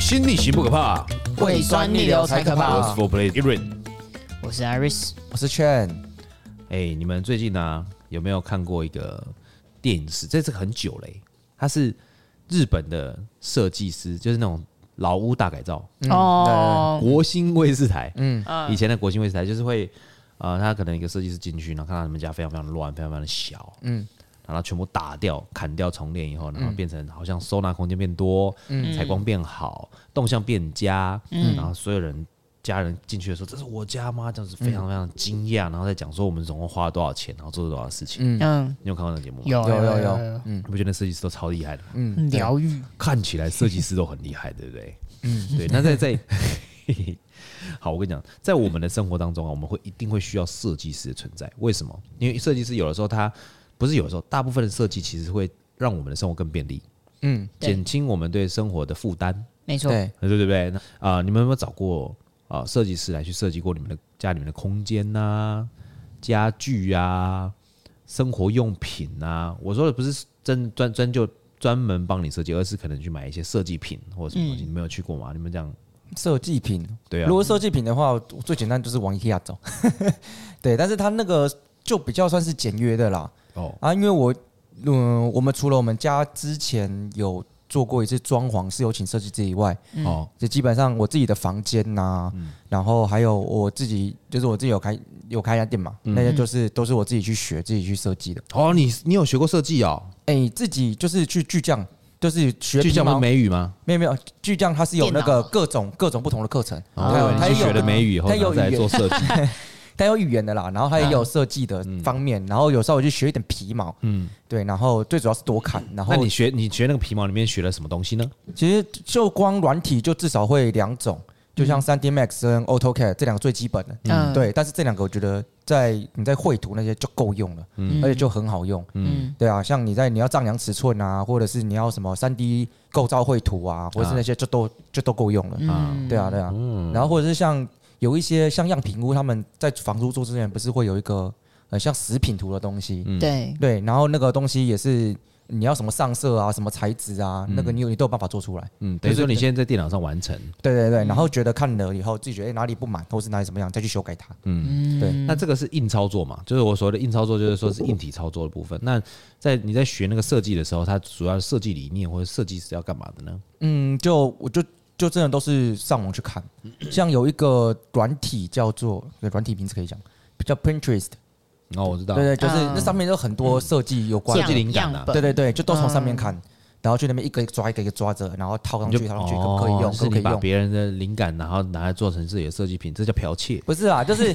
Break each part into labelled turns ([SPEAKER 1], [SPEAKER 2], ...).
[SPEAKER 1] 心逆行不可怕。
[SPEAKER 2] 胃酸逆流才可怕
[SPEAKER 1] 我是 For Play Irin。
[SPEAKER 2] 我是 Iris，
[SPEAKER 3] 我是劝，
[SPEAKER 1] 哎，你们最近呢、有没有看过一个电影是？这是很久嘞、它是日本的设计师，就是那种老屋大改造，
[SPEAKER 2] 哦，
[SPEAKER 1] 国新卫视台。
[SPEAKER 3] 嗯，
[SPEAKER 1] 以前的国新卫视台就是会，呃，他可能一个设计师进去，然后看到你们家非常非常乱，非常非常的小，嗯，然后全部打掉、砍掉、重练以后，然后变成好像收纳空间变多，嗯，采光变好，动向变佳，嗯，然后所有人。家人进去的时候，这是我家吗？这样子非常非常惊讶，然后再讲说我们总共花了多少钱，然后做了多少事情。
[SPEAKER 2] 嗯，
[SPEAKER 1] 你有看过那个节目吗？
[SPEAKER 2] 有
[SPEAKER 3] 有有有
[SPEAKER 2] 有，
[SPEAKER 1] 你不觉得设计师都超厉害的吗？
[SPEAKER 2] 嗯疗愈，
[SPEAKER 1] 看起来设计师都很厉害， 对不对？嗯，对。那在在， 嘿嘿好，我跟你讲，在我们的生活当中啊，我们会一定会需要设计师的存在。为什么？因为设计师有的时候他不是有的时候，大部分的设计其实会让我们的生活更便利，嗯，
[SPEAKER 2] 对
[SPEAKER 1] 减轻我们对生活的负担，
[SPEAKER 2] 没错，
[SPEAKER 3] 对，
[SPEAKER 1] 对对不对？那啊、你们有没有找过啊设计师来去设计过你们的家里面的空间呐、家具啊、生活用品呐、我说的不是真专专就专门帮你设计，而是可能去买一些设计品或者什么东西。你们有去过吗？你们这样
[SPEAKER 3] 设计品。
[SPEAKER 1] 哦对啊
[SPEAKER 3] 嗯如？果设计品的话，我最简单就是往 IKEA 走， 对，但是它那个就比较算是简约的啦。
[SPEAKER 1] 哦，
[SPEAKER 3] 啊，因为我，嗯、我们除了我们家之前有做过一次装潢是有请设计师以外，
[SPEAKER 1] 哦，
[SPEAKER 3] 就基本上我自己的房间呐、
[SPEAKER 1] 嗯
[SPEAKER 3] 然后还有我自己，就是我自己有开有开一家店嘛，
[SPEAKER 1] 嗯
[SPEAKER 3] 那些就是都是我自己去学、自己去设计的。
[SPEAKER 1] 哦，你你有学过设计哦？
[SPEAKER 3] 哎、自己就是去巨匠，就是学
[SPEAKER 1] 就
[SPEAKER 3] 皮
[SPEAKER 1] 像我
[SPEAKER 3] 毛
[SPEAKER 1] 们美语吗？哦
[SPEAKER 3] 没有没有，巨匠它是有那
[SPEAKER 2] 电
[SPEAKER 3] 个
[SPEAKER 2] 脑
[SPEAKER 3] 各种各种不同的课程，
[SPEAKER 1] 哦
[SPEAKER 3] 它
[SPEAKER 1] 我以为
[SPEAKER 3] 有它
[SPEAKER 1] 你是
[SPEAKER 3] 也
[SPEAKER 1] 学
[SPEAKER 3] 有
[SPEAKER 1] 了美语以后，
[SPEAKER 3] 它
[SPEAKER 1] 然后
[SPEAKER 3] 有
[SPEAKER 1] 再
[SPEAKER 3] 语
[SPEAKER 1] 来做设
[SPEAKER 3] 言，
[SPEAKER 1] 计。
[SPEAKER 3] 它有语言的啦，然后它也有设计的方面，然后有时候我去学一点皮毛，
[SPEAKER 1] 嗯，
[SPEAKER 3] 对，然后最主要是多看，然后
[SPEAKER 1] 那你学你学那个皮毛里面学了什么东西呢？
[SPEAKER 3] 其实就光软体就至少会两种，就
[SPEAKER 1] 嗯
[SPEAKER 3] 像三 D Max 跟 AutoCAD 这两个最基本的，
[SPEAKER 2] 嗯
[SPEAKER 3] 对，但是这两个我觉得在你在绘图那些就够用了，
[SPEAKER 2] 嗯
[SPEAKER 3] 而且就很好用，
[SPEAKER 2] 嗯
[SPEAKER 3] 对啊，像你在你要丈量尺寸啊，或者是你要什么三 D 构造绘图啊，或者是那些就都就都够用了，
[SPEAKER 2] 嗯，
[SPEAKER 3] 对啊，对啊，然后或者是像有一些像样品屋，他们在房租做之前不是会有一个呃像食品图的东西，
[SPEAKER 2] 对，
[SPEAKER 3] 对，然后那个东西也是你要什么上色啊，什么材质啊，那
[SPEAKER 2] 嗯
[SPEAKER 3] 个你有你都有办法做出来，
[SPEAKER 1] 嗯，等于说你现在在电脑上完成。
[SPEAKER 3] 对对对，然
[SPEAKER 2] 嗯
[SPEAKER 3] 后觉得看了以后自己觉得、诶哎哪里不满，或是哪里怎么样，再去修改它，
[SPEAKER 2] 嗯
[SPEAKER 3] 对
[SPEAKER 1] 那这个是硬操作嘛？就是我所谓的硬操作，就是说是硬体操作的部分。那在你在学那个设计的时候，它主要设计理念或者设计是要干嘛的呢？
[SPEAKER 3] 嗯，就我就就真的都是上网去 看，像有一个软体叫做对软体名字可以讲，叫 Pinterest，
[SPEAKER 1] 哦，我知道，
[SPEAKER 3] 对对，就是
[SPEAKER 2] 嗯
[SPEAKER 3] 那上面有很多设计有关
[SPEAKER 1] 设计灵感啊
[SPEAKER 2] 样本
[SPEAKER 3] 对对对，就都从上面看，然后去那边一个一个抓，一个一个抓着，然后套上去，套上去，可不可以
[SPEAKER 1] 哦嗯
[SPEAKER 3] 用？
[SPEAKER 1] 就是
[SPEAKER 3] 可不可
[SPEAKER 1] 你
[SPEAKER 3] 以
[SPEAKER 1] 把
[SPEAKER 3] 用？。
[SPEAKER 1] 别人的灵感，然后拿来做成自己的设计品，这叫剽窃
[SPEAKER 3] 不是啊，就是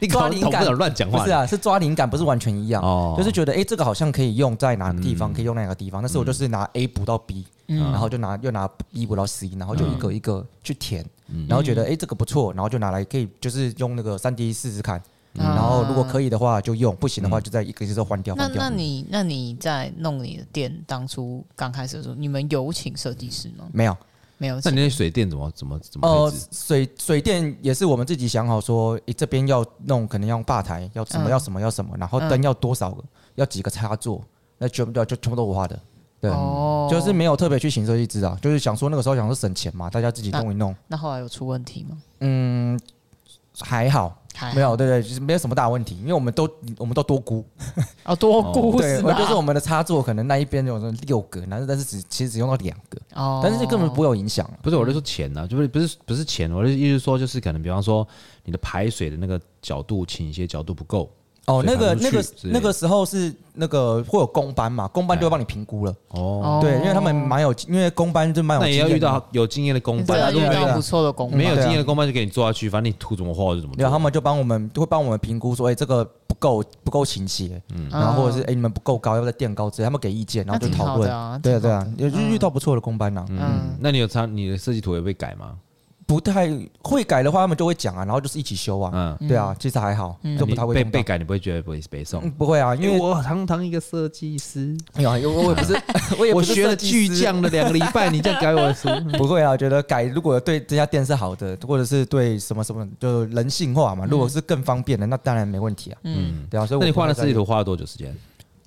[SPEAKER 1] 你搞
[SPEAKER 3] 抓
[SPEAKER 1] 不
[SPEAKER 3] 灵
[SPEAKER 1] 懂不
[SPEAKER 3] 感
[SPEAKER 1] 懂乱讲话？
[SPEAKER 3] 不是，啊，是抓灵感，不是完全一样，
[SPEAKER 1] 哦嗯
[SPEAKER 3] 就是觉得哎，诶这个好像可以用在哪个地方，可以用在哪个地方，但是我就是拿 A 补到 B，然后就拿又拿 B 补到 C，然后就
[SPEAKER 1] 嗯
[SPEAKER 3] 一个一个去填，然后觉得哎这个不错，然后就拿来可以就是用那个三 D 试试看，
[SPEAKER 2] 嗯
[SPEAKER 3] 然后如果可以的话就用，不行的
[SPEAKER 1] 嗯
[SPEAKER 3] 话就再一个一个换掉
[SPEAKER 2] 那
[SPEAKER 3] 换掉
[SPEAKER 2] 那。你那你在弄你的店当初刚开始的时候，你们有请设计师吗？
[SPEAKER 3] 没有，
[SPEAKER 2] 没有
[SPEAKER 1] 那
[SPEAKER 2] 请，
[SPEAKER 1] 你那水电怎么怎么怎么
[SPEAKER 3] 哦
[SPEAKER 1] 配置？，
[SPEAKER 3] 水水电也是我们自己想好说，诶，这边要弄，可能要吧台，要什么、
[SPEAKER 2] 嗯
[SPEAKER 3] 要什么要什么，然后灯要多少个，要几个插座，那全部都就全部都我画的，对，
[SPEAKER 2] 哦
[SPEAKER 3] 就是没有特别去请设计师啊，就是想说那个时候想说省钱嘛，大家自己弄一弄，
[SPEAKER 2] 那后来有出问题吗？
[SPEAKER 3] 嗯，还好。
[SPEAKER 2] 还好
[SPEAKER 3] 没有，对对，就是没有什么大问题，因为我们都我们都多估，
[SPEAKER 2] 哦，多估
[SPEAKER 3] 对，
[SPEAKER 2] 是
[SPEAKER 3] 我
[SPEAKER 2] 吧？
[SPEAKER 3] 就是我们的插座可能那一边有六个，然后但是只其实只用到两个，
[SPEAKER 2] 哦，
[SPEAKER 3] 但是这根本不会有影响啊
[SPEAKER 1] 不是我是说钱呢、啊，就是不是不是钱，我的意思是说就是可能比方说你的排水的那个角度倾斜角度不够
[SPEAKER 3] 哦，
[SPEAKER 1] 所以
[SPEAKER 3] 那个
[SPEAKER 1] 他们出
[SPEAKER 3] 那
[SPEAKER 1] 去
[SPEAKER 3] 个
[SPEAKER 1] 之类的
[SPEAKER 3] 那个时候是那个会有工班嘛，工班就会帮你评估了。
[SPEAKER 1] 哦，
[SPEAKER 2] 哦
[SPEAKER 3] 对，因为他们蛮有，因为工班就蛮有
[SPEAKER 1] 那
[SPEAKER 3] 经
[SPEAKER 1] 也要
[SPEAKER 3] 验的。
[SPEAKER 1] 遇到有经验的工
[SPEAKER 2] 你
[SPEAKER 1] 班啊，
[SPEAKER 2] 真
[SPEAKER 1] 如
[SPEAKER 2] 的
[SPEAKER 1] 果
[SPEAKER 2] 遇
[SPEAKER 1] 没有
[SPEAKER 2] 到不错的工
[SPEAKER 1] 嗯
[SPEAKER 2] 作
[SPEAKER 1] 没有
[SPEAKER 3] 对啊
[SPEAKER 1] 经验的工班就给你做下去，反正你图怎么画我就怎么做。
[SPEAKER 3] 对啊，他们就帮我们会帮我们评估说，哎、这个不够不够倾斜，然后或者是哎、你们不够高，要不要再垫高之类，他们给意见，然后就讨
[SPEAKER 2] 嗯那挺
[SPEAKER 3] 论。对
[SPEAKER 2] 好
[SPEAKER 3] 啊对
[SPEAKER 2] 的啊
[SPEAKER 3] 啊，也就遇到不错的工班呐、啊，
[SPEAKER 2] 嗯，
[SPEAKER 1] 那你有差你的设计图有被改吗？
[SPEAKER 3] 不太会改的话，他们就会讲啊，然后就是一起修啊。
[SPEAKER 1] 嗯，
[SPEAKER 3] 对啊，其实还好，
[SPEAKER 2] 嗯
[SPEAKER 3] 就不太会
[SPEAKER 1] 你被
[SPEAKER 3] 碰到
[SPEAKER 1] 被改，你不会觉得不会被送
[SPEAKER 3] 嗯，？不会啊，因
[SPEAKER 1] 因
[SPEAKER 3] 为
[SPEAKER 1] 为
[SPEAKER 3] 我
[SPEAKER 1] 我堂堂一个设计师，
[SPEAKER 3] 哎呀，我我 也不是，我也
[SPEAKER 1] 我
[SPEAKER 3] 不是
[SPEAKER 1] 学了
[SPEAKER 3] 设计
[SPEAKER 1] 巨
[SPEAKER 3] 师
[SPEAKER 1] 匠了两个礼拜，你这样改我 的书，
[SPEAKER 3] 不会啊，我觉得改如果对这家店是好的，或者是对什么什么就人性化嘛，如果是更方便的，那当然没问题啊。
[SPEAKER 2] 嗯
[SPEAKER 3] 嗯，对啊，所以
[SPEAKER 1] 那
[SPEAKER 3] 我
[SPEAKER 1] 你
[SPEAKER 3] 不
[SPEAKER 1] 画
[SPEAKER 3] 会
[SPEAKER 1] 那
[SPEAKER 3] 在
[SPEAKER 1] 设计图花了多久时间？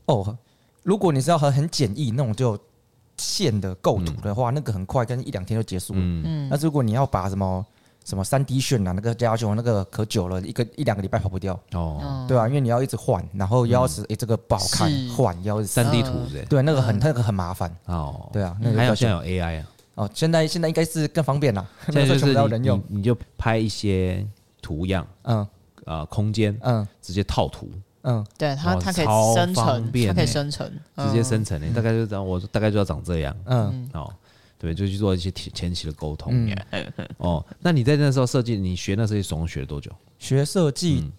[SPEAKER 3] 哦，如果你是要很很简易那种就。线的构图的话，那个很快跟一两天就结束了。
[SPEAKER 1] 嗯，
[SPEAKER 2] 嗯
[SPEAKER 3] 但是如果你要把什么什么三 D 渲染那个加修那个可久了，一个一两个礼拜跑不掉，
[SPEAKER 1] 哦，
[SPEAKER 2] 嗯
[SPEAKER 3] 对啊，因为你要一直换，然后要是诶哎这个不好看
[SPEAKER 2] 是
[SPEAKER 3] 换，要是
[SPEAKER 1] 嗯三 D 图是不是
[SPEAKER 3] 对那个很那个很麻烦。
[SPEAKER 1] 哦，
[SPEAKER 3] 对啊那个
[SPEAKER 1] 还有
[SPEAKER 3] 要
[SPEAKER 1] 现在有 AI 啊，
[SPEAKER 3] 哦，现在现在应该是更方便啦，
[SPEAKER 1] 现 在就
[SPEAKER 3] 全部
[SPEAKER 1] 是
[SPEAKER 3] 都要人
[SPEAKER 1] 你
[SPEAKER 3] 用
[SPEAKER 1] 你。你就拍一些图样
[SPEAKER 3] 嗯
[SPEAKER 1] 啊，空间
[SPEAKER 3] 嗯
[SPEAKER 1] 直接套图，
[SPEAKER 3] 嗯，
[SPEAKER 2] 对它
[SPEAKER 1] 哇
[SPEAKER 2] 它可以
[SPEAKER 1] 超
[SPEAKER 2] 生
[SPEAKER 1] 方
[SPEAKER 2] 成，
[SPEAKER 1] 便
[SPEAKER 2] 它可以
[SPEAKER 1] 欸
[SPEAKER 2] 生成，
[SPEAKER 1] 直接生成诶，大概就长我大概就要长这样，
[SPEAKER 3] 嗯，
[SPEAKER 1] 哦，对，就去做一些前前期的沟通。哦，那你在那时候设计，你学那设计总共学了多久？
[SPEAKER 3] 学设计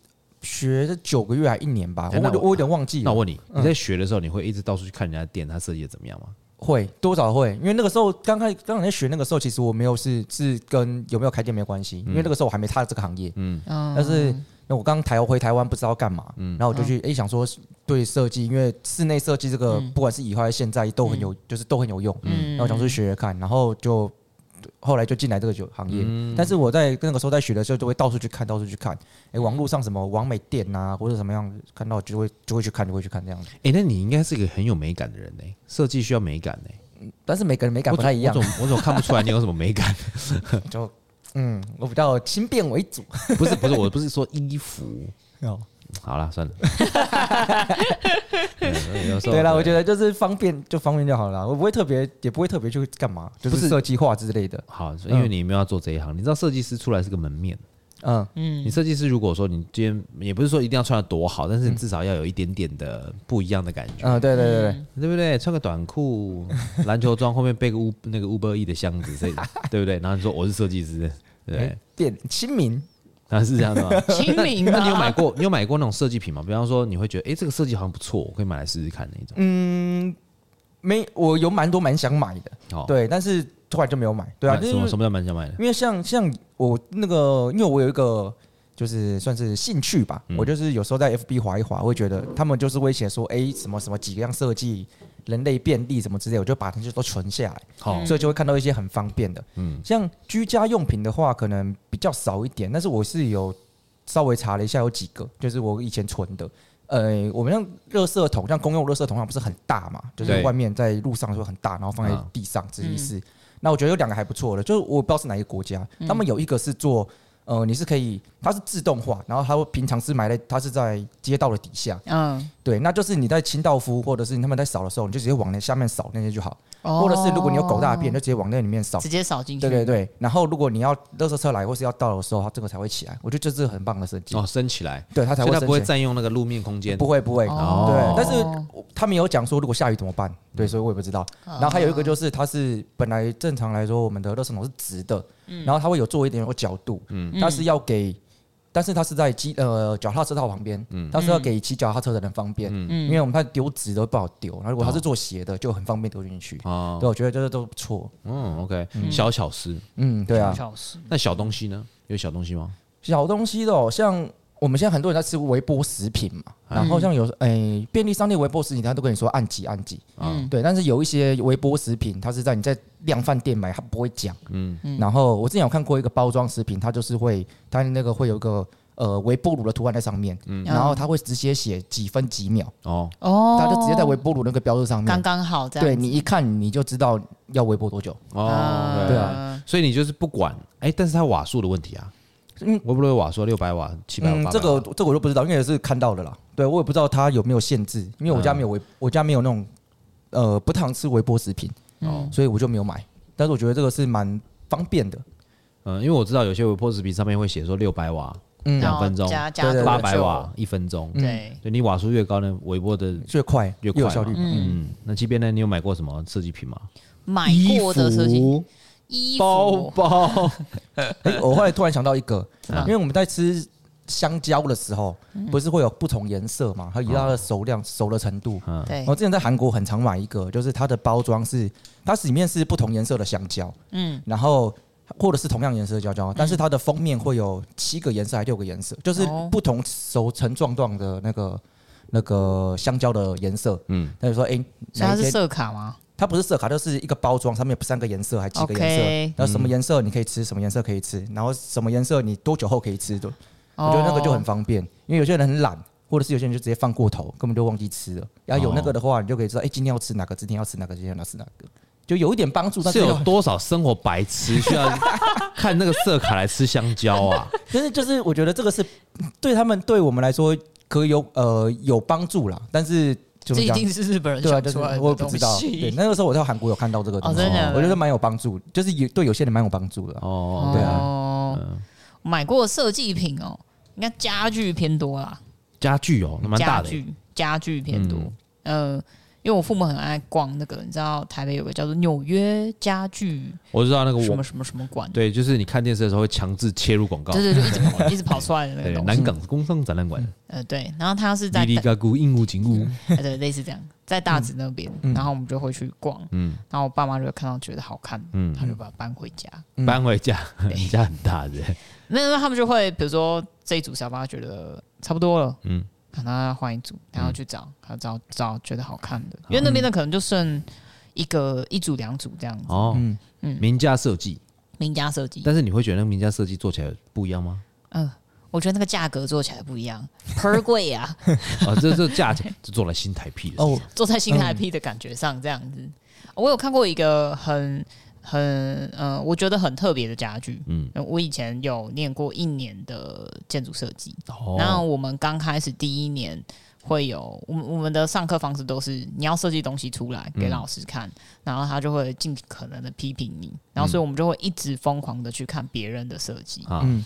[SPEAKER 3] 学了九个月还一年吧，
[SPEAKER 1] 哎
[SPEAKER 3] 我
[SPEAKER 1] 那
[SPEAKER 3] 我
[SPEAKER 1] 嗯我
[SPEAKER 3] 我有嗯点忘记
[SPEAKER 1] 那
[SPEAKER 3] 了
[SPEAKER 1] 我。问你，你在学的时候，你会一直到处去看人家的店，他设计的怎么样吗？
[SPEAKER 3] 会多少会，因为那个时候刚开刚开始学那个时候，其实我没有是是跟有没有开店没关系，因为那个时候我还没踏入这个行业。
[SPEAKER 1] 嗯
[SPEAKER 2] 嗯，
[SPEAKER 3] 但是那我刚台回台湾不知道干嘛，然后我就去诶想说对设计，因为室内设计这个
[SPEAKER 2] 嗯
[SPEAKER 3] 不管是以后还是现在都很有，就是都很有用。
[SPEAKER 2] 嗯
[SPEAKER 3] 然后我想去学学看，然后就后来就进来这个酒行业。
[SPEAKER 1] 嗯
[SPEAKER 3] 但是我在那个时候在学的时候，就会到处去看，到处去看。诶，网络上什么网美店啊，或者什么样，看到就会就会去看，就会去看这样子。
[SPEAKER 1] 哎、那你应该是一个很有美感的人呢、设计需要美感呢、
[SPEAKER 3] 但是每个人美感
[SPEAKER 1] 我
[SPEAKER 3] 不太
[SPEAKER 1] 总
[SPEAKER 3] 一样
[SPEAKER 1] 我，总我总看不出来你有什么美 感。
[SPEAKER 3] 就嗯，我比较轻便为主。
[SPEAKER 1] 不是不是，我不是说衣服。哦好了， 算了。对有时候
[SPEAKER 3] 对啦，我觉得就是方便就方便就好了啦，我不会特别，也不会特别去干嘛，就
[SPEAKER 1] 不
[SPEAKER 3] 是
[SPEAKER 1] 是
[SPEAKER 3] 设计画之类的。
[SPEAKER 1] 好，因为你没有要做这一行，你知道设计师出来是个门面。
[SPEAKER 3] 嗯
[SPEAKER 1] 你设计师如果说你今天也不是说一定要穿的多好，但是你至少要有一点点的不一样的感觉，
[SPEAKER 3] 嗯，对对对对，
[SPEAKER 1] 对不对？穿个短 裤、篮球装，后面背个 U 那个 Uber E 的箱子，这对不对？然后你说我是设计师，对不
[SPEAKER 3] 哎
[SPEAKER 1] 对？
[SPEAKER 3] 变亲民。
[SPEAKER 1] 然后是这样的 吗？
[SPEAKER 2] 清明
[SPEAKER 1] 那你有
[SPEAKER 2] 啊
[SPEAKER 1] 买过？你有买过那种设计品吗？比方说，你会觉得，哎、这个设计好像不错，我可以买来试试看那一种。
[SPEAKER 3] 嗯，没，我有蛮多蛮想买的，
[SPEAKER 1] 哦，
[SPEAKER 3] 对，但是突然就没有买，对啊，
[SPEAKER 1] 那
[SPEAKER 3] 就是
[SPEAKER 1] 什么什么叫蛮想买的？
[SPEAKER 3] 因为像像我那个，因为我有一个就是算是兴趣吧，
[SPEAKER 1] 嗯
[SPEAKER 3] 我就是有时候在 FB 划一划，会觉得他们就是会写说，哎、什么什么几个样设计，人类便利什么之类，我就把那些都存下来，
[SPEAKER 1] 好、
[SPEAKER 3] 所以就会看到一些很方便的。嗯，像居家用品的话，可能比较少一点，但是我是有稍微查了一下，有几个就是我以前存的。呃，我们像热圾桶，像公用热圾桶上不是很大嘛，就是
[SPEAKER 1] 对
[SPEAKER 3] 外面在路上说很大，然后放在
[SPEAKER 1] 啊
[SPEAKER 3] 地上，这意思。那我觉得有两个还不错的，就是我不知道是哪一个国家，他们有一个是做。呃，你是可以，它是自动化，然后它会平常是埋在，它是在街道的底下，
[SPEAKER 2] 嗯，
[SPEAKER 3] 对，那就是你在清道夫或者是他们在扫的时候，你就直接往那下面扫那些就好，
[SPEAKER 2] 哦
[SPEAKER 3] 或者是如果你有狗大便，就直接往那里面扫，
[SPEAKER 2] 直接扫进去，
[SPEAKER 3] 对对对。然后如果你要垃圾车来或是要倒的时候，它这个才会起来，我觉得这是很棒的设计，
[SPEAKER 1] 哦，升起来，
[SPEAKER 3] 对，它才
[SPEAKER 1] 所以
[SPEAKER 3] 会
[SPEAKER 1] 它
[SPEAKER 3] 升
[SPEAKER 1] 不会
[SPEAKER 3] 起来
[SPEAKER 1] 占用那个路面空间。
[SPEAKER 3] 不会不会，
[SPEAKER 1] 哦哦
[SPEAKER 3] 对，但是他们有讲说，如果下雨怎么办？对，
[SPEAKER 1] 嗯
[SPEAKER 3] 所以我也不知道。然后还有一个就是，它是本来正常来说，我们的热圾桶是直的，
[SPEAKER 1] 嗯
[SPEAKER 3] 然后它会有做一点有角度，
[SPEAKER 2] 嗯
[SPEAKER 3] 它是要给，但是它是在机呃脚踏车道旁边，
[SPEAKER 1] 嗯
[SPEAKER 3] 它是要给骑脚踏车的人方便，
[SPEAKER 2] 嗯
[SPEAKER 3] 因为我们怕丢直的不好丢，然后如果它是做斜的，就很方便丢进去。
[SPEAKER 1] 哦，
[SPEAKER 3] 对，我觉得这个都不错。
[SPEAKER 1] 嗯，OK，小巧思。
[SPEAKER 3] 嗯，对啊，
[SPEAKER 2] 小时
[SPEAKER 1] 那小东西呢？有小东西吗？
[SPEAKER 3] 小东西的、哦，像我们现在很多人在吃微波食品嘛，然后像有诶、便利商店微波食品，它都跟你说按几按几，嗯，对。但是有一些微波食品，它是在你在量贩店买，它不会讲，嗯。然后我之前有看过一个包装食品，它就是会它那个会有一个呃微波炉的图案在上面，然后它会直接写几分几秒，
[SPEAKER 1] 哦，
[SPEAKER 2] 嗯哦，
[SPEAKER 3] 它就直接在微波炉那个标志上
[SPEAKER 2] 刚
[SPEAKER 3] 面，
[SPEAKER 2] 刚好这样
[SPEAKER 3] 对
[SPEAKER 2] 子，嗯
[SPEAKER 3] 你一看你就知道要微波多久。
[SPEAKER 1] 哦，
[SPEAKER 3] 对啊
[SPEAKER 2] 啊，
[SPEAKER 1] 所以你就是不管，哎、但是它瓦数的问题啊，嗯，会不会瓦数六百瓦、七百瓦、
[SPEAKER 3] 嗯，
[SPEAKER 1] 800
[SPEAKER 3] 这
[SPEAKER 1] 瓦
[SPEAKER 3] 个这个我就不知道，因为也是看到的啦。对我也不知道它有没有限制，因为我
[SPEAKER 1] 嗯
[SPEAKER 3] 家没有微，我家没有那种呃不常吃微波食品，
[SPEAKER 1] 哦，
[SPEAKER 3] 所以我就没有买。但是我觉得这个是蛮方便的，
[SPEAKER 1] 嗯，因为我知道有些微波食品上面会写说六百瓦、
[SPEAKER 3] 嗯
[SPEAKER 2] 然
[SPEAKER 1] 两
[SPEAKER 2] 后
[SPEAKER 1] 分钟
[SPEAKER 2] 加加
[SPEAKER 3] 对
[SPEAKER 2] 多
[SPEAKER 3] 嗯
[SPEAKER 1] 八百
[SPEAKER 2] 久
[SPEAKER 1] 瓦，一分钟，
[SPEAKER 2] 对，
[SPEAKER 1] 对你瓦数越高呢，微波的
[SPEAKER 3] 越快
[SPEAKER 1] 越快
[SPEAKER 3] 有
[SPEAKER 1] 嘛
[SPEAKER 3] 效率。
[SPEAKER 1] 嗯，那这边呢，你有买过什么设计品吗？
[SPEAKER 2] 买过的设计衣
[SPEAKER 1] 包
[SPEAKER 2] 服，
[SPEAKER 1] 包，
[SPEAKER 3] 哎、我后来突然想到一个，
[SPEAKER 1] 啊
[SPEAKER 3] 因为我们在吃香蕉的时候，
[SPEAKER 1] 嗯
[SPEAKER 3] 不是会有不同颜色嘛？它以它的熟量、熟的程度。
[SPEAKER 1] 嗯，
[SPEAKER 2] 对
[SPEAKER 3] 我，之前在韩国很常买一个，就是它的包装是它里面是不同颜色的香蕉，
[SPEAKER 2] 嗯，
[SPEAKER 3] 然后或者是同样颜色的胶胶，但是它的封面会有七个颜色还是六个颜色，就是
[SPEAKER 2] 哦
[SPEAKER 3] 不同熟成状状的那个那个香蕉的颜色。
[SPEAKER 1] 嗯
[SPEAKER 3] 嗯，那就说，哎、
[SPEAKER 2] 所以
[SPEAKER 3] 哪
[SPEAKER 2] 它
[SPEAKER 3] 一
[SPEAKER 2] 是
[SPEAKER 3] 些？
[SPEAKER 2] 色卡吗？
[SPEAKER 3] 它不是色卡，就是一个包装，上面有三个颜色还是几个
[SPEAKER 2] OK
[SPEAKER 3] 颜色然后什么颜色你可以吃，什么颜色可以吃，然后什么颜色你多久后可以吃的，我觉得那个就很
[SPEAKER 2] 哦
[SPEAKER 3] 方便，因为有些人很懒。或者是有些人就直接放过头，根本就忘记吃了。然后有那个的话，你就可以知道，哎、今天要吃哪个，今天要吃哪个，今天要吃哪个。就有一点帮助，但
[SPEAKER 1] 是
[SPEAKER 3] 是又
[SPEAKER 1] 有多少生活白痴需要看那个色卡来吃香蕉啊？
[SPEAKER 3] 但是就是我觉得这个是对他们对我们来说可有呃有帮助啦，但是怎
[SPEAKER 2] 这
[SPEAKER 3] 么
[SPEAKER 2] 一
[SPEAKER 3] 讲？
[SPEAKER 2] 定是日本人
[SPEAKER 3] 对啊，
[SPEAKER 2] 想
[SPEAKER 3] 就是
[SPEAKER 2] 出来
[SPEAKER 3] 我也
[SPEAKER 2] 的东
[SPEAKER 3] 不知道。对，
[SPEAKER 2] 西。
[SPEAKER 3] 那个时候我在韩国有看到这个东
[SPEAKER 2] 哦
[SPEAKER 3] 西，
[SPEAKER 2] 真的
[SPEAKER 3] 我觉得蛮有帮助，就是有对有些人蛮有帮助的。
[SPEAKER 1] 哦，
[SPEAKER 3] 对啊
[SPEAKER 2] 哦，买过设计品哦，应该家具偏多啦，
[SPEAKER 1] 家具哦，那蛮大
[SPEAKER 2] 家
[SPEAKER 1] 的欸，嗯
[SPEAKER 2] 具家具偏多。呃，因为我父母很爱逛那个，你知道台北有个叫做纽约家具
[SPEAKER 1] 我知道那个
[SPEAKER 2] 什
[SPEAKER 1] 我
[SPEAKER 2] 么什么什么馆，
[SPEAKER 1] 对，就是你看电视的时候会强制切入广告
[SPEAKER 2] 对，对，就一直 跑一直跑出来的那
[SPEAKER 1] 对
[SPEAKER 2] 个，东
[SPEAKER 1] 南
[SPEAKER 2] 西。
[SPEAKER 1] 港工商展览馆，
[SPEAKER 2] 呃，对，然后他是在
[SPEAKER 1] 滴滴嘎咕应物景物，
[SPEAKER 2] 哎对类似这样，在大直那边，然后我们就会去逛，
[SPEAKER 1] 嗯
[SPEAKER 2] 然后我爸妈就会看到觉得好看，
[SPEAKER 1] 嗯，
[SPEAKER 2] 他就把它搬回家。
[SPEAKER 3] 嗯
[SPEAKER 1] 搬回家， 你家很大的，
[SPEAKER 2] 嗯没有，没有他们就会比如说这一组沙发觉得差不多了，
[SPEAKER 1] 嗯
[SPEAKER 2] 嗯，可能要换一组，然后去找，然后找找觉得好看的，因为那边的可能就剩一个一组两组这样子，
[SPEAKER 1] 哦，
[SPEAKER 3] 嗯
[SPEAKER 1] 名家设计，
[SPEAKER 2] 名家设计，
[SPEAKER 1] 但是你会觉得那个名家设计做起来不一样 吗？
[SPEAKER 2] 嗯。我觉得那个价格做起来不一样，per 贵啊，
[SPEAKER 1] 啊，这这价钱这做了新台币的，
[SPEAKER 3] 哦，
[SPEAKER 2] 坐在新台币的感觉上这样子。哦我有看过一个很很呃，我觉得很特别的家具。
[SPEAKER 1] 嗯
[SPEAKER 2] 嗯，我以前有念过一年的建筑设计，那
[SPEAKER 1] 哦，
[SPEAKER 2] 我们刚开始第一年会有，我们我们的上课方式都是你要设计东西出来给老师看，然后他就会尽可能的批评你，
[SPEAKER 1] 嗯
[SPEAKER 2] 然后所以我们就会一直疯狂的去看别人的设计，
[SPEAKER 1] 啊。
[SPEAKER 3] 嗯，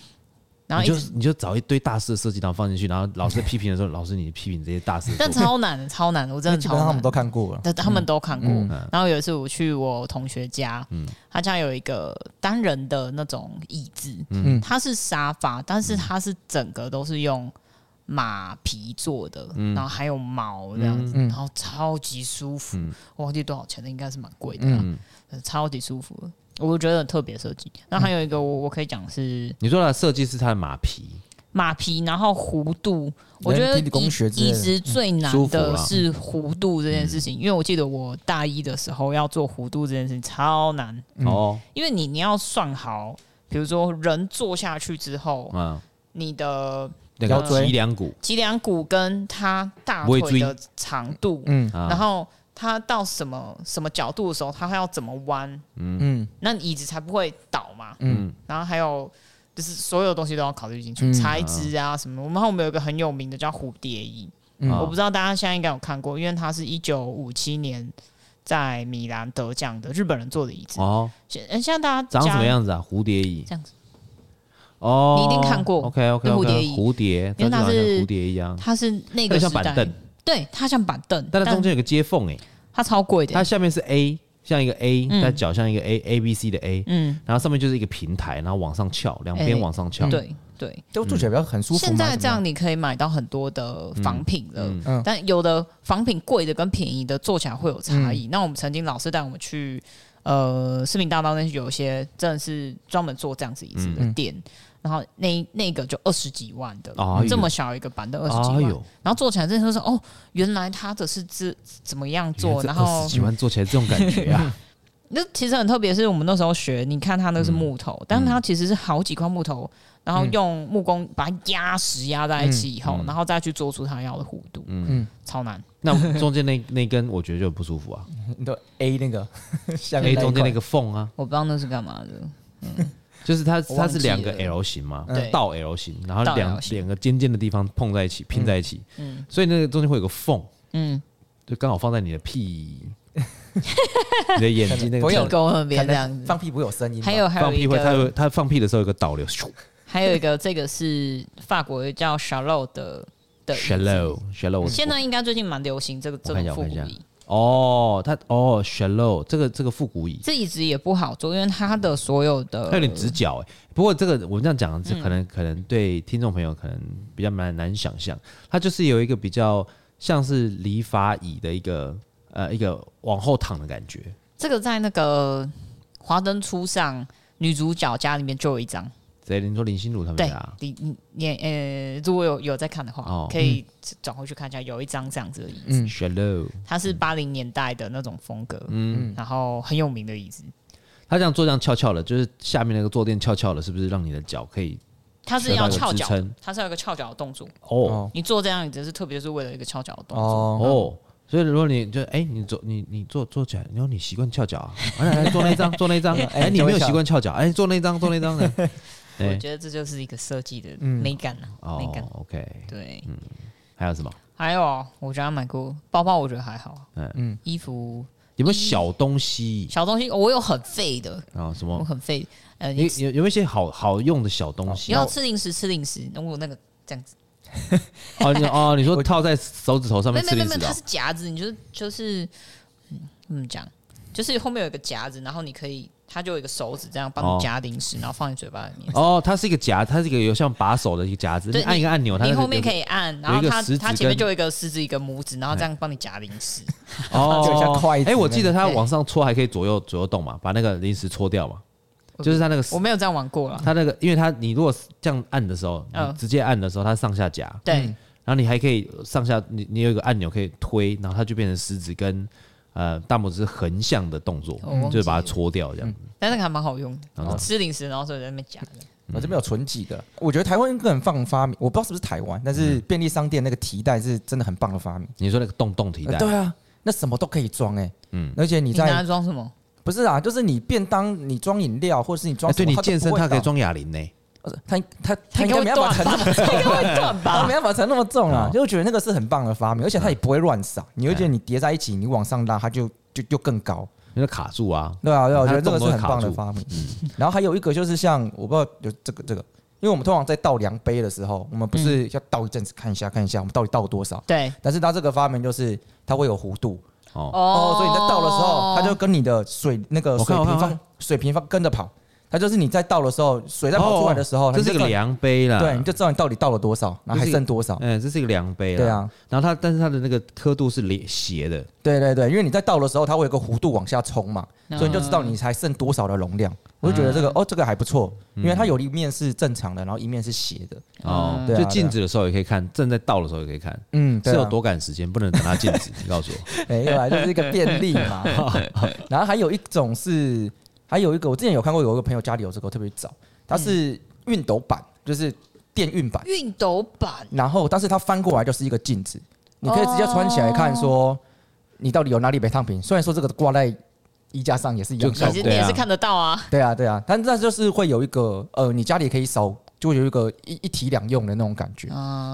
[SPEAKER 2] 然后
[SPEAKER 1] 你
[SPEAKER 2] 一
[SPEAKER 1] 就
[SPEAKER 2] 直。
[SPEAKER 1] 你就找一堆大师的设计，然后放进去，然后老师批评的时候，老师你批评这些大师的作
[SPEAKER 2] 但
[SPEAKER 1] 品，
[SPEAKER 2] 超难的，超难的，我真
[SPEAKER 3] 那
[SPEAKER 2] 的
[SPEAKER 3] 基
[SPEAKER 2] 超
[SPEAKER 3] 本上他
[SPEAKER 2] 难
[SPEAKER 3] 们。都看过了。
[SPEAKER 2] 但他们都看过。
[SPEAKER 3] 啊嗯
[SPEAKER 1] 嗯
[SPEAKER 2] 然后有一次我去我同学家，他家有一个单人的那种椅子，
[SPEAKER 3] 嗯
[SPEAKER 2] 它是沙发，但是它是整个都是用马皮做的，然后还有毛这样子，
[SPEAKER 3] 嗯嗯嗯
[SPEAKER 2] 然后超级舒服。
[SPEAKER 1] 嗯
[SPEAKER 2] 我忘记多少钱了，应该是蛮贵的、啊，
[SPEAKER 3] 嗯，
[SPEAKER 2] 超级舒服的。我觉得很特别设计。那还有一个我我可以讲是
[SPEAKER 1] 你说的设计是它的马皮，
[SPEAKER 2] 马皮，然后弧度，我觉得
[SPEAKER 3] 人体工学之类
[SPEAKER 2] 移
[SPEAKER 3] 的嗯
[SPEAKER 2] 植最
[SPEAKER 1] 舒
[SPEAKER 2] 难
[SPEAKER 1] 服啦
[SPEAKER 2] 的是弧度这件事情，因为我记得我大一的时候要做弧度这件事情超难，
[SPEAKER 1] 哦，
[SPEAKER 2] 因为你你要算好，比如说人坐下去之后，
[SPEAKER 1] 嗯，
[SPEAKER 2] 你的
[SPEAKER 1] 那
[SPEAKER 3] 腰
[SPEAKER 1] 个
[SPEAKER 3] 椎
[SPEAKER 1] 脊梁骨，
[SPEAKER 2] 脊梁骨跟他大
[SPEAKER 1] 不会
[SPEAKER 2] 腿
[SPEAKER 1] 追
[SPEAKER 2] 的长度，
[SPEAKER 3] 嗯
[SPEAKER 1] 啊
[SPEAKER 2] 然后他到什么什么角度的时候，他还要怎么弯，
[SPEAKER 3] 嗯
[SPEAKER 2] 那椅子才不会倒嘛。
[SPEAKER 1] 嗯，
[SPEAKER 2] 然后还有就是所有东西都要考虑进去，
[SPEAKER 3] 嗯
[SPEAKER 2] 材质啊什么。我们后面有一个很有名的叫蝴蝶椅，
[SPEAKER 3] 嗯
[SPEAKER 1] 啊
[SPEAKER 2] 我不知道大家现在应该有看过，因为它是一九五七年在米兰得奖的日本人做的椅子。
[SPEAKER 1] 哦，
[SPEAKER 2] 现、呃现在大家
[SPEAKER 1] 长什
[SPEAKER 2] 家
[SPEAKER 1] 么？样子啊？蝴蝶椅
[SPEAKER 2] 这样子。
[SPEAKER 1] 哦，
[SPEAKER 2] 你一定看过
[SPEAKER 1] OK OK
[SPEAKER 2] 那
[SPEAKER 1] OK，
[SPEAKER 2] 蝴蝶椅
[SPEAKER 1] 蝴蝶，
[SPEAKER 2] 因为它
[SPEAKER 1] 长得像
[SPEAKER 2] 是
[SPEAKER 1] 蝴蝶一样，
[SPEAKER 2] 它是那
[SPEAKER 1] 它
[SPEAKER 2] 个
[SPEAKER 1] 像
[SPEAKER 2] 时代
[SPEAKER 1] 板凳，
[SPEAKER 2] 对，它像板凳，
[SPEAKER 1] 但它中间有个接缝诶，
[SPEAKER 2] 它超贵的
[SPEAKER 1] 它
[SPEAKER 2] 欸。
[SPEAKER 1] 下面是 A，像一个 A，它脚像一个 A A B C 的 A，
[SPEAKER 2] 嗯，
[SPEAKER 1] 然后上面就是一个平台，然后往上翘，两边
[SPEAKER 2] 哎
[SPEAKER 1] 往上翘，
[SPEAKER 2] 对对。
[SPEAKER 3] 都做起来比较很舒服嘛。
[SPEAKER 2] 现在这
[SPEAKER 3] 怎么
[SPEAKER 2] 样你可以买到很多的仿品了，
[SPEAKER 1] 嗯
[SPEAKER 3] 嗯
[SPEAKER 2] 但有的仿品贵的跟便宜的做起来会有差
[SPEAKER 1] 嗯
[SPEAKER 2] 异。那我们曾经老师带我们去呃市民大道那有一些真的是专门做这样子椅子
[SPEAKER 1] 嗯
[SPEAKER 2] 的店，然后那那个就二十几万的，
[SPEAKER 1] 哎呦
[SPEAKER 2] 这么小一个板凳二十几
[SPEAKER 1] 哎
[SPEAKER 2] 万，
[SPEAKER 1] 呦，
[SPEAKER 2] 然后做起来真的是说哦，原来他的是这怎么样
[SPEAKER 1] 原来
[SPEAKER 2] 做，
[SPEAKER 1] 这
[SPEAKER 2] 然
[SPEAKER 1] 二
[SPEAKER 2] 后
[SPEAKER 1] 十几万做起来这种感觉 啊，
[SPEAKER 2] 那其实很特别，是我们那时候学，你看它那个是木头，
[SPEAKER 1] 嗯
[SPEAKER 2] 但是它其实是好几块木头，然后用木工把它压实压在一起以后，然后再去做出它要的弧度，
[SPEAKER 1] 嗯
[SPEAKER 2] 嗯，超难。
[SPEAKER 1] 那中间那那根我觉得就很不舒服啊
[SPEAKER 3] 样你都 A 那个 下面
[SPEAKER 1] ，A 中间那
[SPEAKER 3] 一块
[SPEAKER 1] 个缝啊，
[SPEAKER 2] 我不知道那是干嘛的，
[SPEAKER 1] 就是它
[SPEAKER 2] 我
[SPEAKER 1] 它
[SPEAKER 2] 忘
[SPEAKER 1] 是
[SPEAKER 2] 记
[SPEAKER 1] 两个
[SPEAKER 2] 了
[SPEAKER 1] L 型嘛
[SPEAKER 2] 嗯，对
[SPEAKER 1] 倒 L 型，然后
[SPEAKER 2] 倒
[SPEAKER 1] 两
[SPEAKER 2] L 型
[SPEAKER 1] 两个尖尖的地方碰在一起，拼在一起，所以那个中间会有个缝，
[SPEAKER 2] 嗯，
[SPEAKER 1] 就刚好放在你的屁， 你的眼睛那个
[SPEAKER 3] 朋
[SPEAKER 2] 地
[SPEAKER 3] 友
[SPEAKER 1] 缝
[SPEAKER 2] 沟那边
[SPEAKER 3] 可
[SPEAKER 2] 这
[SPEAKER 3] 能
[SPEAKER 2] 样子。
[SPEAKER 3] 放屁不会有声音哦吗。
[SPEAKER 2] 还 有还
[SPEAKER 1] 放
[SPEAKER 2] 有
[SPEAKER 1] 屁
[SPEAKER 2] 一
[SPEAKER 1] 会，它会
[SPEAKER 2] 个，
[SPEAKER 1] 它放屁的时候有个导流
[SPEAKER 2] 还有一个，这个是法国叫 s h a l o 的的椅子
[SPEAKER 1] ，shallow shallow，
[SPEAKER 2] 现在应该最近蛮流行这个这
[SPEAKER 1] 我看一下
[SPEAKER 2] 种复古
[SPEAKER 1] 我看一
[SPEAKER 2] 椅，
[SPEAKER 1] 哦，它哦 shallow 这个这个复古椅，
[SPEAKER 2] 这椅子也不好做，因为它的所有的
[SPEAKER 1] 它有点直角哎、不过这个我们这样讲，
[SPEAKER 2] 嗯
[SPEAKER 1] 这可能、可能对听众朋友可能比较蛮难想象，它就是有一个比较像是理发椅的一个呃一个往后躺的感觉。
[SPEAKER 2] 这个在那个《华灯初上》女主角家里面就有一张，
[SPEAKER 1] 谁？你说林心如他们
[SPEAKER 2] 对
[SPEAKER 1] 家啊，
[SPEAKER 2] 你你你呃，如果有有在看的话，
[SPEAKER 1] 哦
[SPEAKER 2] 可以转回去看一下，有一张这样子的椅子，
[SPEAKER 3] 嗯
[SPEAKER 1] shallow，
[SPEAKER 2] 它是八零年代的那种风格，嗯，然后很有名的椅子，
[SPEAKER 1] 它这样坐这样翘翘的，就是下面那个坐垫翘翘的，是不是让你的脚可以
[SPEAKER 2] 它是要翘脚
[SPEAKER 1] 学到一个支
[SPEAKER 2] 的
[SPEAKER 1] 撑，
[SPEAKER 2] 它是要有一个翘脚的动作，
[SPEAKER 1] 哦
[SPEAKER 3] 哦
[SPEAKER 2] 你做这样椅子是特别是为了一个翘脚的动作，
[SPEAKER 3] 哦
[SPEAKER 1] 哦，所以如果你就哎、你坐你你坐坐起来，然后你习惯翘脚啊，啊来来坐那一张，坐那一张， 哎、你没有习惯翘脚，哎、坐那一张，坐那一张的， 哎、
[SPEAKER 2] 我觉得这就是一个设计的美感了、啊，美感
[SPEAKER 1] 哦。，OK，
[SPEAKER 2] 对，
[SPEAKER 1] 还有什么？
[SPEAKER 2] 还有啊我觉得买过包包，我觉得还好。
[SPEAKER 1] 嗯
[SPEAKER 2] 嗯，衣服
[SPEAKER 1] 有没有小东西
[SPEAKER 2] 小东西，我有很废的，
[SPEAKER 1] 啊、什
[SPEAKER 2] 我
[SPEAKER 1] 么？
[SPEAKER 2] 很哦废。呃，
[SPEAKER 1] 有
[SPEAKER 2] 哦你
[SPEAKER 1] 有有没有一些好好用的小东西？
[SPEAKER 2] 你要吃零食吃零食，我那个这样子，
[SPEAKER 1] 哦， 你哦，你说套在手指头上
[SPEAKER 2] 没
[SPEAKER 1] 面
[SPEAKER 2] 有
[SPEAKER 1] 吃
[SPEAKER 2] 没有
[SPEAKER 1] 零
[SPEAKER 2] 没
[SPEAKER 1] 食
[SPEAKER 2] 有，
[SPEAKER 1] 的
[SPEAKER 2] 它
[SPEAKER 1] 哦
[SPEAKER 2] 是夹子，你就是就是嗯怎么讲，就是后面有一个夹子，然后你可以，它就有一个手指这样帮
[SPEAKER 1] 哦
[SPEAKER 2] 你夹零食，然后放你嘴巴里面。
[SPEAKER 1] 哦，它是一个夹，它是一个有像把手的一个夹子，
[SPEAKER 2] 对
[SPEAKER 1] 你按一个按钮，哦它
[SPEAKER 2] 你
[SPEAKER 1] 那个
[SPEAKER 2] 后
[SPEAKER 1] 有
[SPEAKER 2] 面可以按，然
[SPEAKER 1] 有一
[SPEAKER 2] 后
[SPEAKER 1] 个
[SPEAKER 2] 它
[SPEAKER 1] 食指
[SPEAKER 2] 它前面
[SPEAKER 1] 跟
[SPEAKER 2] 就有一个食指一个拇指，然后这样帮你夹零食。
[SPEAKER 1] 哦，
[SPEAKER 3] 就像筷子
[SPEAKER 1] 哎，我记得它
[SPEAKER 2] 那个
[SPEAKER 1] 往上戳还可以左右左右动嘛，把那个零食戳掉嘛，就是它那个
[SPEAKER 2] 我没有这样玩过了，
[SPEAKER 1] 它那个，因为它你如果这样按的时候，你
[SPEAKER 2] 嗯
[SPEAKER 1] 直接按的时候，它上下夹，
[SPEAKER 2] 对，
[SPEAKER 1] 然后你还可以上下，你你有一个按钮可以推，然后它就变成食指跟呃大拇指横向的动作
[SPEAKER 2] 哦，
[SPEAKER 1] 就是把它戳掉这样。
[SPEAKER 2] 但那个还蛮好用的。
[SPEAKER 1] 然后
[SPEAKER 2] 我
[SPEAKER 1] 呢
[SPEAKER 2] 吃零食，然后所以在那边夹的。
[SPEAKER 1] 嗯
[SPEAKER 3] 我这边有存几个，我觉得台湾更很发明，我不知道是不是台湾，
[SPEAKER 1] 嗯
[SPEAKER 3] 但是便利商店那个提袋是真的很棒的发明。
[SPEAKER 1] 你说那个洞洞哎提袋
[SPEAKER 3] 呃，对啊，那什么都可以装哎、
[SPEAKER 1] 嗯
[SPEAKER 3] 嗯，而且你
[SPEAKER 2] 你拿
[SPEAKER 3] 在
[SPEAKER 2] 来装什么？
[SPEAKER 3] 不是啊，就是你便当你装饮料，或者是你装
[SPEAKER 1] 哎
[SPEAKER 3] 什
[SPEAKER 1] 对
[SPEAKER 3] 么、
[SPEAKER 1] 你健身它
[SPEAKER 3] 它
[SPEAKER 1] 可以
[SPEAKER 3] 就不会
[SPEAKER 1] 装哑铃呢，
[SPEAKER 3] 倒，呃它它它
[SPEAKER 2] 它
[SPEAKER 3] 应
[SPEAKER 2] 给
[SPEAKER 3] 该
[SPEAKER 2] 我
[SPEAKER 3] 没办法
[SPEAKER 2] 断
[SPEAKER 3] 承
[SPEAKER 2] 吧， 它给我断
[SPEAKER 3] 它
[SPEAKER 2] 吧
[SPEAKER 3] 没。办法承那么重啊
[SPEAKER 1] 哦，
[SPEAKER 3] 就觉得那个是很棒的发明，而且它
[SPEAKER 1] 啊
[SPEAKER 3] 也不会乱撒，你会觉得你叠在一起，你往上拉它就就就更高，
[SPEAKER 1] 因为卡住啊。
[SPEAKER 3] 对啊，对啊，我觉得
[SPEAKER 1] 它
[SPEAKER 3] 这
[SPEAKER 1] 动
[SPEAKER 3] 个
[SPEAKER 1] 都
[SPEAKER 3] 是
[SPEAKER 1] 会
[SPEAKER 3] 很
[SPEAKER 1] 卡
[SPEAKER 3] 棒的
[SPEAKER 1] 住嗯
[SPEAKER 3] 发明。然后还有一个就是像我不知道有这个这个，因为我们通常在倒量杯的时候，我们不
[SPEAKER 2] 嗯
[SPEAKER 3] 是要倒一阵子看一下看一下我们到底倒多少，
[SPEAKER 2] 对，
[SPEAKER 3] 但是它这个发明就是它会有弧度，
[SPEAKER 1] 哦，
[SPEAKER 2] 哦
[SPEAKER 3] 哦，所以你在倒的时候，它就跟你的水那个
[SPEAKER 1] 我
[SPEAKER 3] 水
[SPEAKER 1] 看我看
[SPEAKER 3] 平
[SPEAKER 1] 我看
[SPEAKER 3] 方水平方跟着跑。它就是你在倒的时候，水在跑出来的时候，
[SPEAKER 1] 哦这
[SPEAKER 3] 你
[SPEAKER 1] 是
[SPEAKER 3] 就
[SPEAKER 1] 一
[SPEAKER 3] 知
[SPEAKER 1] 个
[SPEAKER 3] 道，
[SPEAKER 1] 量杯啦。
[SPEAKER 3] 对，你，就知道你到底倒了多少，然后还剩多少。
[SPEAKER 1] 哎，这是一个量杯啦。
[SPEAKER 3] 对啊，
[SPEAKER 1] 然后它，但是它的那个刻度是连斜的，
[SPEAKER 3] 对对对，因为你在倒的时候，它会有个弧度往下冲嘛，
[SPEAKER 2] 嗯
[SPEAKER 3] 所以你就知道你还剩多少的容量。我就觉得这个
[SPEAKER 1] 嗯
[SPEAKER 3] 哦，这个还不错，因为它有一面是正常的，然后一面是斜的。
[SPEAKER 1] 哦，
[SPEAKER 3] 对啊
[SPEAKER 1] 就静止的时候也可以看，正在倒的时候也可以看，
[SPEAKER 3] 嗯，
[SPEAKER 1] 是
[SPEAKER 3] 对啊
[SPEAKER 1] 有多赶时间，不能等它静止。你告诉我，
[SPEAKER 3] 没有啊，就是一个便利嘛。然后还有一种是，还有一个我之前有看过，有一个朋友家里有这个，我特别去找，它是熨斗板，就是电熨板。
[SPEAKER 2] 熨斗板
[SPEAKER 3] 然后但是它翻过来就是一个镜子，你可以直接穿起来看说你到底有哪里没烫平。虽然说这个挂在衣架上也是一样
[SPEAKER 1] 就
[SPEAKER 3] 效
[SPEAKER 2] 也
[SPEAKER 1] 看
[SPEAKER 2] 是
[SPEAKER 3] 果，
[SPEAKER 2] 你也
[SPEAKER 1] 对
[SPEAKER 2] 是
[SPEAKER 1] 啊
[SPEAKER 2] 看得到啊。
[SPEAKER 3] 对啊对啊，但但就是会有一个呃，你家里可以少就会有一个一一体两用的那种感觉，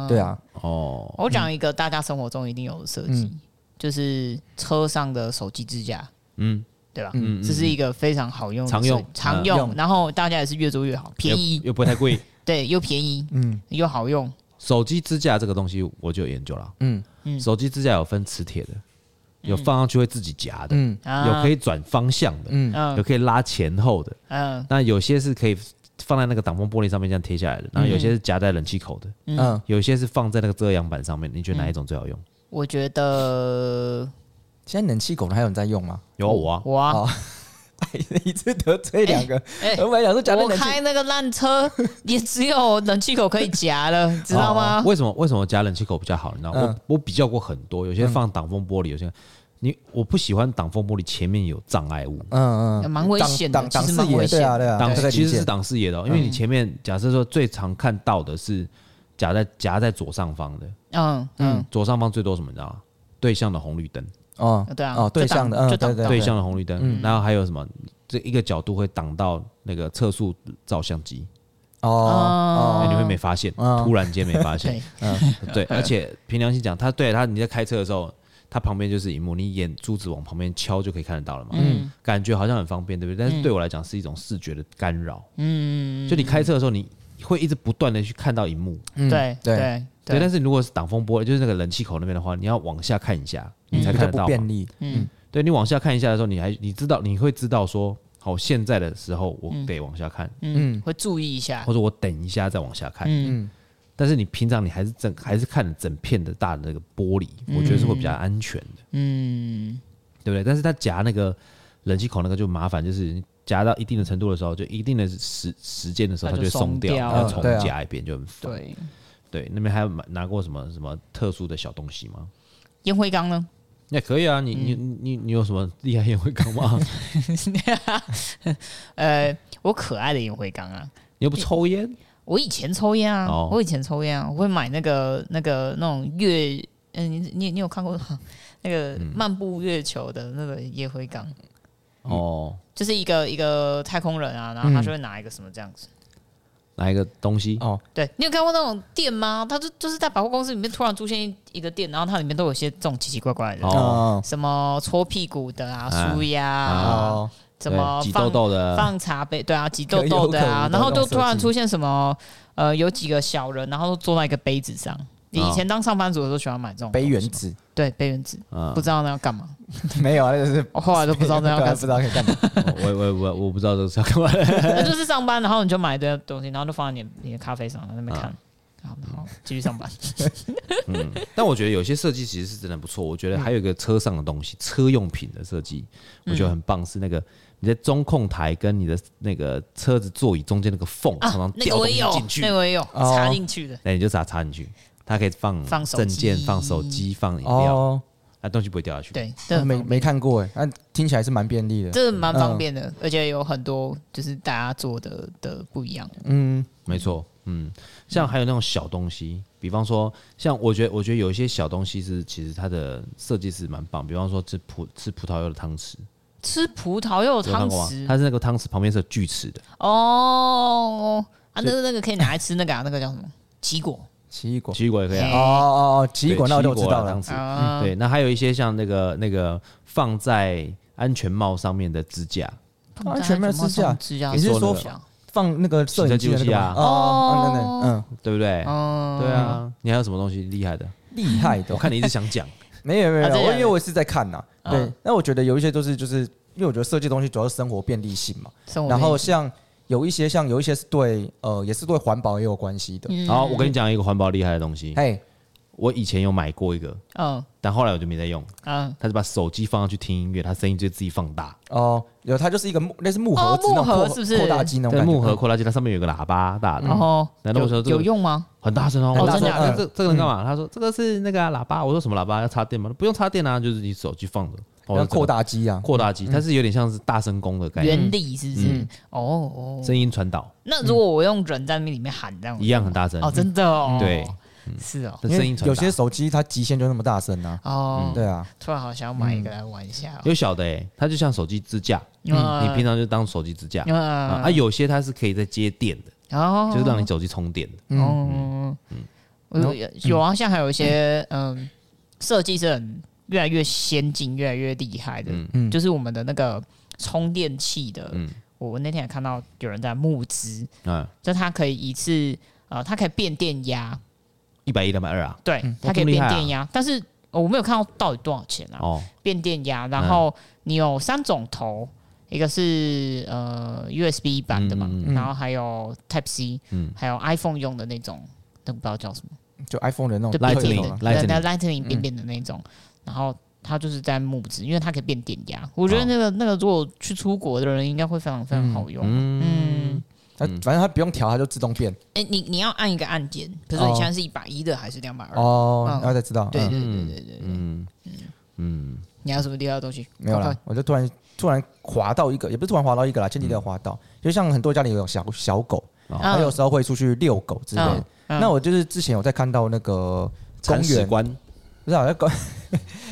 [SPEAKER 3] 对啊，
[SPEAKER 1] 哦，
[SPEAKER 2] 我讲一个大家生活中一定有的设计，就是车上的手机支架，
[SPEAKER 1] 嗯，
[SPEAKER 2] 对吧？
[SPEAKER 1] 嗯嗯
[SPEAKER 2] 这是一个非常好用的设
[SPEAKER 1] 常
[SPEAKER 2] 计、
[SPEAKER 1] 用
[SPEAKER 2] 常
[SPEAKER 1] 嗯
[SPEAKER 2] 用，
[SPEAKER 3] 用
[SPEAKER 2] 然后大家也是越做越好，便宜
[SPEAKER 1] 又，又不太贵。
[SPEAKER 2] 对，又便宜，
[SPEAKER 3] 嗯
[SPEAKER 2] 又好用。
[SPEAKER 1] 手机支架这个东西我就有研究了，
[SPEAKER 3] 嗯
[SPEAKER 2] 嗯
[SPEAKER 1] 手机支架有分磁铁的，有放上去会自己夹的，
[SPEAKER 3] 嗯
[SPEAKER 2] 啊
[SPEAKER 1] 有可以转方向的，
[SPEAKER 3] 嗯
[SPEAKER 1] 有
[SPEAKER 2] 嗯
[SPEAKER 1] 可以拉前后的，
[SPEAKER 2] 嗯
[SPEAKER 1] 那有些是可以放在那个挡风玻璃上面这样贴下来的，然后有些是夹在冷气口的，
[SPEAKER 3] 嗯，
[SPEAKER 1] 有些是放在那个遮阳板上面。你觉得哪一种最好用？
[SPEAKER 2] 我觉得
[SPEAKER 3] 现在冷气口的还有人在用吗？
[SPEAKER 1] 有啊我啊，
[SPEAKER 2] 我啊，
[SPEAKER 3] 好一次得罪两个，
[SPEAKER 2] 哎、
[SPEAKER 3] 我本来想说讲那
[SPEAKER 2] 我
[SPEAKER 3] 冷气，
[SPEAKER 2] 开那个烂车 也只有冷气口可以夹 了，知道
[SPEAKER 3] 哦
[SPEAKER 2] 吗？
[SPEAKER 1] 哦为什么为什么夹冷气口比较好？你知道，
[SPEAKER 3] 啊嗯
[SPEAKER 1] 我我比较过很多，有些放挡风玻璃，有些你我不喜欢挡风玻璃前面有障碍物。
[SPEAKER 3] 嗯嗯，
[SPEAKER 2] 蛮危险的
[SPEAKER 3] 挡
[SPEAKER 2] 其
[SPEAKER 3] 挡
[SPEAKER 2] 实
[SPEAKER 3] 视
[SPEAKER 2] 蛮危
[SPEAKER 3] 野，
[SPEAKER 2] 险
[SPEAKER 3] 对啊对啊，
[SPEAKER 1] 挡
[SPEAKER 3] 这个理
[SPEAKER 1] 其实
[SPEAKER 3] 解嗯
[SPEAKER 1] 是挡视野的哦、因为你前面假设说最常看到的是夹在夹在左上方的，
[SPEAKER 3] 啊
[SPEAKER 2] 嗯嗯，
[SPEAKER 1] 左上方最多什么你知道吗？对向的红绿灯，
[SPEAKER 3] 哦
[SPEAKER 2] 对啊
[SPEAKER 3] 哦
[SPEAKER 2] 就
[SPEAKER 3] 对
[SPEAKER 2] 挡
[SPEAKER 3] 象的，嗯
[SPEAKER 2] 就
[SPEAKER 3] 对
[SPEAKER 2] 挡
[SPEAKER 3] 对
[SPEAKER 1] 对嗯向的红绿灯，然后还有什么？这一个角度会挡到那个测速照相机，
[SPEAKER 3] 哦
[SPEAKER 1] 哎
[SPEAKER 3] 哦
[SPEAKER 1] 你会没发现，
[SPEAKER 3] 嗯
[SPEAKER 1] 突然间没发现
[SPEAKER 2] 对，，
[SPEAKER 1] 对，而且凭良心讲，他对他你在开车的时候，他旁边就是荧幕，你眼珠子往旁边敲就可以看得到了嘛，嗯，感觉好像很方便，对不对？但是对我来讲是一种视觉的干扰，嗯，就你开车的时候，你会一直不断的去看到荧幕，
[SPEAKER 3] 嗯
[SPEAKER 2] 对
[SPEAKER 3] 对，
[SPEAKER 2] 对
[SPEAKER 1] 对，但是如果是挡风玻璃，就是那个冷气口那边的话，你要往下看一下，你才
[SPEAKER 3] 比
[SPEAKER 1] 看
[SPEAKER 3] 较
[SPEAKER 1] 得
[SPEAKER 3] 不
[SPEAKER 1] 到嘛，
[SPEAKER 3] 便利，
[SPEAKER 2] 嗯
[SPEAKER 1] 对你往下看一下的时候，你还你知道你会知道说，好，现在的时候我得往下看，
[SPEAKER 2] 嗯，会注意一下
[SPEAKER 1] 或。者我等一下再往下看，
[SPEAKER 2] 嗯，
[SPEAKER 1] 但是你平常你还是整还是看整片的大的那个玻璃，我觉得是会比较安全的，嗯，对不对？但是它夹那个冷气口那个就麻烦，就是你夹到一定的程度的时候，就一定的时时间的时候，
[SPEAKER 2] 它
[SPEAKER 1] 它
[SPEAKER 2] 就
[SPEAKER 1] 就会松掉，
[SPEAKER 2] 松掉
[SPEAKER 1] 要重
[SPEAKER 3] 对啊
[SPEAKER 1] 夹一遍就很烦。
[SPEAKER 2] 对，
[SPEAKER 1] 对，那边还有买拿过什么什么特殊的小东西吗？
[SPEAKER 2] 烟灰缸呢？
[SPEAKER 1] 那可以啊，你你你你有什么厉害烟灰缸 吗？
[SPEAKER 2] 呃，我可爱的烟灰缸啊，
[SPEAKER 1] 你又不抽烟
[SPEAKER 2] 我以前抽烟啊，
[SPEAKER 1] 哦
[SPEAKER 2] 我以前抽烟啊，我会买那个那个那种月嗯，你你你有看过 那个
[SPEAKER 1] 嗯
[SPEAKER 2] 漫步月球的那个野灰缸？
[SPEAKER 1] 哦，
[SPEAKER 2] 就是一个一个太空人啊，然
[SPEAKER 1] 嗯
[SPEAKER 2] 后他就会拿一个什么这样子。
[SPEAKER 1] 哪一个东西？
[SPEAKER 3] 哦，
[SPEAKER 2] 对你有看过那种店吗？他就就是在百货公司里面突然出现一一个店，然后它里面都有一些这种奇奇怪怪的，
[SPEAKER 1] 哦
[SPEAKER 3] 哦
[SPEAKER 2] 什么搓屁股的啊，
[SPEAKER 1] 啊
[SPEAKER 2] 舒压啊，
[SPEAKER 3] 哦，
[SPEAKER 2] 什么
[SPEAKER 1] 对挤痘啊
[SPEAKER 2] 放
[SPEAKER 1] 痘的，
[SPEAKER 2] 放茶杯，对啊，挤痘痘的啊
[SPEAKER 3] 可有可无的，
[SPEAKER 2] 然后就
[SPEAKER 3] 那种设计
[SPEAKER 2] 突然出现什么呃，有几个小人，然后都坐在一个杯子上。你以前当上班族的时候喜欢买这种
[SPEAKER 3] 啊杯啊
[SPEAKER 2] 东西
[SPEAKER 3] 原
[SPEAKER 2] 吗，
[SPEAKER 3] 子
[SPEAKER 2] 对杯原子，
[SPEAKER 1] 嗯
[SPEAKER 2] 不，知道那要干嘛，
[SPEAKER 3] 没有啊，那个是
[SPEAKER 2] 我后来都不知道那要
[SPEAKER 3] 对啊
[SPEAKER 2] 干
[SPEAKER 3] 不
[SPEAKER 2] 什
[SPEAKER 3] 知
[SPEAKER 2] 么，
[SPEAKER 3] 道可以干嘛。
[SPEAKER 1] 我我我我不知道这个是要干嘛的。
[SPEAKER 2] 那就是上班，然后你就买一堆东西，然后就放在你你的咖啡上，然后在那边
[SPEAKER 3] 啊
[SPEAKER 2] 看，然后然后继续上 班。
[SPEAKER 1] 但我觉得有些设计其实是真的不错。我觉得
[SPEAKER 2] 嗯
[SPEAKER 1] 还有一个车上的东西，车用品的设计，我觉得很棒，是那
[SPEAKER 2] 嗯
[SPEAKER 1] 个你在中控台跟你的那个车子座椅中间那个缝，常常
[SPEAKER 2] 啊那
[SPEAKER 1] 掉东
[SPEAKER 2] 个我
[SPEAKER 1] 西
[SPEAKER 2] 也有
[SPEAKER 1] 进，去
[SPEAKER 2] 那，个我也有
[SPEAKER 3] 哦
[SPEAKER 2] 插进去的，
[SPEAKER 1] 那你就把它插进去，它可以放
[SPEAKER 2] 放手机
[SPEAKER 1] 证件、放手机、放饮料，
[SPEAKER 3] 哦，
[SPEAKER 1] 那东西不会掉下去。，
[SPEAKER 2] 对，这
[SPEAKER 3] 那
[SPEAKER 2] 很
[SPEAKER 3] 没
[SPEAKER 2] 方便
[SPEAKER 3] 没看过哎，但听起来是蛮便利的。
[SPEAKER 2] 这蛮方便
[SPEAKER 3] 嗯
[SPEAKER 2] 的，而且有很多就是大家做的的不一样。
[SPEAKER 3] 嗯，
[SPEAKER 1] 没错，嗯，像还有那种小东西，比方说，像我觉得，我觉得有一些小东西是其实它的设计是蛮棒，比方说吃葡吃葡萄柚的汤匙，
[SPEAKER 2] 吃葡萄柚
[SPEAKER 1] 有看
[SPEAKER 2] 汤
[SPEAKER 1] 过吗？
[SPEAKER 2] 匙
[SPEAKER 1] 它是那个汤匙旁边是有锯齿的，
[SPEAKER 2] 哦，啊，那个那个可以拿来吃那个啊，那个叫什么奇果
[SPEAKER 3] 奇异果。
[SPEAKER 1] 奇异果也可以啊
[SPEAKER 3] 哦。
[SPEAKER 2] 哎
[SPEAKER 3] 哦哦，奇异果那我就知道
[SPEAKER 1] 了
[SPEAKER 3] 了。。
[SPEAKER 2] 啊？
[SPEAKER 1] 嗯对，那还有一些像那个那个放在安全帽上面的支架，
[SPEAKER 2] 放
[SPEAKER 3] 安
[SPEAKER 2] 在
[SPEAKER 3] 全帽
[SPEAKER 2] 什么
[SPEAKER 3] 支架
[SPEAKER 2] 上支架，
[SPEAKER 1] 你是
[SPEAKER 3] 说放那个摄影机的
[SPEAKER 1] 行车记录
[SPEAKER 3] 那个吗
[SPEAKER 1] 器啊
[SPEAKER 3] 哦哦，哦等等，嗯，
[SPEAKER 1] 对不对？
[SPEAKER 2] 嗯，
[SPEAKER 1] 对啊，你还有什么东西厉害的？
[SPEAKER 3] 厉害的
[SPEAKER 1] 我。看你一直想 讲，
[SPEAKER 3] 没有没有
[SPEAKER 2] 啊
[SPEAKER 3] 没
[SPEAKER 2] 这
[SPEAKER 3] 有，
[SPEAKER 2] 个
[SPEAKER 3] 我因为我是在看呐。
[SPEAKER 2] 哦
[SPEAKER 1] 啊
[SPEAKER 3] 对，那我觉得有一些都是就是，因为我觉得设计东西主要是生活便利性嘛。
[SPEAKER 2] 生活
[SPEAKER 3] 然后
[SPEAKER 2] 便利
[SPEAKER 3] 像有一些像有一些是对呃也是对环保也有关系
[SPEAKER 2] 嗯
[SPEAKER 3] 的。
[SPEAKER 1] 好，我跟你讲一个环保厉害的东西，
[SPEAKER 3] 嘿，
[SPEAKER 1] 我以前有买过一个，
[SPEAKER 2] 嗯
[SPEAKER 1] 但后来我就没再用。
[SPEAKER 2] 嗯，
[SPEAKER 1] 他就把手机放上去听音乐，他声音就自己放大。
[SPEAKER 3] 哦，有它就是一个木类似木盒
[SPEAKER 2] 哦
[SPEAKER 3] 子那种
[SPEAKER 2] 木盒
[SPEAKER 3] 扩
[SPEAKER 2] 是不是
[SPEAKER 3] 扩大机那种
[SPEAKER 1] 对，
[SPEAKER 3] 感觉嗯
[SPEAKER 1] 木盒哦扩大机，它上面有个喇叭大的
[SPEAKER 2] 然，后
[SPEAKER 1] 难道我说
[SPEAKER 2] 有
[SPEAKER 1] 这个
[SPEAKER 2] 有用吗？
[SPEAKER 1] 很大声哦。
[SPEAKER 2] 很
[SPEAKER 1] 我
[SPEAKER 2] 大
[SPEAKER 1] 说
[SPEAKER 2] 声
[SPEAKER 1] 这
[SPEAKER 3] 嗯
[SPEAKER 1] 这这个能干嘛？他说这个是那个啊喇叭。我说什么喇叭？要插电吗？不用插电啊，就是你手机放着。哦
[SPEAKER 3] 像
[SPEAKER 1] 这个
[SPEAKER 3] 扩大机啊。
[SPEAKER 1] 扩大机，它是有点像是大声公的概念，
[SPEAKER 2] 原理是不
[SPEAKER 1] 嗯
[SPEAKER 2] 是？哦，哦
[SPEAKER 1] 声音传导
[SPEAKER 2] 那如果我用人在那里面喊这样，
[SPEAKER 1] 嗯一样很大声。
[SPEAKER 2] 哦，真的哦，
[SPEAKER 1] 对，
[SPEAKER 2] 是哦，
[SPEAKER 1] 这
[SPEAKER 3] 因
[SPEAKER 1] 声
[SPEAKER 3] 为
[SPEAKER 1] 音传
[SPEAKER 3] 有
[SPEAKER 1] 达
[SPEAKER 3] 些手机它极限就那么大声啊。
[SPEAKER 1] 嗯
[SPEAKER 2] 哦，
[SPEAKER 3] 对啊，
[SPEAKER 2] 突然好想要买一个来玩一下哦，
[SPEAKER 1] 有小的哎、它就像手机支架，
[SPEAKER 2] 嗯
[SPEAKER 1] 你平常就当手机支架、啊
[SPEAKER 2] 嗯，
[SPEAKER 1] 啊，有些它是可以再接电的，
[SPEAKER 2] 哦，
[SPEAKER 1] 就是让你手机充电的。
[SPEAKER 2] 哦，我有有啊，像还有一些嗯，设计是很越来越先进、越来越厉害的，
[SPEAKER 1] 嗯
[SPEAKER 2] 就是我们的那个充电器的。我我那天也看到有人在募资，
[SPEAKER 1] 嗯，
[SPEAKER 2] 就它可以一次呃，它可以变电压，
[SPEAKER 1] 一百一、两百二啊，
[SPEAKER 2] 对，它
[SPEAKER 1] 哇
[SPEAKER 2] 可
[SPEAKER 1] 这
[SPEAKER 2] 以
[SPEAKER 1] 么厉
[SPEAKER 2] 变
[SPEAKER 1] 害啊
[SPEAKER 2] 电压，但是呃我没有看到到底多少钱
[SPEAKER 3] 嗯
[SPEAKER 2] 啊。
[SPEAKER 1] 哦，
[SPEAKER 2] 变电压，然后你有三种头，一个是呃 USB 版的嘛，然后还有 Type C，、还有 iPhone 用的那种，那不知道叫什么，
[SPEAKER 3] 就 iPhone 的那
[SPEAKER 2] 就
[SPEAKER 3] 种
[SPEAKER 1] 对，Lightning
[SPEAKER 2] 变电
[SPEAKER 3] 特有
[SPEAKER 2] 的，
[SPEAKER 3] 啊
[SPEAKER 1] 对 Lightning
[SPEAKER 2] 对，那 Lightning 变变的那种，然后。它就是在木质，因为它可以变电压。
[SPEAKER 3] 哦
[SPEAKER 2] 我觉得那个、那个，如果去出国的人应该会非常非常好用。嗯，
[SPEAKER 3] 它反正它不用调，它就自动变。
[SPEAKER 2] 哎、你你要按一个按键，比如说你
[SPEAKER 3] 哦
[SPEAKER 2] 现在是一百一的还是两百二？
[SPEAKER 3] 哦，
[SPEAKER 2] 嗯
[SPEAKER 3] 然后才知道。
[SPEAKER 2] 对
[SPEAKER 3] 嗯
[SPEAKER 2] 对对对对对。
[SPEAKER 1] 嗯嗯，
[SPEAKER 2] 你还有什么第二个东西？
[SPEAKER 3] 没有
[SPEAKER 2] 快
[SPEAKER 3] 啦
[SPEAKER 2] 快，
[SPEAKER 3] 我就突然突然滑到一个，也不是突然滑到一个啦，前几天滑到，就像很多家里有小小狗，
[SPEAKER 2] 嗯
[SPEAKER 3] 哦它有时候会出去遛狗之类的
[SPEAKER 2] 嗯。嗯
[SPEAKER 3] 那我就是之前有在看到那个公
[SPEAKER 1] 铲屎
[SPEAKER 3] 园，
[SPEAKER 1] 官
[SPEAKER 3] 不是好像公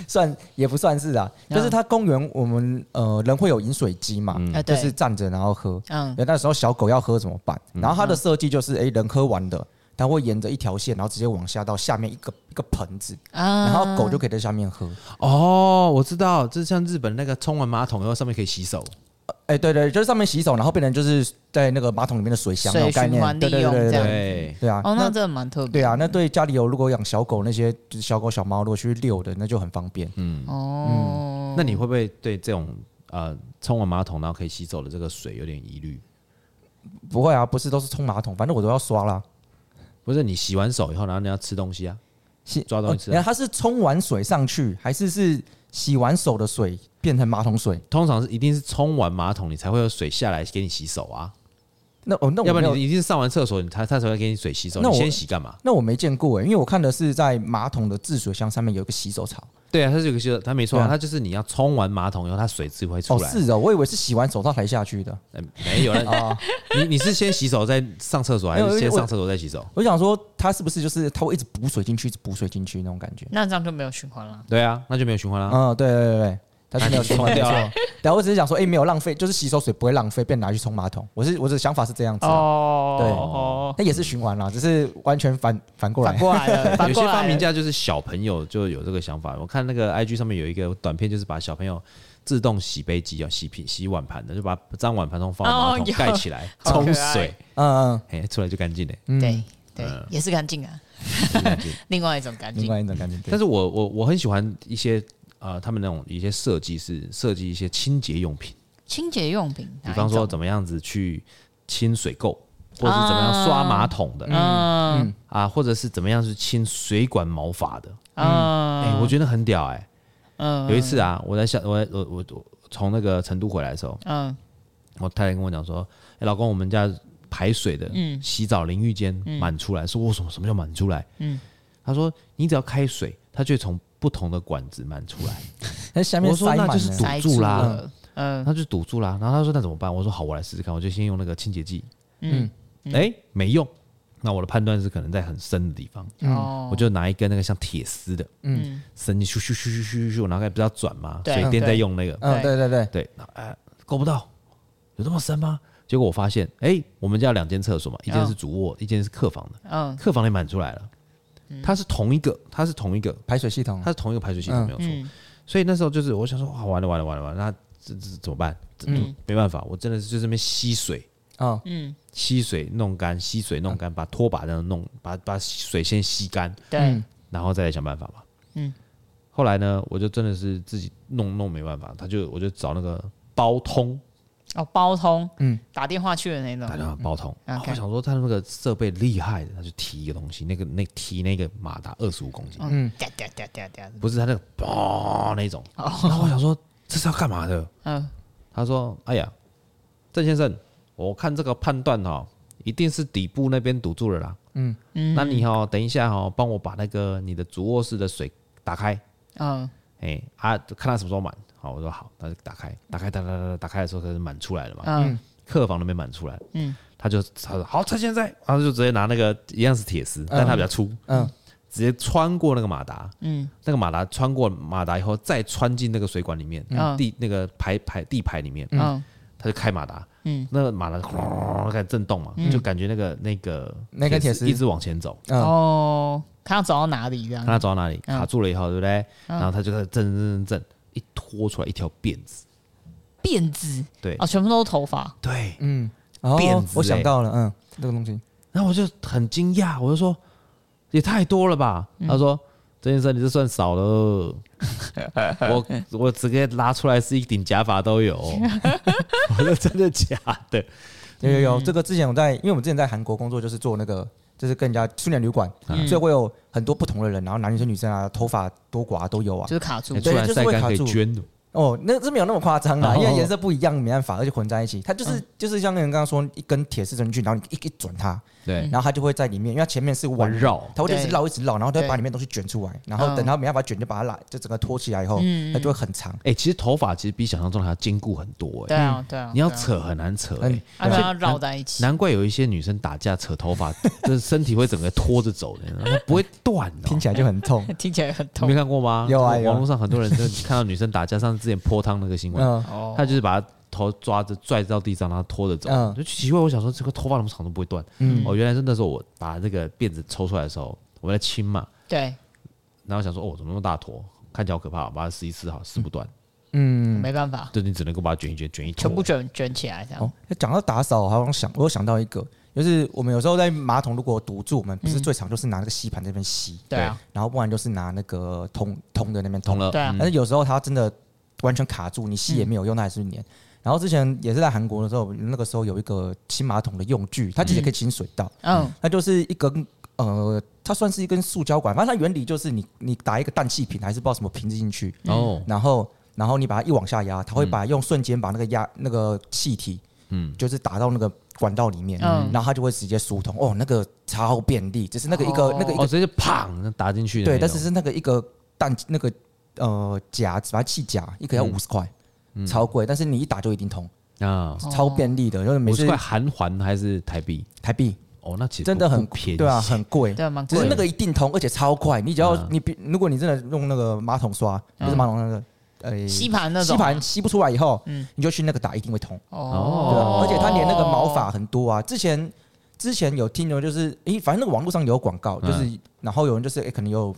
[SPEAKER 3] 算也不算是啊，
[SPEAKER 2] 嗯
[SPEAKER 3] 就是它公园我们呃人会有饮水机嘛，
[SPEAKER 2] 啊，
[SPEAKER 3] 就
[SPEAKER 2] 对，
[SPEAKER 3] 是站着然后喝。
[SPEAKER 2] 嗯，
[SPEAKER 3] 那那时候小狗要喝怎么办？然后它的设计就是，哎，人喝完的，它会沿着一条线，然后直接往下到下面一个一个盆子，
[SPEAKER 2] 啊
[SPEAKER 3] 然后狗就可以在下面喝。
[SPEAKER 1] 哦，我知道，这是像日本那个冲完马桶以后上面可以洗手，
[SPEAKER 3] 哎、对对，就是上面洗手，然后变成就是在那个马桶里面的水箱那
[SPEAKER 2] 水
[SPEAKER 3] 种概
[SPEAKER 2] 循
[SPEAKER 3] 念，
[SPEAKER 2] 环利
[SPEAKER 3] 对对
[SPEAKER 2] 用
[SPEAKER 3] 对
[SPEAKER 2] 这
[SPEAKER 3] 对
[SPEAKER 2] 样
[SPEAKER 3] 对，
[SPEAKER 1] 对，
[SPEAKER 3] 对啊，
[SPEAKER 2] 哦，那这个蛮特别。
[SPEAKER 3] 对啊，那对家里有如果养小狗那些就是小狗小猫，如果去遛的，那就很方便。
[SPEAKER 1] 嗯
[SPEAKER 2] 哦，
[SPEAKER 1] 那你会不会对这种呃冲完马桶然后可以洗手的这个水有点疑虑？
[SPEAKER 3] 不会啊，不是都是冲马桶，反正我都要刷啦。
[SPEAKER 1] 不是，你洗完手以后，然后你要吃东西啊，
[SPEAKER 3] 洗
[SPEAKER 1] 抓东西吃啊
[SPEAKER 3] 哦它是冲完水上去，还是是洗完手的水变成马桶水？
[SPEAKER 1] 通常是一定是冲完马桶你才会有水下来给你洗手啊。
[SPEAKER 3] 那哦，那
[SPEAKER 1] 要不
[SPEAKER 3] 我没
[SPEAKER 1] 然
[SPEAKER 3] 有
[SPEAKER 1] 你一定是上完厕所，你他他才会给你水洗手。
[SPEAKER 3] 那
[SPEAKER 1] 你
[SPEAKER 3] 我
[SPEAKER 1] 先洗干嘛？
[SPEAKER 3] 欸那我没见过哎、因为我看的是在马桶的制水箱上面有一个洗手槽，
[SPEAKER 1] 对啊，它是有个系统，它没错、啊，
[SPEAKER 3] 对啊
[SPEAKER 1] 它就是你要冲完马桶以后，它水自己会出
[SPEAKER 3] 哦，
[SPEAKER 1] 来。
[SPEAKER 3] 是哦，我以为是洗完手套才下去的。
[SPEAKER 1] 呃没有了。你你是先洗手再上厕所，还
[SPEAKER 3] 没有
[SPEAKER 1] 是先
[SPEAKER 3] 我
[SPEAKER 1] 上厕所再洗手？
[SPEAKER 3] 我想说，它是不是就是它会一直补水进去，一直补水进去那种感觉？
[SPEAKER 2] 那这样就没有循环了。
[SPEAKER 1] 对啊，那就没有循环啦。
[SPEAKER 3] 嗯，对对对对，它是没有
[SPEAKER 1] 那你
[SPEAKER 3] 冲完
[SPEAKER 1] 冲掉
[SPEAKER 3] 掉
[SPEAKER 1] 了。
[SPEAKER 3] 然后我只是想说，哎，没有浪费，就是洗手水不会浪费，便拿去冲马桶。我是我的想法是这样子啊，对
[SPEAKER 2] 哦，
[SPEAKER 3] 那也是循环啦，只是完全反反过
[SPEAKER 2] 反
[SPEAKER 3] 来。
[SPEAKER 2] 过来了，
[SPEAKER 1] 有
[SPEAKER 2] 反
[SPEAKER 1] 些
[SPEAKER 2] 过来
[SPEAKER 1] 发
[SPEAKER 2] 了
[SPEAKER 1] 明家就是小朋友就有这个想法。我看那个 IG 上面有一个短片，就是把小朋友自动洗杯机啊、洗瓶、洗碗盘的，就把脏碗盘通放到马
[SPEAKER 2] 哦
[SPEAKER 1] 桶
[SPEAKER 2] 有
[SPEAKER 1] 盖起来，
[SPEAKER 2] 好可
[SPEAKER 1] 冲
[SPEAKER 2] 爱
[SPEAKER 1] 水，
[SPEAKER 3] 嗯
[SPEAKER 1] 哎，出来就干净嘞。
[SPEAKER 3] 嗯，嗯
[SPEAKER 2] 对，对，也是干净啊，
[SPEAKER 1] 就干净
[SPEAKER 2] 另外一种干
[SPEAKER 3] 嗯另
[SPEAKER 2] 净。
[SPEAKER 3] 外一种感觉。对
[SPEAKER 1] 但是我我我很喜欢一些呃，他们那种一些设计是设计一些清洁用品。
[SPEAKER 2] 清洁用品，
[SPEAKER 1] 比方说怎
[SPEAKER 2] 么，
[SPEAKER 1] 么样子去清水垢，或者是怎么样刷马桶的
[SPEAKER 2] 嗯
[SPEAKER 1] 啊，或者是怎么样去清水管毛发的。
[SPEAKER 2] 嗯
[SPEAKER 1] 哎，我觉得很屌哎。
[SPEAKER 2] 嗯
[SPEAKER 1] 有一次啊，我在下我在我我我从那个成都回来的时候，
[SPEAKER 2] 嗯
[SPEAKER 1] 我太太跟我讲说：“哎，老公，我们家排水的，
[SPEAKER 2] 嗯
[SPEAKER 1] 洗澡淋浴间满出来。”说：“我什么什么叫满出来？”嗯，他说：“你只要开水，它就会从不同的管子满出来。”
[SPEAKER 3] 那下面
[SPEAKER 1] 我说
[SPEAKER 3] 塞满
[SPEAKER 1] 那就是
[SPEAKER 3] 了
[SPEAKER 1] 堵
[SPEAKER 2] 塞
[SPEAKER 1] 住啦
[SPEAKER 2] 了，嗯
[SPEAKER 1] 他就堵住啊啦。然后他说那怎么办？我说好，我来试试看，我就先用那个清洁剂。嗯
[SPEAKER 2] 嗯，
[SPEAKER 1] 哎、没用。那我的判断是可能在很深的地方，
[SPEAKER 2] 哦
[SPEAKER 1] 我就拿一根那个像铁丝的，嗯
[SPEAKER 2] 嗯，
[SPEAKER 1] 伸进去，咻咻咻咻咻咻，然后不是要转吗？
[SPEAKER 2] 对
[SPEAKER 1] 水电在
[SPEAKER 2] 对
[SPEAKER 1] 用那个，
[SPEAKER 3] 嗯，对对对，
[SPEAKER 1] 对，然后哎，够不到，有这么深吗？结果我发现，哎、我们家有两间厕所嘛，一间是主卧，一间是客房的，
[SPEAKER 2] 哦嗯
[SPEAKER 1] 客房也满出来了，它是同一个，它是同一个，
[SPEAKER 3] 排水 系统
[SPEAKER 1] 它。是同一个排水系统，
[SPEAKER 3] 嗯
[SPEAKER 1] 没有错。
[SPEAKER 2] 嗯
[SPEAKER 1] 所以那时候就是我想说，哇，完了完了完了完了，那这这这怎么办？这没办法，我真的是就这边吸水，
[SPEAKER 3] 嗯
[SPEAKER 2] 嗯，
[SPEAKER 1] 吸水弄干，吸水弄干，把拖把这样弄，把把水先吸干，
[SPEAKER 3] 嗯
[SPEAKER 2] 对，
[SPEAKER 1] 然后再来想办法嘛。
[SPEAKER 2] 嗯。
[SPEAKER 1] 后来呢，我就真的是自己弄弄没办法，他就我就找那个包通
[SPEAKER 2] 哦，包通，嗯，打电话去的那
[SPEAKER 1] 打
[SPEAKER 2] 种，
[SPEAKER 1] 电话包通，
[SPEAKER 2] 嗯
[SPEAKER 1] 然后
[SPEAKER 2] OK
[SPEAKER 1] 我想说他那个设备厉害的，他就提一个东西，那个那提那个马达二十五公斤，
[SPEAKER 2] 嗯，哒哒哒哒哒，
[SPEAKER 1] 不是他那个嘣那种，
[SPEAKER 2] 哦
[SPEAKER 1] 然后我想说这是要干嘛的？
[SPEAKER 2] 嗯，
[SPEAKER 1] 他说：“哎呀，郑先生，我看这个判断哈、哦，一定是底部那边堵住了啦。嗯嗯，那你哦，等一下哦，帮我把那个你的主卧室的水打开，
[SPEAKER 2] 嗯，
[SPEAKER 1] 哎啊，看他什么时候满。好，我说好，那就打开，打开，打打打打，打开的时候可是满出来了嘛。
[SPEAKER 2] 嗯，
[SPEAKER 1] 客房那边满出来，嗯，他就他说好，趁现在，他就直接拿那个一样是铁丝，但它比较粗，
[SPEAKER 3] 嗯，
[SPEAKER 1] 直接穿过那个马达，嗯，那个马达穿过马达以后，再穿进那个水管里面，
[SPEAKER 2] 嗯
[SPEAKER 1] 地那个排排地排里面，
[SPEAKER 2] 嗯，
[SPEAKER 1] 他就开马达，嗯，那个马达哐开始震动嘛，就 感觉那个那个
[SPEAKER 3] 那根铁丝
[SPEAKER 1] 一直往前走，
[SPEAKER 3] 嗯
[SPEAKER 2] 哦，看要走到哪里这
[SPEAKER 1] 看
[SPEAKER 2] 样，
[SPEAKER 1] 他走到哪里卡住了以后，对不对？然后他就开始震震震震，一拖出来一条辫子，
[SPEAKER 2] 辫子，
[SPEAKER 1] 对
[SPEAKER 2] 哦，全部都是头发，
[SPEAKER 1] 对，
[SPEAKER 3] 嗯，哦
[SPEAKER 1] 辫子
[SPEAKER 3] 我
[SPEAKER 1] 欸
[SPEAKER 3] 想到了，嗯，这个东西，
[SPEAKER 1] 然后我就很惊讶，我就说也太多了吧？他说。郑先生，你这算少了，我我直接拉出来是一顶假发都有，我说真的假的？
[SPEAKER 3] 有有
[SPEAKER 1] 嗯
[SPEAKER 3] 有，这个之前我在，因为我们之前在韩国工作，就是做那个，就是跟人家青年旅馆，
[SPEAKER 1] 嗯
[SPEAKER 3] 所以会有很多不同的人，然后男生女生啊，头发多寡啊都有啊
[SPEAKER 2] 就。是卡住
[SPEAKER 1] 哎，出来
[SPEAKER 3] 就是
[SPEAKER 1] 晒
[SPEAKER 3] 会
[SPEAKER 1] 干
[SPEAKER 3] 卡
[SPEAKER 1] 可以
[SPEAKER 3] 住
[SPEAKER 1] 捐的，
[SPEAKER 3] 哦，那这没有那么夸张啦，因为
[SPEAKER 1] 哦嗯
[SPEAKER 3] 颜色不一样，没办法，而且混在一起，它就是就是像那人刚刚说，一根铁丝进去，然后你一一转它，
[SPEAKER 1] 对
[SPEAKER 3] 然，后它就会在里面，因为它前面是
[SPEAKER 1] 环
[SPEAKER 3] 弯，
[SPEAKER 1] 绕，
[SPEAKER 3] 它会一直
[SPEAKER 2] 对
[SPEAKER 3] 绕一直绕，然后它会
[SPEAKER 2] 对
[SPEAKER 3] 把里面东西卷出来，然后
[SPEAKER 2] 嗯
[SPEAKER 3] 等它没办法卷，就把它拉，就整个拖起来以后，它就会很长。
[SPEAKER 1] 哎、其实头发其实比想象中的还要坚固很多、哎，
[SPEAKER 2] 对啊，对啊，
[SPEAKER 1] 你要
[SPEAKER 2] 对啊，
[SPEAKER 1] 扯很难扯、哎、
[SPEAKER 3] 嗯
[SPEAKER 2] 啊，就要绕在一起，
[SPEAKER 1] 难怪有一些女生打架扯头 发，就是身体会整个拖着走的，它不会断、哦。
[SPEAKER 3] 听起来就很 痛。
[SPEAKER 2] 听起来很
[SPEAKER 1] 你没
[SPEAKER 2] 痛，
[SPEAKER 1] 看过吗？
[SPEAKER 3] 有啊有啊
[SPEAKER 1] 网络上很多人就看到女生打架，上次之前泼汤那个新闻，
[SPEAKER 3] 嗯，
[SPEAKER 2] 哦
[SPEAKER 1] 他就是把她头抓着拽到地上，然后拖着走，
[SPEAKER 3] 嗯
[SPEAKER 1] 就奇怪。我想说这个头发那么长都不会断，
[SPEAKER 3] 嗯
[SPEAKER 1] 哦，原来是那时候我把这个辫子抽出来的时候，我在亲嘛，
[SPEAKER 2] 对，
[SPEAKER 1] 然后想说哦，怎么那么大坨，看起来好可怕，把它撕一撕好，撕不断，
[SPEAKER 3] 嗯，
[SPEAKER 2] 没办法，
[SPEAKER 1] 就你只能够把它卷一卷，卷一坨
[SPEAKER 2] 全部卷卷起来这样
[SPEAKER 3] 哦，，讲到打扫，好像想我有想到一个，就是我们有时候在马桶如果堵住，我们
[SPEAKER 1] 嗯
[SPEAKER 3] 不是最常就是拿那个吸盘这边吸，
[SPEAKER 2] 对啊，
[SPEAKER 3] 然后不然就是拿那个通通的那边
[SPEAKER 1] 通
[SPEAKER 3] 通。
[SPEAKER 1] 了，
[SPEAKER 2] 对啊
[SPEAKER 1] 嗯
[SPEAKER 3] 但是有时候它真的完全卡住，你吸也没有用，它还是粘。然后之前也是在韩国的时候，那个时候有一个清马桶的用具，它其实可以清水道，
[SPEAKER 2] 嗯
[SPEAKER 3] 它就是一根呃，它算是一根塑胶管，反正它原理就是你你打一个氮气瓶还是不知道什么瓶子进去，
[SPEAKER 1] 哦，
[SPEAKER 3] 然后然后你把它一往下压，它会把用瞬间把那个压那个气体，
[SPEAKER 1] 嗯
[SPEAKER 3] 嗯，就是打到那个管道里面，
[SPEAKER 2] 嗯
[SPEAKER 3] 然后它就会直接疏通。哦，那个超便利，只是那个一个、
[SPEAKER 2] 哦
[SPEAKER 3] 那个一个、
[SPEAKER 1] 哦，直接就砰打进去的
[SPEAKER 3] 对，
[SPEAKER 1] 那种。
[SPEAKER 3] 但是是那个一个氮那个呃夹，把它气夹，
[SPEAKER 1] 嗯
[SPEAKER 3] 一个要五十块，超贵，但是你一打就一定通，
[SPEAKER 1] 啊，
[SPEAKER 2] 哦
[SPEAKER 3] 超便利的，因为每
[SPEAKER 1] 五十
[SPEAKER 3] 次
[SPEAKER 1] 块韩环还是台币？
[SPEAKER 3] 台币
[SPEAKER 1] 哦，那其实
[SPEAKER 3] 真的
[SPEAKER 1] 不
[SPEAKER 3] 很
[SPEAKER 1] 不便宜，
[SPEAKER 3] 对啊，很贵，
[SPEAKER 2] 对，蛮
[SPEAKER 3] 只
[SPEAKER 2] 贵
[SPEAKER 3] 是
[SPEAKER 2] 的。
[SPEAKER 3] 那个一定通，而且超快。你只要
[SPEAKER 1] 嗯
[SPEAKER 3] 你比，如果你真的用那个马桶刷，不是马桶那个，呃，
[SPEAKER 2] 嗯吸盘那种
[SPEAKER 3] 吸盘吸不出来以后，
[SPEAKER 2] 嗯
[SPEAKER 3] 你就去那个打，一定会通。对啊
[SPEAKER 1] 哦
[SPEAKER 3] 而且它连那个毛发很多啊。之前之前有听说，就是诶，反正那个网络上有广告，
[SPEAKER 1] 嗯
[SPEAKER 3] 就是然后有人就是诶，可能有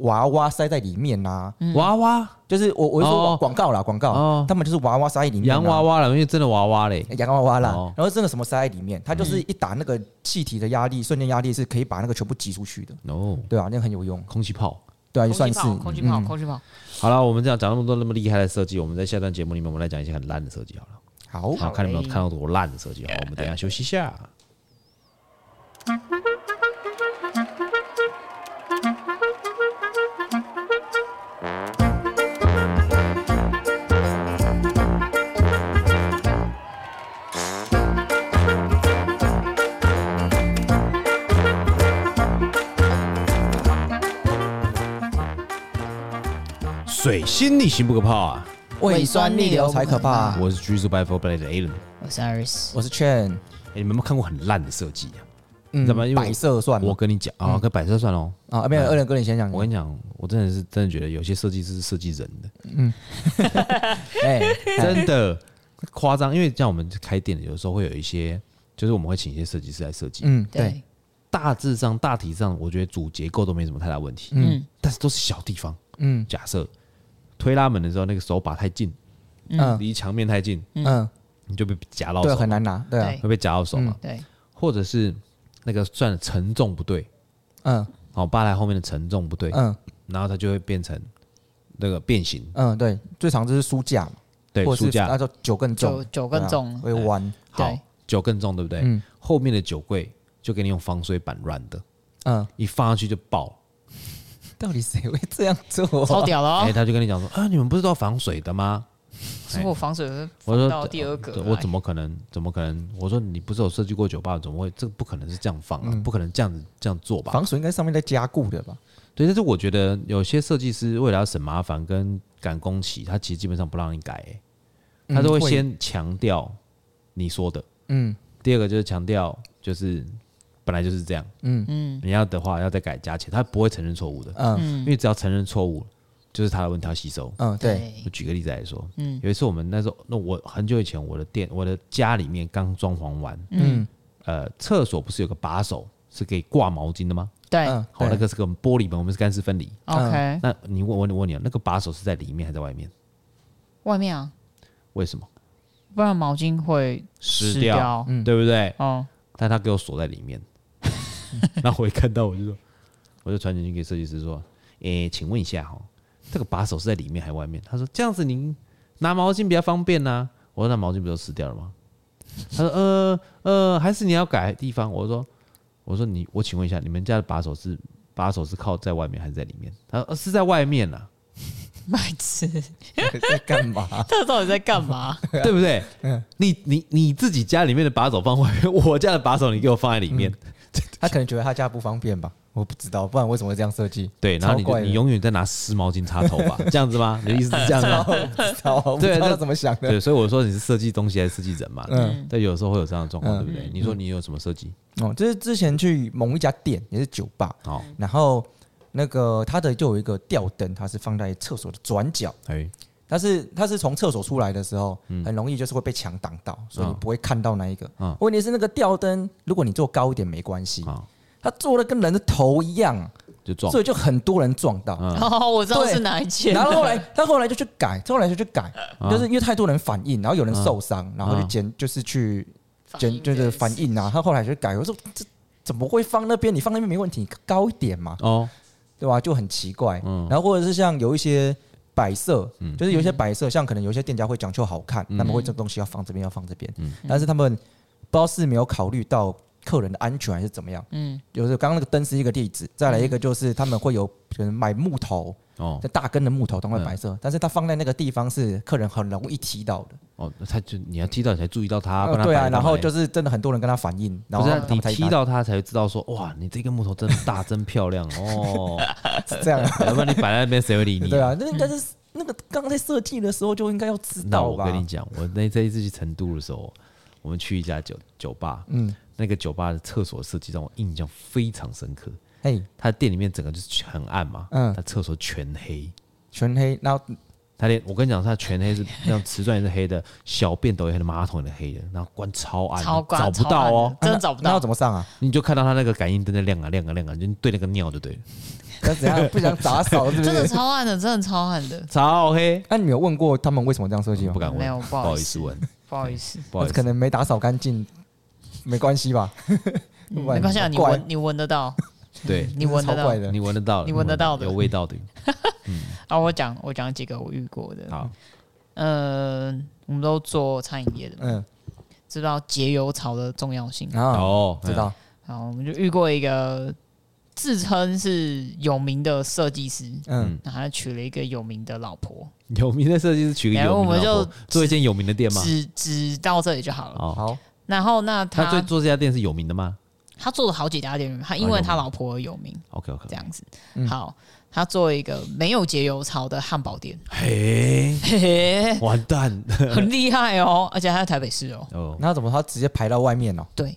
[SPEAKER 3] 娃娃塞在里面啊呐，
[SPEAKER 1] 娃娃
[SPEAKER 3] 就是我我是说
[SPEAKER 1] 哦
[SPEAKER 3] 广告啦，广
[SPEAKER 1] 哦
[SPEAKER 3] 告，他们就是娃娃塞在里面啊，
[SPEAKER 1] 洋娃娃了，因为真的娃娃嘞，
[SPEAKER 3] 洋娃娃啦
[SPEAKER 1] 哦，嗯
[SPEAKER 3] 然后真的什么塞在里面，它就是一打那个气体的压力，瞬间压力是可以把那个全部挤出去的。
[SPEAKER 1] 哦，
[SPEAKER 3] 对啊，那个很有用。
[SPEAKER 1] 空气炮。
[SPEAKER 3] 对啊，也
[SPEAKER 2] 空
[SPEAKER 3] 算
[SPEAKER 2] 气
[SPEAKER 3] 是
[SPEAKER 2] 炮，空气炮，
[SPEAKER 3] 嗯
[SPEAKER 2] 空气炮。
[SPEAKER 1] 好了，我们这样讲那么多那么厉害的设计，我们在下段节目里面，我们来讲一些很烂的设计好了。
[SPEAKER 3] 好，
[SPEAKER 1] 好，看你们有
[SPEAKER 2] 嘞
[SPEAKER 1] 看到多烂的设计。好，我们等一下休息一下。水星逆行不可怕啊！
[SPEAKER 3] 胃酸逆流才可怕。
[SPEAKER 1] 我是 G 数 by Four Blade 的 Alan。
[SPEAKER 2] 我是 Iris，
[SPEAKER 3] 我是劝，
[SPEAKER 1] 哎、你们有没有看过很烂的设计啊？
[SPEAKER 3] 嗯
[SPEAKER 1] 怎么因为我
[SPEAKER 3] 摆设算
[SPEAKER 1] 我
[SPEAKER 3] 吗？嗯
[SPEAKER 1] 跟你讲啊，跟摆设算喽。
[SPEAKER 3] 啊，没有，二人哥你先讲。
[SPEAKER 1] 我跟你讲，我真的是真的觉得有些设计师是设计人 的，
[SPEAKER 3] 哎，
[SPEAKER 1] 真的夸张。因为像我们开店的，有时候会有一些，就是我们会请一些设计师来设计。
[SPEAKER 3] 嗯，对
[SPEAKER 2] 对，，
[SPEAKER 1] 大致上、大体上，我觉得主结构都没什么太大问题，
[SPEAKER 2] 嗯
[SPEAKER 1] 但是都是小地方。
[SPEAKER 3] 嗯
[SPEAKER 1] 假设推拉门的时候，那个手把太近，
[SPEAKER 3] 嗯
[SPEAKER 1] 离墙面太近，
[SPEAKER 3] 嗯，
[SPEAKER 1] 你就被夹到
[SPEAKER 3] 对，
[SPEAKER 1] 手，
[SPEAKER 3] 很难拿，对啊，
[SPEAKER 2] 对
[SPEAKER 1] 会被夹到手嘛。
[SPEAKER 2] 对，
[SPEAKER 1] 或者是那个算承重不对，
[SPEAKER 3] 嗯
[SPEAKER 1] 哦，吧台后面的承重不对，
[SPEAKER 3] 嗯
[SPEAKER 1] 然后它就会变成那个变形，
[SPEAKER 3] 嗯，对，最常就是书架嘛，
[SPEAKER 1] 对，
[SPEAKER 3] 或者
[SPEAKER 1] 书
[SPEAKER 3] 是
[SPEAKER 1] 架
[SPEAKER 3] 那就酒更
[SPEAKER 2] 酒
[SPEAKER 3] 重，
[SPEAKER 2] 酒更重
[SPEAKER 3] 对啊
[SPEAKER 2] 了，
[SPEAKER 3] 会弯，
[SPEAKER 1] 好
[SPEAKER 2] 啊对，
[SPEAKER 1] 酒更重，对不对？
[SPEAKER 3] 嗯
[SPEAKER 1] 后面的酒柜就给你用防水板软的，
[SPEAKER 3] 嗯，
[SPEAKER 1] 一放上去就爆了。
[SPEAKER 3] 到底谁会这样做
[SPEAKER 2] 超
[SPEAKER 3] 啊？
[SPEAKER 2] 屌了
[SPEAKER 1] 哎、
[SPEAKER 2] 哦！
[SPEAKER 1] 他就跟你讲说啊，你们不是都要防水的吗？
[SPEAKER 2] 是
[SPEAKER 3] 哎
[SPEAKER 2] 我防水是
[SPEAKER 1] 我说
[SPEAKER 2] 放到第二个
[SPEAKER 1] 对
[SPEAKER 2] 来，
[SPEAKER 1] 我怎么可能？怎么可能？我说你不是有设计过酒吧，怎么会？这不可能是这样放啊，
[SPEAKER 2] 嗯
[SPEAKER 1] 不可能这样子这样做吧？
[SPEAKER 3] 防水应该上面在加固的吧？
[SPEAKER 1] 对，但是我觉得有些设计师为了要省麻烦跟赶工期，他其实基本上不让你改、欸他都会
[SPEAKER 3] 嗯
[SPEAKER 1] 先强调你说的，
[SPEAKER 3] 嗯
[SPEAKER 1] 第二个就是强调就是本来就是这样，
[SPEAKER 3] 嗯
[SPEAKER 2] 嗯
[SPEAKER 1] 你要的话要再改加钱，他不会承认错误的，
[SPEAKER 3] 嗯
[SPEAKER 1] 因
[SPEAKER 2] 嗯
[SPEAKER 1] 为只要承认错误就是他的问题，他吸收。
[SPEAKER 3] 嗯，对，
[SPEAKER 1] 我举个例子来说，
[SPEAKER 2] 嗯
[SPEAKER 1] 有一次我们那时候，那我很久以前我的店，我的家里面刚装潢完，
[SPEAKER 3] 嗯
[SPEAKER 1] 呃，厕所不是有个把手是可以挂毛巾的吗？
[SPEAKER 2] 对
[SPEAKER 3] 嗯，
[SPEAKER 1] 好，
[SPEAKER 3] 对
[SPEAKER 1] 那个是个玻璃门，我们是干湿分离。
[SPEAKER 2] ，OK，
[SPEAKER 1] 那你问我，你问你啊，那个把手是在里面还是在外面？
[SPEAKER 2] 外面啊，
[SPEAKER 1] 为什么？
[SPEAKER 2] 不然毛巾会
[SPEAKER 1] 湿
[SPEAKER 2] 湿
[SPEAKER 1] 掉，
[SPEAKER 2] 掉
[SPEAKER 3] 嗯
[SPEAKER 1] 对不对？
[SPEAKER 2] 哦，
[SPEAKER 1] 但他给我锁在里面。 那我一看到我就说，我就传简讯给设计师说：“诶、请问一下哈，这个把手是在里面还是外面？”他说：“这样子您拿毛巾比较方便呐、啊我说：“那毛巾不就湿掉了吗？”他说：“呃呃，还是你要改地方。”我说：“我说你，我请问一下，你们家的把手是把手是靠在外面还是在里面？”他说：“呃、是在外面呐、
[SPEAKER 2] 白痴，
[SPEAKER 3] 在干嘛？
[SPEAKER 2] 他到底在干嘛？
[SPEAKER 1] 对不对？你你你自己家里面的把手放外面，我家的把手你给我放在里面，
[SPEAKER 3] 他可能觉得他家不方便吧？我不知道，不然为什么会这样设计？
[SPEAKER 1] 对，然后
[SPEAKER 3] 超
[SPEAKER 1] 你就
[SPEAKER 3] 怪的
[SPEAKER 1] 你永远在拿湿毛巾擦头 发，这样子吗？你的意思是这样吗？
[SPEAKER 3] 好， 我不知
[SPEAKER 1] 对
[SPEAKER 3] 道
[SPEAKER 1] 那
[SPEAKER 3] 他怎么想的。
[SPEAKER 1] 对，所以我说你是设计东西还是设计人嘛？
[SPEAKER 3] 嗯
[SPEAKER 1] 嗯，但有时候会有这样的状况，
[SPEAKER 3] 嗯
[SPEAKER 1] 对不对？你说你有什么设计？
[SPEAKER 3] 哦，就是之前去某一家店，也是酒吧，
[SPEAKER 1] 好，
[SPEAKER 3] 然后那个它的就有一个吊灯，它是放在厕所的转角，
[SPEAKER 1] 哎，
[SPEAKER 3] 但是它是从厕所出来的时候，很容易就是会被墙挡到，所以你
[SPEAKER 1] 嗯
[SPEAKER 3] 不会看到那一个。
[SPEAKER 1] 嗯
[SPEAKER 3] 问题是那个吊灯，如果你做高一点没关系，
[SPEAKER 1] 好，
[SPEAKER 3] 它做的跟人的头一样，
[SPEAKER 1] 就撞
[SPEAKER 3] 嗯所，以就很多人撞到。
[SPEAKER 1] 嗯
[SPEAKER 2] 哦，我知道
[SPEAKER 3] 对
[SPEAKER 2] 是哪一件了，
[SPEAKER 3] 然后后来，他后来就去改，他后来就去改，
[SPEAKER 1] 嗯
[SPEAKER 3] 就是因为太多人反应，然后有人受伤，然后就
[SPEAKER 1] 嗯
[SPEAKER 3] 检就是去
[SPEAKER 2] 反应
[SPEAKER 3] 检就是反应啊。他后来就改，我说这怎么会放那边？你放那边没问题，高一点嘛。
[SPEAKER 1] 哦，
[SPEAKER 3] 对吧、就很奇怪。
[SPEAKER 1] 嗯
[SPEAKER 3] 然后或者是像有一些摆设，就是有一些摆设，像可能有一些店家会讲究好看，
[SPEAKER 1] 嗯
[SPEAKER 3] 他们会这东西要放这边，要放这边，但是他们不知道是没有考虑到客人的安全还是怎么样。
[SPEAKER 2] 嗯
[SPEAKER 3] 有时候刚刚那个灯是一个例子，再来
[SPEAKER 1] 嗯
[SPEAKER 3] 一个就是他们会有可能买木头，
[SPEAKER 1] 哦
[SPEAKER 3] 就大根的木头当做
[SPEAKER 1] 嗯
[SPEAKER 3] 摆设，但是它放在那个地方是客人很容易踢到的。
[SPEAKER 1] 哦，他就你要踢到你才注意到他，不
[SPEAKER 3] 呃
[SPEAKER 1] 然
[SPEAKER 3] 对啊，
[SPEAKER 1] 摆
[SPEAKER 3] 然后
[SPEAKER 1] 干嘛
[SPEAKER 3] 就是真的很多人跟他反映，然后
[SPEAKER 1] 不是
[SPEAKER 3] 他
[SPEAKER 1] 啊
[SPEAKER 3] 们
[SPEAKER 1] 你
[SPEAKER 3] 才
[SPEAKER 1] 踢到他才知道说哇，你这根木头真大，真漂亮哦，
[SPEAKER 3] 是这样啊。
[SPEAKER 1] 要不然你摆在那边谁会理 你？
[SPEAKER 3] 对啊，那应该是那个刚在设计的时候就应该要知
[SPEAKER 1] 那
[SPEAKER 3] 道
[SPEAKER 1] 我
[SPEAKER 3] 吧？
[SPEAKER 1] 跟你讲，我那这一次去成都的时候，我们去一家酒酒吧，嗯，那个酒吧的厕所设计让我印象非常深刻。
[SPEAKER 3] 嘿，
[SPEAKER 1] 他店里面整个就是很暗嘛，
[SPEAKER 3] 嗯
[SPEAKER 1] 他厕所全黑，
[SPEAKER 3] 全黑，然后
[SPEAKER 1] 他连我跟你讲，他全黑是那种瓷砖也是黑的，小便斗也黑的，马桶也是黑的，然后关超暗，
[SPEAKER 2] 超关
[SPEAKER 1] 找不到哦
[SPEAKER 2] 超暗，真的
[SPEAKER 3] 啊那
[SPEAKER 2] 找不
[SPEAKER 3] 那
[SPEAKER 2] 到
[SPEAKER 3] 要怎么上啊？
[SPEAKER 1] 你就看到他那个感应灯在亮啊亮啊亮啊，就对那个尿就对了，
[SPEAKER 3] 那怎 样不想打扫是不
[SPEAKER 2] 真的
[SPEAKER 3] 是？
[SPEAKER 2] 超暗的，真的超暗的，
[SPEAKER 1] 超黑，
[SPEAKER 3] 那你们有问过他们为什么这样设计吗
[SPEAKER 1] 不？敢问，
[SPEAKER 2] 没有
[SPEAKER 1] 不
[SPEAKER 2] 不
[SPEAKER 1] 好
[SPEAKER 2] 好
[SPEAKER 1] 意
[SPEAKER 2] 意
[SPEAKER 1] 思
[SPEAKER 2] 思
[SPEAKER 1] 问，
[SPEAKER 2] 不好意思，
[SPEAKER 1] 嗯不好意
[SPEAKER 3] 可
[SPEAKER 1] 思，
[SPEAKER 3] 能没打扫干净，没关系吧？
[SPEAKER 2] 嗯
[SPEAKER 3] 怪
[SPEAKER 2] 没关系啊，你
[SPEAKER 3] 怪
[SPEAKER 2] 闻你闻得 到，
[SPEAKER 1] 对
[SPEAKER 2] 你闻
[SPEAKER 3] 超
[SPEAKER 2] 得到
[SPEAKER 3] 怪。的
[SPEAKER 1] 你。闻得到的，
[SPEAKER 2] 你闻得到的
[SPEAKER 1] 有味道的，
[SPEAKER 2] 啊，我讲我讲几个我遇过的，
[SPEAKER 1] 好，
[SPEAKER 2] 呃，我们都做餐饮业的，嘛，
[SPEAKER 3] 嗯，
[SPEAKER 2] 知道节油槽的重要性。
[SPEAKER 3] 然后
[SPEAKER 1] 哦，
[SPEAKER 3] 啊知道，
[SPEAKER 2] 然后我们就遇过一个自称是有名的设计师，
[SPEAKER 3] 嗯，
[SPEAKER 2] 然后他娶了一个有名的老婆，
[SPEAKER 1] 嗯有名的设计师娶个
[SPEAKER 2] 然后
[SPEAKER 1] 有名的
[SPEAKER 2] 我们
[SPEAKER 1] 老
[SPEAKER 2] 就
[SPEAKER 1] 婆，做一间有名的店吗？
[SPEAKER 2] 只只到这里就好了。
[SPEAKER 1] 哦，
[SPEAKER 3] 好，
[SPEAKER 2] 然后那
[SPEAKER 1] 他
[SPEAKER 2] 他
[SPEAKER 1] 最做这家店是有名的吗
[SPEAKER 2] 他做了好几家店，他因为他老婆而有名，
[SPEAKER 1] ？OK OK，
[SPEAKER 2] 这样子
[SPEAKER 3] 嗯。
[SPEAKER 2] 好，他做一个没有节油槽的汉堡 店，
[SPEAKER 1] 嘿，
[SPEAKER 2] 嘿嘿，
[SPEAKER 1] 完蛋
[SPEAKER 2] 很厉害哦，而且他在台北市哦。
[SPEAKER 1] 哦，
[SPEAKER 3] 那怎么他直接排到外面哦？
[SPEAKER 2] 对，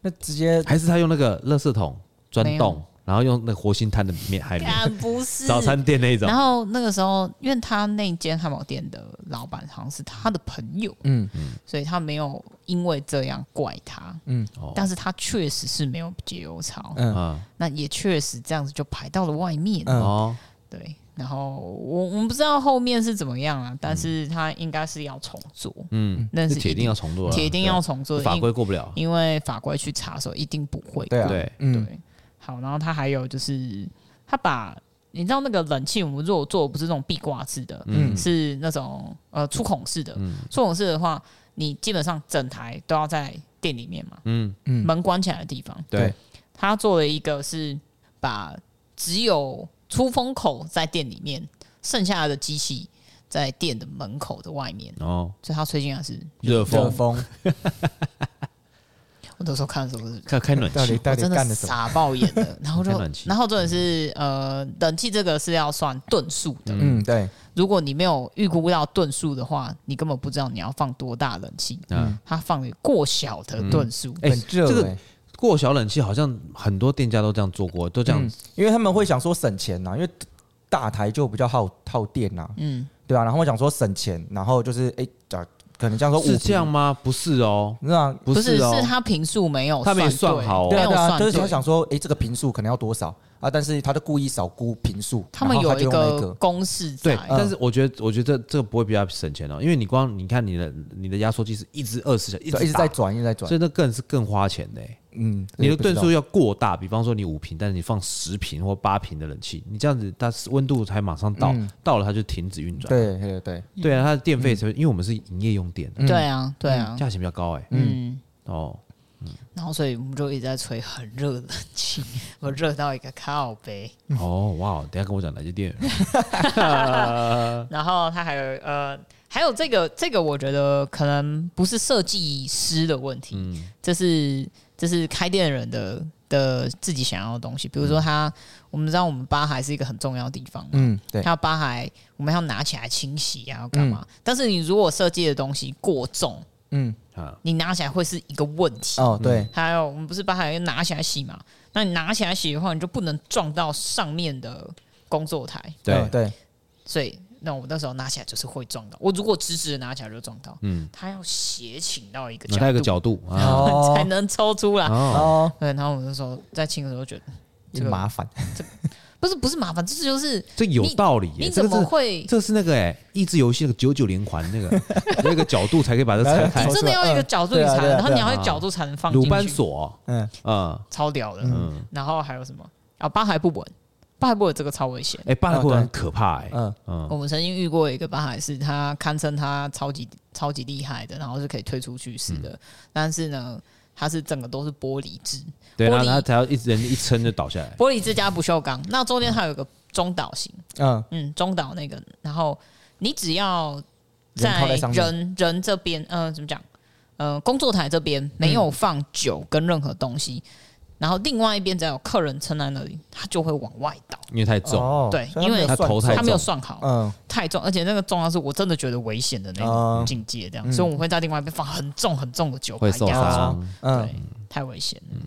[SPEAKER 3] 那直接
[SPEAKER 1] 还是他用那个垃圾桶钻
[SPEAKER 2] 没
[SPEAKER 1] 洞
[SPEAKER 2] 有，
[SPEAKER 1] 然后用那个活性炭的面海绵，
[SPEAKER 2] 啊不是
[SPEAKER 1] 早餐店那一种
[SPEAKER 2] 然，后那个时候，因为他那间汉堡店的老板好像是他的朋友，
[SPEAKER 3] 嗯
[SPEAKER 2] 所以他没有因为这样怪他，
[SPEAKER 3] 嗯
[SPEAKER 1] 哦
[SPEAKER 2] 但是他确实是没有解忧槽，
[SPEAKER 3] 嗯
[SPEAKER 1] 嗯
[SPEAKER 2] 那也确实这样子就排到了外面，
[SPEAKER 3] 嗯
[SPEAKER 1] 哦，
[SPEAKER 2] 对。然后我我们不知道后面是怎么样啊，但是他应该是要重做，
[SPEAKER 1] 嗯，
[SPEAKER 2] 那
[SPEAKER 1] 这
[SPEAKER 2] 是
[SPEAKER 1] 铁定要重做了，
[SPEAKER 2] 铁定要重做
[SPEAKER 1] 对啊
[SPEAKER 2] 的，
[SPEAKER 1] 法规过不了，
[SPEAKER 2] 因因为法规去查的时候一定不会，
[SPEAKER 3] 对啊，
[SPEAKER 1] 对
[SPEAKER 3] 嗯
[SPEAKER 2] 对，好，然后他还有就是，他把你知道那个冷气，我们如果做的不是那种壁挂式的，
[SPEAKER 1] 嗯
[SPEAKER 2] 是那种呃出孔式的。
[SPEAKER 1] 嗯
[SPEAKER 2] 出孔式的话，你基本上整台都要在店里面嘛，
[SPEAKER 1] 嗯，
[SPEAKER 3] 嗯，
[SPEAKER 2] 门关起来的地方。
[SPEAKER 1] 对，
[SPEAKER 2] 他做了一个是把只有出风口在店里面，剩下的机器在店的门口的外
[SPEAKER 3] 嗯
[SPEAKER 2] 面，
[SPEAKER 1] 然后
[SPEAKER 2] 所以他吹进来是，
[SPEAKER 1] 哦热
[SPEAKER 3] 热
[SPEAKER 1] 风，
[SPEAKER 3] 风
[SPEAKER 2] 我那时候看的时候是
[SPEAKER 1] 开开暖
[SPEAKER 3] 到底
[SPEAKER 1] 气，
[SPEAKER 3] 到
[SPEAKER 2] 我
[SPEAKER 3] 底
[SPEAKER 2] 真
[SPEAKER 3] 干
[SPEAKER 2] 的
[SPEAKER 3] 了什么？
[SPEAKER 2] 傻爆眼的，然后 就
[SPEAKER 1] 开暖气
[SPEAKER 2] 然后重点是呃，冷气这个是要算吨数的，
[SPEAKER 3] 嗯，对，
[SPEAKER 2] 如果你没有预估到吨数的话，你根本不知道你要放多大冷气，
[SPEAKER 1] 嗯，
[SPEAKER 2] 它放了过小的吨数，
[SPEAKER 1] 哎
[SPEAKER 3] 很热
[SPEAKER 1] 这个
[SPEAKER 3] 欸
[SPEAKER 1] 过小冷气好像很多店家都这样做过，都这样
[SPEAKER 3] 嗯，因为他们会想说省钱呐、啊因为大台就比较耗耗电呐、
[SPEAKER 2] 嗯，
[SPEAKER 3] 对啊，然后我想说省钱，然后就是哎，讲、可能这样说五
[SPEAKER 1] 是这样
[SPEAKER 3] 平，
[SPEAKER 1] 吗？不是哦，
[SPEAKER 3] 那啊
[SPEAKER 1] 不
[SPEAKER 2] 是
[SPEAKER 1] 哦
[SPEAKER 2] 是，它平数没有，
[SPEAKER 1] 他没算
[SPEAKER 2] 对
[SPEAKER 1] 好哦
[SPEAKER 3] 对
[SPEAKER 2] 没
[SPEAKER 3] 啊
[SPEAKER 2] 有
[SPEAKER 3] 对啊，
[SPEAKER 2] 算
[SPEAKER 3] 就是他
[SPEAKER 2] 对。
[SPEAKER 3] 想说，哎、这个平数可能要多少啊？但是他就故意少估平数，
[SPEAKER 2] 他们
[SPEAKER 3] 然后
[SPEAKER 2] 有
[SPEAKER 3] 他
[SPEAKER 2] 一
[SPEAKER 3] 就用那
[SPEAKER 2] 个公式在
[SPEAKER 1] 对，，但是我觉得，我觉得这这个不会比较省钱哦，因为你光你看你的你的压缩机是一直二十小时一
[SPEAKER 3] 对一
[SPEAKER 1] 直
[SPEAKER 3] 直
[SPEAKER 1] 打，
[SPEAKER 3] 在转，一直在转
[SPEAKER 1] 所，以那更是更花钱的欸。
[SPEAKER 3] 嗯，
[SPEAKER 1] 你的
[SPEAKER 3] 不知
[SPEAKER 1] 吨
[SPEAKER 3] 道
[SPEAKER 1] 数要过大，比方说你五瓶，但是你放十瓶或八瓶的冷气，你这样子它温度才马上到，
[SPEAKER 3] 嗯
[SPEAKER 1] 到了它就停止运转。
[SPEAKER 3] 对对对，
[SPEAKER 1] 对啊，它的电费是、因为我们是营业用电，
[SPEAKER 3] 嗯
[SPEAKER 2] 对啊对啊，
[SPEAKER 1] 价钱比较高哎、
[SPEAKER 2] 嗯，
[SPEAKER 1] 哦，
[SPEAKER 2] 然后所以我们就一直在吹很热的冷气，我热到一个靠背。
[SPEAKER 1] 哦，哇，等一下跟我讲哪些店？嗯
[SPEAKER 2] 然后他还有呃，还有这个这个，我觉得可能不是设计师的问题，
[SPEAKER 1] 嗯
[SPEAKER 2] 这是这是开店人的的自己想要的东西。比如说他，我们知道我们吧台是一个很重要的地方嘛，
[SPEAKER 3] 嗯对，
[SPEAKER 2] 他吧台我们要拿起来清洗啊，要干嘛？但是你如果设计的东西过重，
[SPEAKER 3] 嗯
[SPEAKER 1] 啊，
[SPEAKER 2] 你拿起来会是一个问题。
[SPEAKER 3] 哦对，
[SPEAKER 2] 还有，我们不是把海要拿起来洗嘛？那你拿起来洗的话，你就不能撞到上面的工作台。
[SPEAKER 1] 对、
[SPEAKER 3] 嗯对，
[SPEAKER 2] 所以那我那时候拿起来就是会撞到，我如果直直的拿起来就撞到，
[SPEAKER 1] 嗯
[SPEAKER 2] 嗯，它要斜倾到一个
[SPEAKER 1] 那
[SPEAKER 2] 角
[SPEAKER 1] 它有
[SPEAKER 2] 度，
[SPEAKER 1] 个角度啊，
[SPEAKER 3] 哦
[SPEAKER 2] 才能抽出来。
[SPEAKER 1] 哦，
[SPEAKER 3] 哦，
[SPEAKER 2] 对，然后我那时候在清的时候觉得这个
[SPEAKER 3] 麻烦，
[SPEAKER 2] 不是不是麻烦，这就是
[SPEAKER 1] 这有道理耶、
[SPEAKER 2] 你
[SPEAKER 1] 这
[SPEAKER 2] 怎
[SPEAKER 1] 个
[SPEAKER 2] 么
[SPEAKER 1] 是
[SPEAKER 2] 会，
[SPEAKER 1] 这是那个哎、益智游戏那个九九连环那个那个角度才可以把这拆开
[SPEAKER 2] 你，真的要一个
[SPEAKER 1] 嗯
[SPEAKER 2] 角度你才
[SPEAKER 3] 对啊对
[SPEAKER 2] 能，
[SPEAKER 3] 啊
[SPEAKER 2] 然后你
[SPEAKER 3] 对啊
[SPEAKER 2] 要一个角度才能放进
[SPEAKER 1] 鲁班
[SPEAKER 2] 去，
[SPEAKER 1] 锁，
[SPEAKER 3] 嗯
[SPEAKER 1] 嗯
[SPEAKER 2] 超屌的。
[SPEAKER 1] 嗯，
[SPEAKER 2] 然后还有什么啊？八海不稳，八海不稳这个超危险。
[SPEAKER 1] 哎、欸，巴
[SPEAKER 3] 哦
[SPEAKER 1] 布
[SPEAKER 3] 对
[SPEAKER 1] 很可怕哎、
[SPEAKER 3] 嗯
[SPEAKER 1] 嗯
[SPEAKER 2] 我们曾经遇过一个巴海是，他堪称他超级超级厉害的，然后是可以推出去式的，
[SPEAKER 1] 嗯
[SPEAKER 2] 但是呢，它是整个都是玻璃制，
[SPEAKER 1] 对，然
[SPEAKER 2] 玻
[SPEAKER 1] 后
[SPEAKER 2] 璃
[SPEAKER 1] 它才要一人一撑就倒下来，
[SPEAKER 2] 玻璃之家不锈钢，那中间它有一个中岛型，
[SPEAKER 3] 嗯
[SPEAKER 2] 嗯，中岛那个，然后你只要
[SPEAKER 3] 人靠在上面
[SPEAKER 2] 人人这边，呃，怎么讲？呃，工作台这边没
[SPEAKER 3] 嗯
[SPEAKER 2] 有放酒跟任何东西，然后另外一边只要有客人撑在那里，他就会往外倒。
[SPEAKER 1] 因为太重，
[SPEAKER 3] 哦
[SPEAKER 2] 对
[SPEAKER 3] 所以
[SPEAKER 2] 因为
[SPEAKER 3] 它没有
[SPEAKER 1] 它头
[SPEAKER 3] 算
[SPEAKER 1] 太
[SPEAKER 2] 他没有
[SPEAKER 1] 重
[SPEAKER 2] 算好，
[SPEAKER 3] 嗯
[SPEAKER 2] 太重，而且那个重量是我真的觉得危险的那种
[SPEAKER 3] 嗯
[SPEAKER 2] 境界，这样，所以我会在另外一边放很重很重的酒把
[SPEAKER 1] 会
[SPEAKER 2] 它
[SPEAKER 1] 受嗯
[SPEAKER 2] 压
[SPEAKER 3] 伤
[SPEAKER 2] 住，
[SPEAKER 3] 嗯
[SPEAKER 2] 对，，太危险了。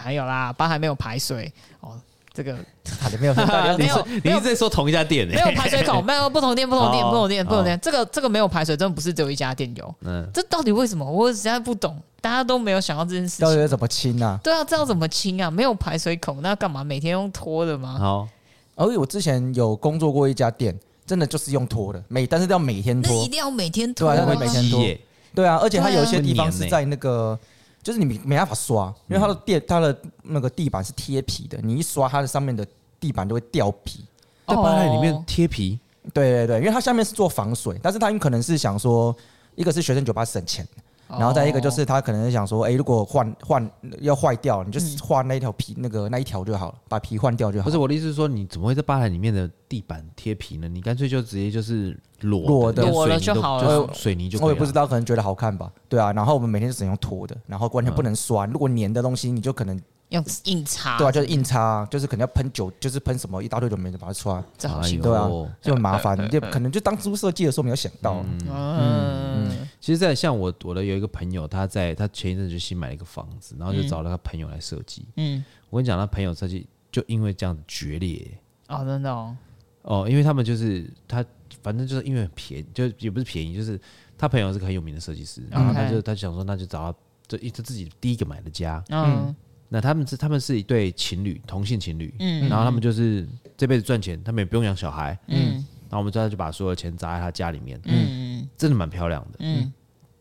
[SPEAKER 2] 还有啦，包还没有排水哦，这个
[SPEAKER 3] 差点没有 到底要
[SPEAKER 2] 没 有
[SPEAKER 1] 你
[SPEAKER 2] 没
[SPEAKER 1] 一
[SPEAKER 2] 有
[SPEAKER 1] 直在说同一家店呢欸
[SPEAKER 2] 没？有排水 口，没有不同店不同店
[SPEAKER 1] 哦
[SPEAKER 2] 不同店不同店
[SPEAKER 1] 哦，
[SPEAKER 2] 这个这个没有排水，真的不是只有一家店有，
[SPEAKER 1] 嗯，
[SPEAKER 2] 这到底为什么？我实在不懂，大家都没有想到这件事
[SPEAKER 3] 到底
[SPEAKER 2] 情。
[SPEAKER 3] 要怎么清啊？
[SPEAKER 2] 对啊，这要怎么清啊？没有排水口，那干嘛每天用拖的吗？
[SPEAKER 1] 好，
[SPEAKER 3] 而且哦我之前有工作过一家店，真的就是用拖的，每但是要每天
[SPEAKER 2] 那一
[SPEAKER 3] 啊拖，
[SPEAKER 2] 定要每天拖
[SPEAKER 3] 对啊
[SPEAKER 2] 啊
[SPEAKER 3] 那会每天
[SPEAKER 1] 鸡
[SPEAKER 3] 多
[SPEAKER 1] 耶
[SPEAKER 3] 对啊，而且它有一嗯些地
[SPEAKER 1] 会
[SPEAKER 3] 方
[SPEAKER 1] 粘
[SPEAKER 3] 是
[SPEAKER 1] 欸
[SPEAKER 3] 在那个，就是你没没办法刷，因为它的地它的那个地板是贴皮的，你一刷它的上面的地板就会掉皮。
[SPEAKER 1] 在吧台里面
[SPEAKER 2] 哦
[SPEAKER 1] 贴皮，
[SPEAKER 3] 对对对，因为它下面是做防水，但是它有可能是想说，一个是学生酒吧省钱，
[SPEAKER 2] 哦
[SPEAKER 3] 然后再一个
[SPEAKER 1] 哦
[SPEAKER 3] 就是他可能是想说，哎、如果换换要坏掉，你就换那一条皮、那个那一条就好了，把皮换掉就好。
[SPEAKER 1] 嗯不是我的意思是说，你怎么会在吧台里面的地板贴皮呢？你干脆就直接就是裸
[SPEAKER 3] 裸的
[SPEAKER 1] 连
[SPEAKER 2] 裸
[SPEAKER 1] 水
[SPEAKER 2] 了
[SPEAKER 1] 泥
[SPEAKER 2] 就
[SPEAKER 1] 都
[SPEAKER 2] 好
[SPEAKER 1] 就
[SPEAKER 2] 了
[SPEAKER 1] 水泥就可以
[SPEAKER 3] 我
[SPEAKER 1] 了
[SPEAKER 3] 也不知道，可能觉得好看吧，对啊。然后我们每天就只能用拖的，然后完全不能刷。如果粘的东西，你就可能
[SPEAKER 2] 用硬擦，
[SPEAKER 3] 对啊，就是硬擦，就是可能要喷酒，就是喷什么一大堆酒没的把 它刷，
[SPEAKER 2] 这好
[SPEAKER 1] 哎
[SPEAKER 2] 辛
[SPEAKER 1] 呦
[SPEAKER 2] 苦。
[SPEAKER 3] 对啊
[SPEAKER 1] 哦，
[SPEAKER 3] 就很麻烦。就可能就当初设计的时候没有想到，
[SPEAKER 2] 嗯，
[SPEAKER 1] 其实，在像我我的有一个朋友，他在他前一阵子就新买了一个房子，然后就找了他朋友来设计。
[SPEAKER 2] 嗯，
[SPEAKER 1] 我跟你讲，他朋友设计就因为这样子决裂欸
[SPEAKER 2] 哦，真的哦，
[SPEAKER 1] 哦，因为他们就是他，反正就是因为很便宜，就也不是便宜，就是他朋友是个很有名的设计师，然后他就他就想说，那就找他，就一他自己第一个买的家。
[SPEAKER 2] 嗯
[SPEAKER 1] 那他们是他们是一对情侣，同性情侣，
[SPEAKER 2] 嗯
[SPEAKER 1] 然后他们就是这辈子赚钱，他们也不用养小孩，
[SPEAKER 2] 嗯
[SPEAKER 1] 然后我们知道就把所有的钱砸在他家里面，
[SPEAKER 2] 嗯
[SPEAKER 1] 真的蛮漂亮的。
[SPEAKER 2] 嗯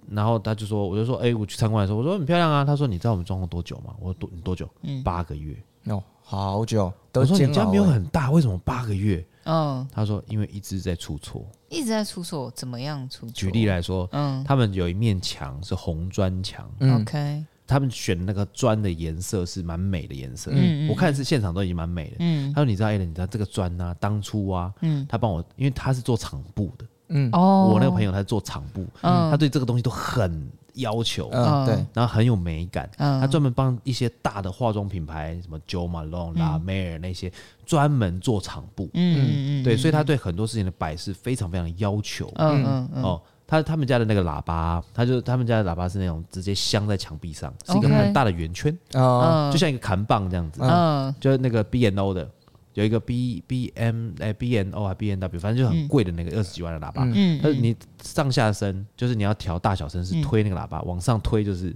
[SPEAKER 1] 然后他就说，我就说，哎、我去参观的时候，我说很漂亮啊。他说，你知道我们装潢多久吗？我说多你多久？
[SPEAKER 2] 嗯
[SPEAKER 1] 八个月。
[SPEAKER 3] 哦，好久
[SPEAKER 1] 我
[SPEAKER 3] 都
[SPEAKER 1] 说
[SPEAKER 3] 煎
[SPEAKER 1] 你家
[SPEAKER 3] 熬
[SPEAKER 1] 没有
[SPEAKER 3] 欸。
[SPEAKER 1] 很大，为什么八个月？
[SPEAKER 2] 嗯，
[SPEAKER 1] 他说，因为一直在出错。
[SPEAKER 2] 一直在出错，怎么样出错？
[SPEAKER 1] 举例，来说，
[SPEAKER 2] 嗯
[SPEAKER 1] 他们有一面墙是红砖墙，
[SPEAKER 3] 嗯
[SPEAKER 2] ，OK，
[SPEAKER 1] 他们选那个砖的颜色是蛮美的颜色。我看是现场都已经蛮美的。
[SPEAKER 2] 嗯
[SPEAKER 1] 他说：“你知道，艾伦，你知道这个砖呢、当初啊，他帮我，因为他是做厂布的，
[SPEAKER 3] 嗯
[SPEAKER 2] 哦，
[SPEAKER 1] 我那个朋友他是做厂布，
[SPEAKER 2] 嗯
[SPEAKER 1] 他对这个东西都很要求。
[SPEAKER 3] 嗯，对，
[SPEAKER 1] 然后很有美感。
[SPEAKER 2] 嗯
[SPEAKER 1] 他专门帮一些大的化妆品牌，什么 Jo Malone、La Mer 那些，专门做场布。
[SPEAKER 2] 嗯嗯嗯嗯，
[SPEAKER 1] 对，所以他对很多事情的摆饰非常非常的要求。
[SPEAKER 2] 嗯嗯嗯，
[SPEAKER 1] 哦，他他们家的那个喇叭，他就他们家的喇叭是那种直接镶在墙壁上，是一个
[SPEAKER 2] OK
[SPEAKER 1] 很大的圆圈，
[SPEAKER 3] 哦，
[SPEAKER 1] 就像一个砍棒这样子。
[SPEAKER 2] 嗯
[SPEAKER 1] 就是那个 B N O 的，有一个 B B M 哎 B N O 还 B N W，反正就很贵的那个二十几万的喇叭。
[SPEAKER 2] 嗯
[SPEAKER 1] 但是你上下声，就是你要调大小声，是推那个喇叭，往上推就是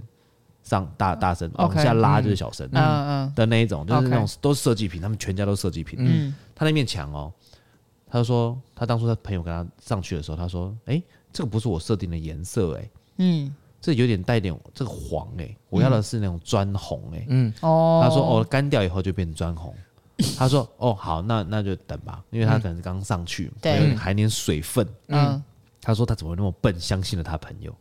[SPEAKER 1] 上大大声，往
[SPEAKER 2] OK，
[SPEAKER 1] 下拉就是小声
[SPEAKER 2] 嗯嗯
[SPEAKER 1] 的那一种，就是
[SPEAKER 2] OK
[SPEAKER 1] 那种都是设计品，他们全家都设计品。
[SPEAKER 2] 嗯
[SPEAKER 1] 他那面墙哦，他就说他当初他朋友跟他上去的时候，他说：“哎、这个不是我设定的颜色、哎，
[SPEAKER 2] 嗯，
[SPEAKER 1] 这有点带点这个黄、哎，我要的是那种砖红、哎、
[SPEAKER 2] 哦，
[SPEAKER 1] 他说：“哦，干掉以后就变砖红。”他说：“哦，好，那那就等吧，因为他可能是刚上去，
[SPEAKER 2] 嗯对
[SPEAKER 1] 可能还连水分。
[SPEAKER 2] 嗯，
[SPEAKER 1] 他说：“他怎么那么笨，相信了他朋友？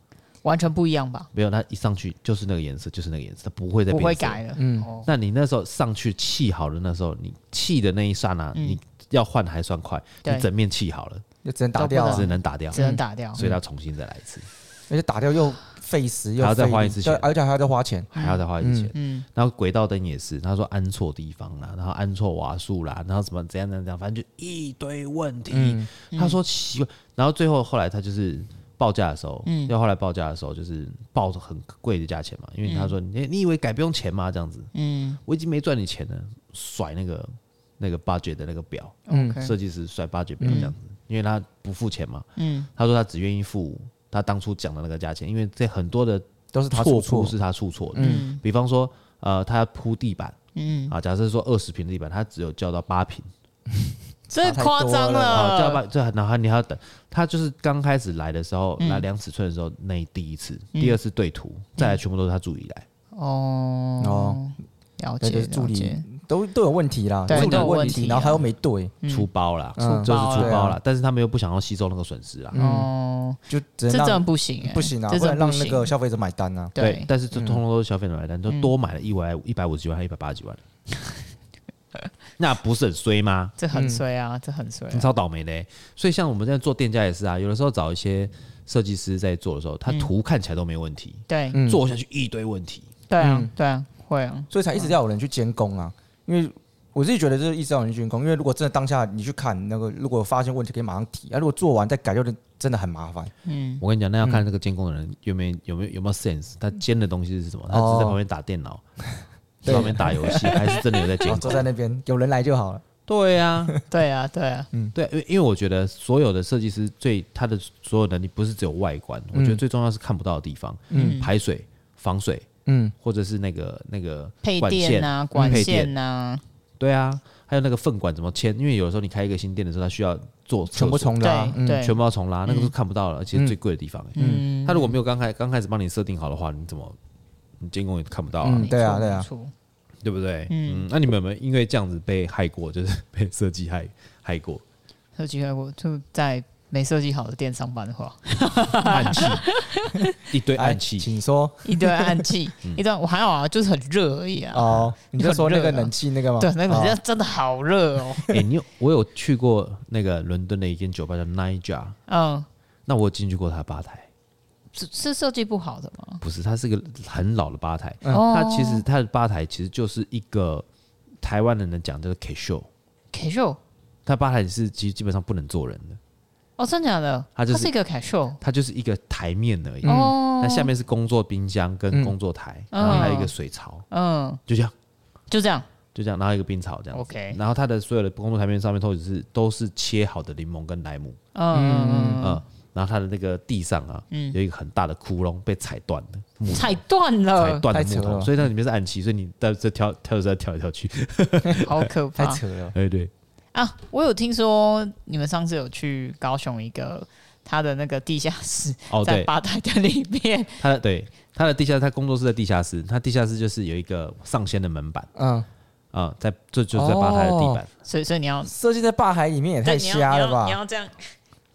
[SPEAKER 2] 完全不一样吧？
[SPEAKER 1] 没有，他一上去就是那个颜色，就是那个颜色，他不会再
[SPEAKER 2] 不
[SPEAKER 1] 变
[SPEAKER 2] 会
[SPEAKER 1] 色
[SPEAKER 2] 改。了，嗯，
[SPEAKER 1] 那你那时候上去砌好了，那时候你砌的那一刹那，你要换还算快，
[SPEAKER 2] 嗯对
[SPEAKER 1] 你整面砌好了，
[SPEAKER 3] 就只能打掉啊
[SPEAKER 1] 只，能打掉，
[SPEAKER 2] 只能打掉，嗯
[SPEAKER 1] 所以他重新再来一次，
[SPEAKER 3] 而且打掉又费时，又
[SPEAKER 1] 还要再
[SPEAKER 3] 费
[SPEAKER 1] 花
[SPEAKER 3] 力
[SPEAKER 1] 一次
[SPEAKER 3] 对
[SPEAKER 1] 钱
[SPEAKER 3] 而且还要再花钱。
[SPEAKER 1] 还要再花一次钱。
[SPEAKER 2] 嗯
[SPEAKER 1] 然后轨道灯也是，他说安错地方啦，然后安错瓦数啦，然后怎么怎样怎样怎样，反正就一堆问题。
[SPEAKER 2] 嗯
[SPEAKER 1] 他说奇怪，然后最后后来他就是报价的时候，
[SPEAKER 2] 嗯
[SPEAKER 1] 要后来报价的时候就是报很贵的价钱嘛，因为他说、你你以为改不用钱吗？这样子，
[SPEAKER 2] 嗯
[SPEAKER 1] 我已经没赚你钱了，甩那个那个 budget 的那个表，
[SPEAKER 3] 嗯
[SPEAKER 2] ，OK，
[SPEAKER 1] 设计师甩 budget 表这样子，因为他不付钱嘛，
[SPEAKER 2] 嗯
[SPEAKER 1] 他说他只愿意付他当初讲的那个价钱，因为在很多的
[SPEAKER 3] 都是他
[SPEAKER 1] 错
[SPEAKER 3] 出
[SPEAKER 1] 误
[SPEAKER 3] 错，
[SPEAKER 1] 是他出错的，
[SPEAKER 2] 嗯
[SPEAKER 1] 比方说呃他要铺地板。
[SPEAKER 2] 嗯，
[SPEAKER 1] 啊，假设说二十平的地板，他只有叫到八平，
[SPEAKER 2] 这夸张
[SPEAKER 1] 啊，叫到八，
[SPEAKER 2] 了，
[SPEAKER 1] 这然后你还要等，他就是刚开始来的时候，来量尺寸的时候，那第一次，第二次对图，再来全部都是他助理来，
[SPEAKER 2] 哦
[SPEAKER 3] 哦，
[SPEAKER 2] 了
[SPEAKER 3] 对，
[SPEAKER 2] 解，
[SPEAKER 3] 就是助
[SPEAKER 2] 了解
[SPEAKER 3] 理都都有问题啦，
[SPEAKER 2] 对
[SPEAKER 3] 助理
[SPEAKER 2] 都有
[SPEAKER 3] 有问
[SPEAKER 2] 问
[SPEAKER 3] 题，
[SPEAKER 2] 题
[SPEAKER 3] 然后
[SPEAKER 2] 啊
[SPEAKER 3] 还有没对，
[SPEAKER 1] 出包啦，
[SPEAKER 3] 嗯
[SPEAKER 1] 就是出
[SPEAKER 3] 对
[SPEAKER 1] 包
[SPEAKER 3] 啊
[SPEAKER 1] 啦，但是他们又不想要吸收那个损失啦，
[SPEAKER 2] 哦，
[SPEAKER 3] 就只
[SPEAKER 2] 这
[SPEAKER 3] 能
[SPEAKER 2] 真的
[SPEAKER 3] 嗯让
[SPEAKER 2] 不行欸，
[SPEAKER 3] 不行啊，
[SPEAKER 2] 这
[SPEAKER 3] 不
[SPEAKER 2] 真的
[SPEAKER 3] 能让
[SPEAKER 2] 不
[SPEAKER 3] 那
[SPEAKER 2] 行
[SPEAKER 3] 个消费者买单啊。
[SPEAKER 1] 对
[SPEAKER 2] 对，，
[SPEAKER 1] 但是这通通都是消费者买单，就多买了一百一百五十几万还一百八十几万，那不是很衰吗？
[SPEAKER 2] 这
[SPEAKER 3] 嗯
[SPEAKER 2] 很衰啊，这很衰啊，
[SPEAKER 1] 超倒霉的欸、所以像我们现在做店家也是啊，有的时候找一些设计师在做的时候，他图看起来都没问题，
[SPEAKER 2] 对
[SPEAKER 3] 嗯
[SPEAKER 1] 做下去一堆问题。
[SPEAKER 2] 对啊
[SPEAKER 3] 嗯，
[SPEAKER 2] 对啊，会啊，
[SPEAKER 3] 所以才一直要有人去监工啊，因为我自己觉得就是意识到你去工，因为如果真的当下你去看那个，如果发现问题可以马上提，啊，如果做完再改，就是真的很麻 烦。
[SPEAKER 1] 我跟你讲，那要看这个监工的人有没有有没有有没有 sense，他监的东西是什么？他只是在旁边打电脑，在旁边打游戏，还是真的有在监
[SPEAKER 3] 然
[SPEAKER 1] 工
[SPEAKER 3] 后坐？在那边，有人来就好了。
[SPEAKER 1] 对呀，
[SPEAKER 2] 对啊，对
[SPEAKER 3] 嗯
[SPEAKER 2] 啊，
[SPEAKER 1] 对，因为因为我觉得所有的设计师最他的所有能力不是只有外观，我觉得最重要是看不到的地方，排水、防水，
[SPEAKER 3] 嗯，
[SPEAKER 1] 或者是那个那个
[SPEAKER 2] 配
[SPEAKER 1] 管线嗯
[SPEAKER 2] 电啊，管
[SPEAKER 1] 配电
[SPEAKER 2] 线啊，
[SPEAKER 1] 对啊，还有那个粪管怎么牵，因为有时候你开一个新店的时候，它需要做厕
[SPEAKER 3] 全部
[SPEAKER 1] 所
[SPEAKER 3] 重来啊。
[SPEAKER 2] 对
[SPEAKER 3] 嗯
[SPEAKER 2] 对嗯
[SPEAKER 1] 全部要重拉，那个是看不到了，而且是最贵的地方、欸。嗯，他如果没有刚开刚开始帮你设定好的话，你怎么你监工也看不到啊，
[SPEAKER 3] 嗯对啊
[SPEAKER 2] 没错
[SPEAKER 3] 对啊
[SPEAKER 2] 没错
[SPEAKER 1] 对不对？嗯，那你们有没有因为这样子被害过，就是 被设计害害过，
[SPEAKER 2] 设计外国就在没设计好的店上班的话，
[SPEAKER 1] 暗 器一堆
[SPEAKER 3] 哎
[SPEAKER 1] 暗器，
[SPEAKER 3] 请说
[SPEAKER 2] 一堆暗器，
[SPEAKER 3] 嗯
[SPEAKER 2] 一段我还好啊，就是很热而已啊。
[SPEAKER 3] 哦，你就说那个
[SPEAKER 2] 很热啊
[SPEAKER 3] 冷气那个吗？
[SPEAKER 2] 对，那个
[SPEAKER 3] 哦
[SPEAKER 2] 好像真的好热哦。
[SPEAKER 1] 哎、你有我有去过那个伦敦的一间酒吧叫 Nija，
[SPEAKER 2] 嗯，
[SPEAKER 1] 那我有进去过他的吧台，
[SPEAKER 2] 是是设计不好的吗？
[SPEAKER 1] 不是，它是一个很老的吧台，
[SPEAKER 2] 哦
[SPEAKER 1] 它其实它的吧台其实就是一个台湾人的讲叫做 K show，
[SPEAKER 2] casual
[SPEAKER 1] 它吧台是基基本上不能坐人的，
[SPEAKER 2] 哦，真假的？
[SPEAKER 1] 它就是
[SPEAKER 2] 是一个 casual
[SPEAKER 1] 它就是一个台面而已。
[SPEAKER 2] 哦，
[SPEAKER 1] 那下面是工作冰箱跟工作台，
[SPEAKER 2] 嗯
[SPEAKER 1] 然后还有一个水槽，
[SPEAKER 2] 嗯，
[SPEAKER 1] 就这样，
[SPEAKER 2] 就这样。
[SPEAKER 1] 就这样，然后一个冰槽这样子。
[SPEAKER 2] OK
[SPEAKER 1] 然后它的所有的工作台面上面都只是都是切好的柠檬跟莱姆，
[SPEAKER 2] 嗯，
[SPEAKER 1] 嗯，然后它的那个地上啊，有一个很大的窟窿被踩断的木头
[SPEAKER 2] 踩断
[SPEAKER 1] 踩
[SPEAKER 2] 了，
[SPEAKER 1] 断的
[SPEAKER 3] 太扯
[SPEAKER 1] 木头，
[SPEAKER 3] 了
[SPEAKER 1] 所以那里面是暗器，所以你在这跳跳的时候跳来跳去。
[SPEAKER 2] 好可
[SPEAKER 3] 太
[SPEAKER 2] 怕
[SPEAKER 3] 扯了。
[SPEAKER 1] 哎，对，
[SPEAKER 2] 啊！我有听说你们上次有去高雄一个他的那个地下室，
[SPEAKER 1] 哦
[SPEAKER 2] 在
[SPEAKER 1] 对，
[SPEAKER 2] 吧台的里面，
[SPEAKER 1] 他的对他的地下，他工作室在地下室，他地下室就是有一个上掀的门板
[SPEAKER 3] 嗯，
[SPEAKER 1] 啊、在这就是在吧台的地板，
[SPEAKER 2] 所以所以你要
[SPEAKER 3] 设计在霸海里面也太
[SPEAKER 2] 对你要
[SPEAKER 3] 瞎
[SPEAKER 2] 你
[SPEAKER 3] 了
[SPEAKER 2] 要你
[SPEAKER 3] 吧？
[SPEAKER 2] 要这样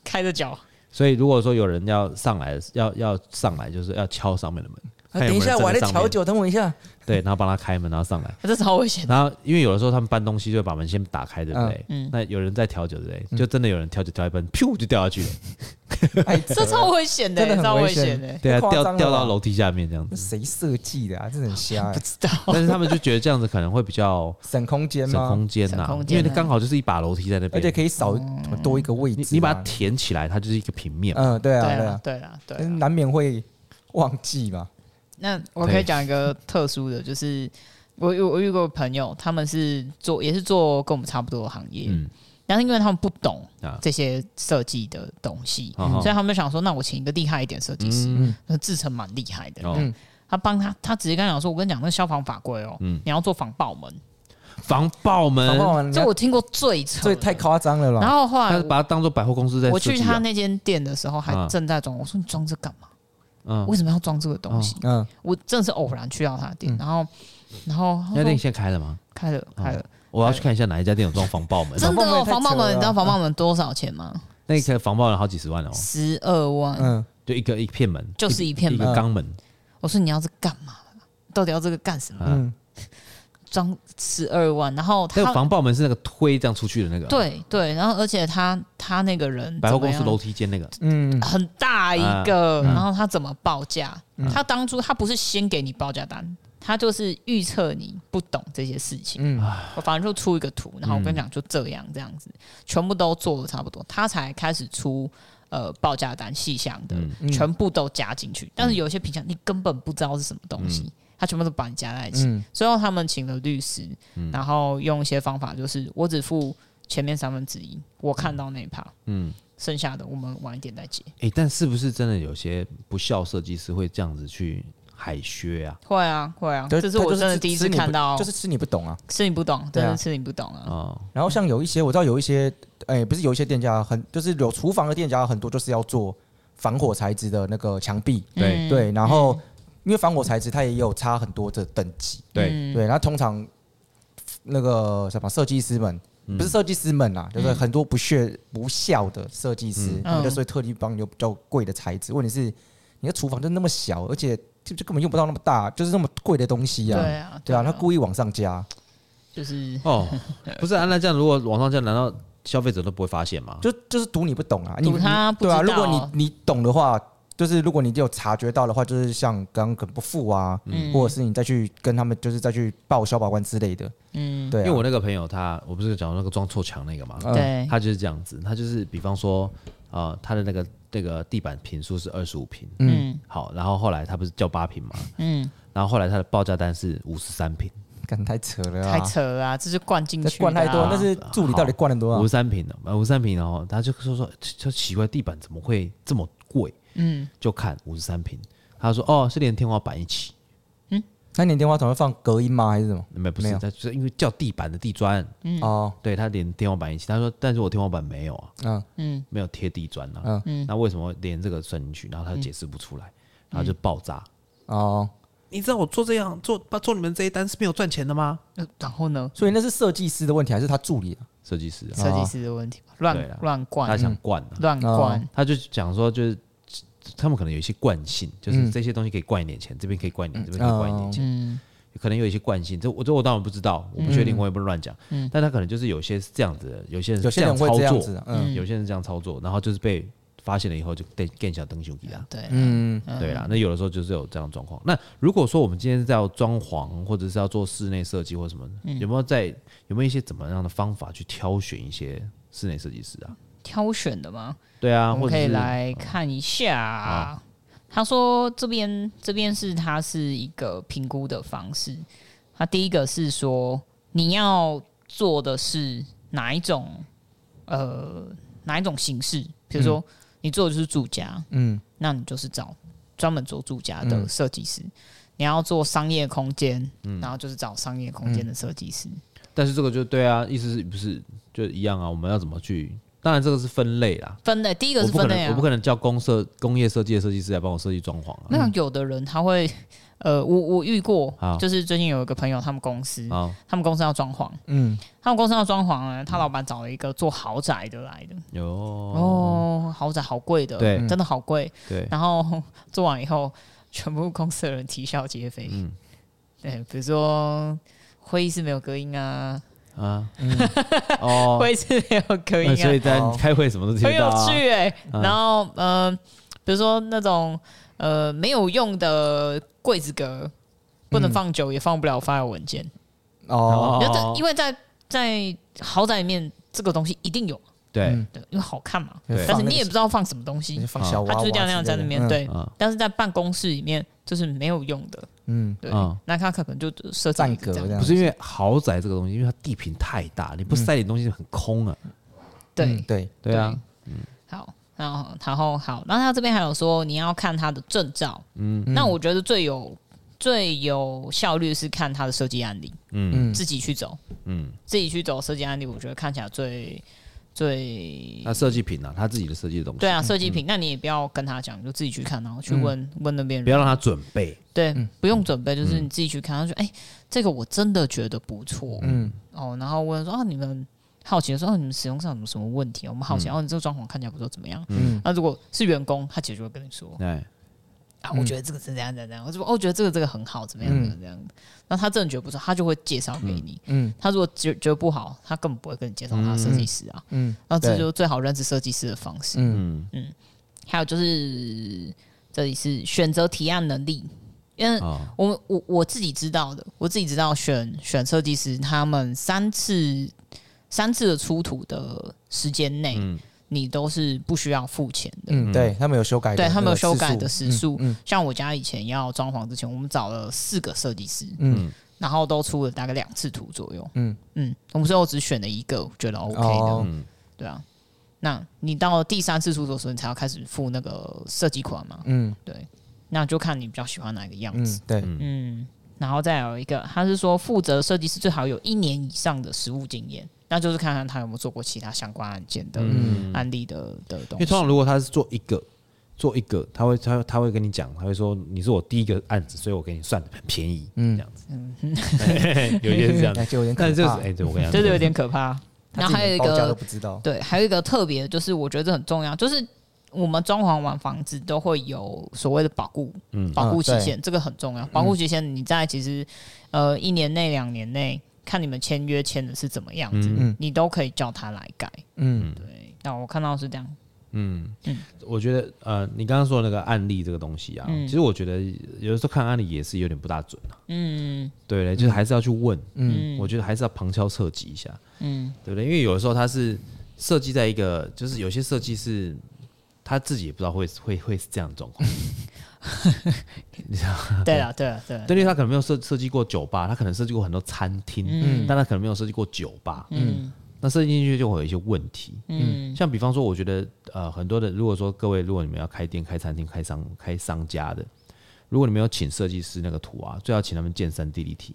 [SPEAKER 2] 开着脚，
[SPEAKER 1] 所以如果说有人要上来，要要上来，就是要敲上面的门，
[SPEAKER 3] 啊
[SPEAKER 1] 看有没有人站上面，
[SPEAKER 3] 等我一下。
[SPEAKER 1] 对，然后帮他开门，然后上来。
[SPEAKER 2] 这超危险的。
[SPEAKER 1] 然后，因为有的时候他们搬东西就会把门先打开，对不对？那有人在调酒，对不对？就真的有人调酒调一半，噗就掉下去了。
[SPEAKER 3] 哎，
[SPEAKER 2] 这超危险的、
[SPEAKER 3] 真的很
[SPEAKER 2] 超危
[SPEAKER 3] 危险
[SPEAKER 2] 险的、
[SPEAKER 1] 对啊
[SPEAKER 3] 太，夸
[SPEAKER 1] 掉
[SPEAKER 3] 张了
[SPEAKER 1] 掉到
[SPEAKER 3] 吧
[SPEAKER 1] 楼梯下面这样子。
[SPEAKER 3] 谁设计的啊？这很瞎欸
[SPEAKER 2] 不，知道，
[SPEAKER 1] 但是他们就觉得这样子可能会比较
[SPEAKER 3] 省空间
[SPEAKER 1] 省
[SPEAKER 3] 吗？
[SPEAKER 1] 空间呐、
[SPEAKER 2] 省空
[SPEAKER 1] 因
[SPEAKER 2] 间啊
[SPEAKER 1] 为它刚好就是一把楼梯在那
[SPEAKER 3] 而
[SPEAKER 1] 边，
[SPEAKER 3] 且可以少
[SPEAKER 2] 嗯
[SPEAKER 3] 多一个位置
[SPEAKER 1] 你
[SPEAKER 3] 啊。
[SPEAKER 1] 你把它填起来，它就是一个平面嘛。
[SPEAKER 3] 嗯，对
[SPEAKER 2] 对
[SPEAKER 3] 啊，对啊
[SPEAKER 2] 啦，，对啦，对
[SPEAKER 3] 但是
[SPEAKER 2] 啦。
[SPEAKER 3] 难免会忘记嘛。
[SPEAKER 2] 那我可以讲一个特殊的，就是我有我遇过朋友，他们是做也是做跟我们差不多的行业，
[SPEAKER 1] 嗯
[SPEAKER 2] 但是因为他们不懂
[SPEAKER 1] 啊
[SPEAKER 2] 这些设计的东西，
[SPEAKER 1] 嗯
[SPEAKER 2] 所以他们就想说，那我请一个厉害一点设计师，那志成蛮厉害的，
[SPEAKER 1] 哦
[SPEAKER 3] 嗯，
[SPEAKER 2] 他帮他，他直接跟他讲说，我跟你讲，那消防法规哦，
[SPEAKER 1] 嗯
[SPEAKER 2] 你要做防爆门，
[SPEAKER 1] 防爆
[SPEAKER 3] 防爆
[SPEAKER 1] 门，
[SPEAKER 3] 完，
[SPEAKER 2] 这我听过最扯的，
[SPEAKER 3] 这嗯太夸张了
[SPEAKER 2] 然
[SPEAKER 3] 吧？
[SPEAKER 2] 后后来
[SPEAKER 1] 他
[SPEAKER 2] 我
[SPEAKER 1] 是把它当做百货公司在
[SPEAKER 2] 我
[SPEAKER 1] 设
[SPEAKER 2] 去
[SPEAKER 1] 计
[SPEAKER 2] 他
[SPEAKER 1] 啊。
[SPEAKER 2] 那间店的时候，还
[SPEAKER 1] 啊
[SPEAKER 2] 正在装。我说你装这干嘛？
[SPEAKER 1] 嗯，
[SPEAKER 2] 为什么要装这个东西？
[SPEAKER 1] 啊
[SPEAKER 3] 嗯，
[SPEAKER 2] 我真的是偶然去到他的店，然后，然后他
[SPEAKER 1] 嗯那
[SPEAKER 2] 说
[SPEAKER 1] 店现在开了吗？
[SPEAKER 2] 开了开了，
[SPEAKER 1] 我要去看一下哪一家店有装防爆门。
[SPEAKER 2] 真的哦，防
[SPEAKER 3] 防爆
[SPEAKER 2] 爆
[SPEAKER 3] 门也太扯了
[SPEAKER 2] 门，你知道防爆门多少钱吗？
[SPEAKER 1] 那个防爆门好几十万哦，
[SPEAKER 2] 十二万。
[SPEAKER 3] 嗯，
[SPEAKER 1] 就一个一片门，
[SPEAKER 2] 就是一片门嗯
[SPEAKER 1] 一个钢门。
[SPEAKER 2] 我说你要这干嘛？到底要这个干什么？
[SPEAKER 3] 嗯，
[SPEAKER 2] 装十二万，然后
[SPEAKER 1] 那个
[SPEAKER 2] 他
[SPEAKER 1] 防爆门是那个推这样出去的那个，，
[SPEAKER 2] 对对，然后而且他他那个人
[SPEAKER 1] 啊百货公
[SPEAKER 2] 怎
[SPEAKER 1] 司
[SPEAKER 2] 么样
[SPEAKER 1] 楼梯间那个。
[SPEAKER 3] 嗯，啊
[SPEAKER 2] 很大一个，然后他怎么报价？
[SPEAKER 3] 嗯
[SPEAKER 2] 他当初他不是先给你报价单，他就是预测你不懂这些事情，
[SPEAKER 3] 嗯
[SPEAKER 2] 我反正就出一个图，然后我跟你讲就这样这样子，全部都做的差不多，他才开始出。呃，报价单细项的、
[SPEAKER 3] 嗯
[SPEAKER 2] 全部都加进去，但是有一些品项你根本不知道是什么东西，他全部都把你加在一起。
[SPEAKER 3] 嗯
[SPEAKER 2] 最后他们请了律师，然后用一些方法，就是我只付前面三分之一，我看到那一趴，
[SPEAKER 1] 嗯，
[SPEAKER 2] 剩下的我们晚一点再结。
[SPEAKER 1] 哎，但是不是真的有些不孝设计师会这样子去海削啊？
[SPEAKER 2] 会啊，会啊，
[SPEAKER 3] 对
[SPEAKER 2] 这是
[SPEAKER 3] 他
[SPEAKER 2] 我
[SPEAKER 3] 就
[SPEAKER 2] 真的第一
[SPEAKER 3] 吃
[SPEAKER 2] 次
[SPEAKER 3] 你不
[SPEAKER 2] 看到，
[SPEAKER 3] 就是吃你不懂啊。
[SPEAKER 2] 吃你不懂，
[SPEAKER 3] 对
[SPEAKER 2] 真
[SPEAKER 3] 啊
[SPEAKER 2] 的吃你不懂啊。
[SPEAKER 1] 哦，
[SPEAKER 3] 然后像有一些我知道有一些，哎，不是有一些店家很就是有厨房的店家很多就是要做防火材质的那个墙壁，
[SPEAKER 1] 对
[SPEAKER 2] 嗯
[SPEAKER 3] 对，然后因为防火材质它也有差很多的等级，
[SPEAKER 1] 对，
[SPEAKER 2] 嗯
[SPEAKER 3] 对，那通常那个什么设计师们，
[SPEAKER 1] 嗯
[SPEAKER 3] 不是设计师们啊，就是很多不屑不孝的设计师，
[SPEAKER 1] 嗯
[SPEAKER 3] 他们就是会特地帮你用比较贵的材质。问题是你的厨房就那么小，而且就就根本用不到那么大，就是那么贵的东西
[SPEAKER 2] 对
[SPEAKER 3] 啊。
[SPEAKER 2] 啊，
[SPEAKER 3] 对啊，他故意往上加，
[SPEAKER 2] 就是
[SPEAKER 1] 哦，不是啊，那这样如果网上这样，难道消费者都不会发现吗？
[SPEAKER 3] 就就是赌你不懂啊，你
[SPEAKER 2] 赌他
[SPEAKER 3] 你
[SPEAKER 2] 不知
[SPEAKER 3] 对
[SPEAKER 2] 道
[SPEAKER 3] 啊。如果你你懂的话，就是如果你有察觉到的话，就是像刚刚可能不付啊，
[SPEAKER 1] 嗯
[SPEAKER 3] 或者是你再去跟他们就是再去报消保官之类的，嗯，对、啊，嗯
[SPEAKER 1] 因为我那个朋友他，我不是讲那个撞错墙那个嘛，
[SPEAKER 2] 对，
[SPEAKER 1] 他就是这样子，他就是比方说，呃，他的那个那个地板平数是二十五平，嗯，好，然后后来他不是叫八平嘛，嗯，然后后来他的报价单是五十三平，
[SPEAKER 3] 干太扯了、啊，
[SPEAKER 2] 太扯了啊，这是灌进
[SPEAKER 3] 这
[SPEAKER 2] 去的啊，
[SPEAKER 3] 灌太多，但是助理到底灌了多
[SPEAKER 1] 五
[SPEAKER 3] 少
[SPEAKER 1] 十？三平的，五十三平，然后他就说说，就奇怪地板怎么会这么贵？嗯，就看五十三平，他说哦是连天花板一起，
[SPEAKER 3] 那你的电话筒会放隔音吗？还是什么？
[SPEAKER 1] 没有不
[SPEAKER 3] 没
[SPEAKER 1] 是，
[SPEAKER 3] 有
[SPEAKER 1] 他就是因为叫地板的地砖，
[SPEAKER 2] 嗯
[SPEAKER 3] 哦，
[SPEAKER 1] 对他连天花板一起，他说但是我天花板没有啊，
[SPEAKER 3] 嗯
[SPEAKER 1] 没有贴地砖啊，那为什么连这个算进去？然后他解释不出来，然后就爆炸。
[SPEAKER 3] 哦，
[SPEAKER 1] 你知道我做这样做做你们这一单是没有赚钱的吗？
[SPEAKER 2] 呃然后呢，
[SPEAKER 3] 所以那是设计师的问题还是他助理、啊？
[SPEAKER 1] 设计师啊、
[SPEAKER 2] 设计师的问题吧，
[SPEAKER 1] 对啦
[SPEAKER 2] 乱乱
[SPEAKER 1] 他
[SPEAKER 2] 灌，
[SPEAKER 1] 想惯啊，
[SPEAKER 2] 乱
[SPEAKER 3] 哦
[SPEAKER 2] 灌，
[SPEAKER 1] 他就讲说就是。他们可能有一些惯性，就是这些东西可以灌一点钱，这边可以灌一点，这边可以灌一点钱，
[SPEAKER 2] 嗯
[SPEAKER 1] 可能有一些惯性。这我这我当然不知道，我不确定，我也不能乱讲。
[SPEAKER 2] 嗯
[SPEAKER 1] 但他可能就是有些是这样子的，有些人
[SPEAKER 3] 有
[SPEAKER 1] 是
[SPEAKER 3] 些人
[SPEAKER 1] 样
[SPEAKER 3] 会
[SPEAKER 1] 操
[SPEAKER 3] 这样
[SPEAKER 1] 作，
[SPEAKER 3] 子啊，嗯
[SPEAKER 1] 有些人是这样操作，然后就是被发现了以后就更更小灯熊给他。
[SPEAKER 2] 对，啊
[SPEAKER 3] 嗯，
[SPEAKER 1] 对啦，那有的时候就是有这样的状况。那如果说我们今天是要装潢，或者是要做室内设计或什么，
[SPEAKER 2] 嗯
[SPEAKER 1] 有没有在有没有一些怎么样的方法去挑选一些室内设计师啊？
[SPEAKER 2] 挑选的吗？
[SPEAKER 1] 对啊，或
[SPEAKER 2] 我们
[SPEAKER 1] 者
[SPEAKER 2] 可以
[SPEAKER 1] 是
[SPEAKER 2] 来看一下。他说这边这边是他是一个评估的方式。他第一个是说你要做的是哪一种呃哪一种形式，比如说
[SPEAKER 1] 嗯
[SPEAKER 2] 你做的就是住家，嗯，那你就是找专门做住家
[SPEAKER 1] 嗯
[SPEAKER 2] 的设计师。你要做商业空间，然后就是找商业空间
[SPEAKER 1] 嗯
[SPEAKER 2] 的设计师。
[SPEAKER 1] 但是这个就对啊，意思是不是就一样啊？我们要怎么去？当然这个是分类啦，
[SPEAKER 2] 分类第一个
[SPEAKER 1] 我
[SPEAKER 2] 是
[SPEAKER 1] 不可
[SPEAKER 2] 分类
[SPEAKER 1] 能
[SPEAKER 2] 啊，
[SPEAKER 1] 我不可能叫公设工业设计的设计师来帮我设计装潢啊。
[SPEAKER 2] 那有的人他会， 呃，我我遇过
[SPEAKER 1] 好，
[SPEAKER 2] 就是最近有一个朋友，他们公司，
[SPEAKER 1] 啊，
[SPEAKER 2] 他们公司要装潢，
[SPEAKER 3] 嗯，
[SPEAKER 2] 他们公司要装潢
[SPEAKER 1] 嗯
[SPEAKER 2] 呢，他老板找了一个做豪宅的来的，
[SPEAKER 1] 有
[SPEAKER 2] 哦，豪宅好贵的，
[SPEAKER 1] 对
[SPEAKER 2] 真的好贵。
[SPEAKER 1] 对，
[SPEAKER 2] 然后 做完以后，全部公司的人啼笑皆非，
[SPEAKER 1] 嗯
[SPEAKER 2] 对，比如说会议室没有隔音啊，
[SPEAKER 1] 啊，哦，
[SPEAKER 2] 会议室没有隔音
[SPEAKER 1] 那所
[SPEAKER 2] 啊
[SPEAKER 1] 以，在
[SPEAKER 3] 哦
[SPEAKER 1] 开会什么都听
[SPEAKER 2] 很
[SPEAKER 1] 得到
[SPEAKER 2] 有
[SPEAKER 1] 啊。
[SPEAKER 2] 趣哎、然后呃，比如说那种呃没有用的柜子格，不能放久，也放不了发 i 文件。
[SPEAKER 3] 哦，
[SPEAKER 2] 然后这因为在在豪宅里面，这个东西一定有，
[SPEAKER 1] 对
[SPEAKER 3] 嗯
[SPEAKER 2] 对，因为好看嘛。
[SPEAKER 1] 对
[SPEAKER 2] 但是你也不知道放什么东西
[SPEAKER 3] 你，放小
[SPEAKER 2] 它
[SPEAKER 3] 娃娃
[SPEAKER 2] 就是
[SPEAKER 3] 之类的，
[SPEAKER 2] 这样那样在那边
[SPEAKER 3] 嗯，
[SPEAKER 2] 对。
[SPEAKER 1] 啊
[SPEAKER 2] 但是在办公室里面，就是没有用的，
[SPEAKER 3] 嗯，
[SPEAKER 2] 对
[SPEAKER 1] 嗯。
[SPEAKER 2] 那它可能就设计
[SPEAKER 3] 站
[SPEAKER 2] 一个
[SPEAKER 3] 格
[SPEAKER 2] 这
[SPEAKER 3] 这
[SPEAKER 2] 样，
[SPEAKER 3] 样，
[SPEAKER 1] 不是因为豪宅这个东西，因为它地坪太大，你不塞点东西很空啊。
[SPEAKER 3] 嗯
[SPEAKER 2] 对，
[SPEAKER 3] 对，
[SPEAKER 1] 对啊，
[SPEAKER 2] 好，然后然后好，那他这边还有说你要看他的证照，嗯，那我觉得最有最有效率是看他的设计案例，
[SPEAKER 1] 嗯
[SPEAKER 3] 嗯
[SPEAKER 2] 自己去走，
[SPEAKER 1] 嗯，
[SPEAKER 2] 自己去走设计案例，我觉得看起来最最
[SPEAKER 1] 那设计品啊，他自己的设计的东西，
[SPEAKER 2] 对啊，设计品，那你也不要跟他讲，就自己去看，然后去问、问那边
[SPEAKER 1] 嗯不要
[SPEAKER 2] 人，
[SPEAKER 1] 让他嗯准备。
[SPEAKER 2] 对，不用准备，就是你自己去看，他说，哎、这个我真的觉得不错，
[SPEAKER 3] 嗯，
[SPEAKER 2] 哦，然后问说啊，你们好奇的说，哦、你们使用上有什么问题？我们好
[SPEAKER 1] 嗯
[SPEAKER 2] 奇，哦，你这个装潢看起来不错，怎么样？
[SPEAKER 3] 嗯
[SPEAKER 2] 那如果是员工，他其实就会跟你说
[SPEAKER 1] 哎，
[SPEAKER 2] 啊，我觉
[SPEAKER 3] 嗯
[SPEAKER 2] 得这个是怎样怎样怎样，我说哦，我觉得这个这个很好，怎么样怎么样怎样。那他真的觉得不错，他就会介绍给你。
[SPEAKER 3] 嗯
[SPEAKER 2] 他如果觉觉得不好，他根本不会跟你介绍他的设计师啊。
[SPEAKER 3] 嗯，
[SPEAKER 2] 那这
[SPEAKER 3] 对
[SPEAKER 2] 就是最好认识设计师的方式。
[SPEAKER 1] 嗯，
[SPEAKER 2] 还有就是这里是选择提案能力，因为
[SPEAKER 1] 啊，
[SPEAKER 2] 我们我我自己知道的，我自己知道选选设计师，他们三次三次的出土的时间内，
[SPEAKER 1] 嗯
[SPEAKER 2] 你都是不需要付钱的。
[SPEAKER 3] 嗯，对他们有修改的
[SPEAKER 2] 对
[SPEAKER 3] 那个次数，
[SPEAKER 2] 他们有修改的时数，
[SPEAKER 3] 嗯
[SPEAKER 2] 像我家以前要装潢之前，我们找了四个设计师，
[SPEAKER 3] 嗯
[SPEAKER 2] 然后都出了大概两次图左右。
[SPEAKER 3] 嗯
[SPEAKER 2] 嗯，我们最后只选了一个，我觉得 OK 的，
[SPEAKER 3] 哦
[SPEAKER 1] 嗯
[SPEAKER 2] 对啊。那你到第三次出图的时候，你才要开始付那个设计款嘛？
[SPEAKER 3] 嗯
[SPEAKER 2] 对，那就看你比较喜欢哪个样子。
[SPEAKER 3] 嗯，对，
[SPEAKER 2] 嗯，然后再有一个，他是说负责设计师最好有一年以上的实务经验，那就是看看他有没有做过其他相关案件的、
[SPEAKER 3] 嗯
[SPEAKER 2] 案例的的
[SPEAKER 1] 因
[SPEAKER 2] 东
[SPEAKER 1] 为
[SPEAKER 2] 西
[SPEAKER 1] 通。常如果他是做一个。做一个，他会他他会跟你讲，他会说你是我第一个案子，所以我给你算的很便宜，这样子， 有一些 是这样
[SPEAKER 3] 那
[SPEAKER 1] 子，
[SPEAKER 3] 就有点可
[SPEAKER 1] 但是
[SPEAKER 3] 怕，
[SPEAKER 1] 就是哎，对我跟你讲，
[SPEAKER 2] 这就有点可怕。
[SPEAKER 3] 他
[SPEAKER 2] 然后
[SPEAKER 3] 自己
[SPEAKER 2] 还有一
[SPEAKER 3] 连报价都
[SPEAKER 2] 个
[SPEAKER 3] 不知道，
[SPEAKER 2] 对，还有一个特别，就是我觉得这很重要，就是我们装潢完房子都会有所谓的保固，
[SPEAKER 1] 嗯
[SPEAKER 2] 保固
[SPEAKER 3] 嗯
[SPEAKER 2] 期限，这个很重要。保固期限你在其实呃一年内、两年内，看你们签约签的是怎么样子，
[SPEAKER 3] 嗯
[SPEAKER 2] 你都可以叫他来改。
[SPEAKER 3] 嗯
[SPEAKER 2] 对，那我看到是这样，
[SPEAKER 1] 我觉得呃，你刚刚说的那个案例这个东西啊，其实我觉得有的时候看案例也是有点不大准啊。嗯，对嘞，就是还是要去问。嗯，我觉得还是要旁敲侧击一下。嗯，对不对？因为有的时候它是设计在一个，就是有些设计是他自己也不知道会会会是这样的状况。
[SPEAKER 2] 对了，对了，对了，
[SPEAKER 1] 对，因为他可能没有设设计过酒吧，他可能设计过很多餐厅，但他可能没有设计过酒吧。嗯，那设计进去就会有一些问题。
[SPEAKER 2] 嗯
[SPEAKER 1] 像比方说，我觉得呃，很多的，如果说各位，如果你们要开店、开餐厅、开商、开商家的，如果你们有请设计师那个图啊，最好请他们见山地立体，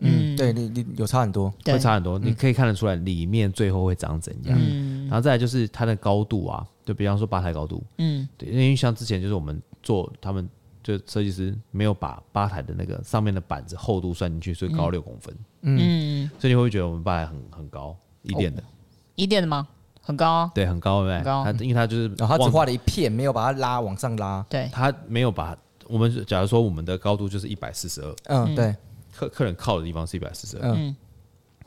[SPEAKER 3] 嗯，对你你有差很多，
[SPEAKER 2] 对嗯
[SPEAKER 1] 会差很多。你可以看得出来里面最后会长怎样。然后再来就是它的高度啊，就比方说吧台高度，
[SPEAKER 2] 嗯
[SPEAKER 1] 对，因为像之前就是我们做他们就设计师没有把吧台的那个上面的板子厚度算进去，所以高六公分，
[SPEAKER 2] 嗯，哦
[SPEAKER 1] 所以你会不会觉得我们吧台很很高一点的，
[SPEAKER 2] 一店的吗？很高啊，
[SPEAKER 1] 对，很高，对不
[SPEAKER 2] 很
[SPEAKER 1] 对？
[SPEAKER 2] 高
[SPEAKER 1] 它因为它就是
[SPEAKER 3] 然后他只
[SPEAKER 1] 往
[SPEAKER 3] 画了一片，没有把它拉往上拉。
[SPEAKER 2] 对，
[SPEAKER 1] 他没有把我们假如说我们的高度就是一百四十二，
[SPEAKER 3] 嗯，对，
[SPEAKER 1] 客客人靠的地方是一百四十二，
[SPEAKER 3] 嗯，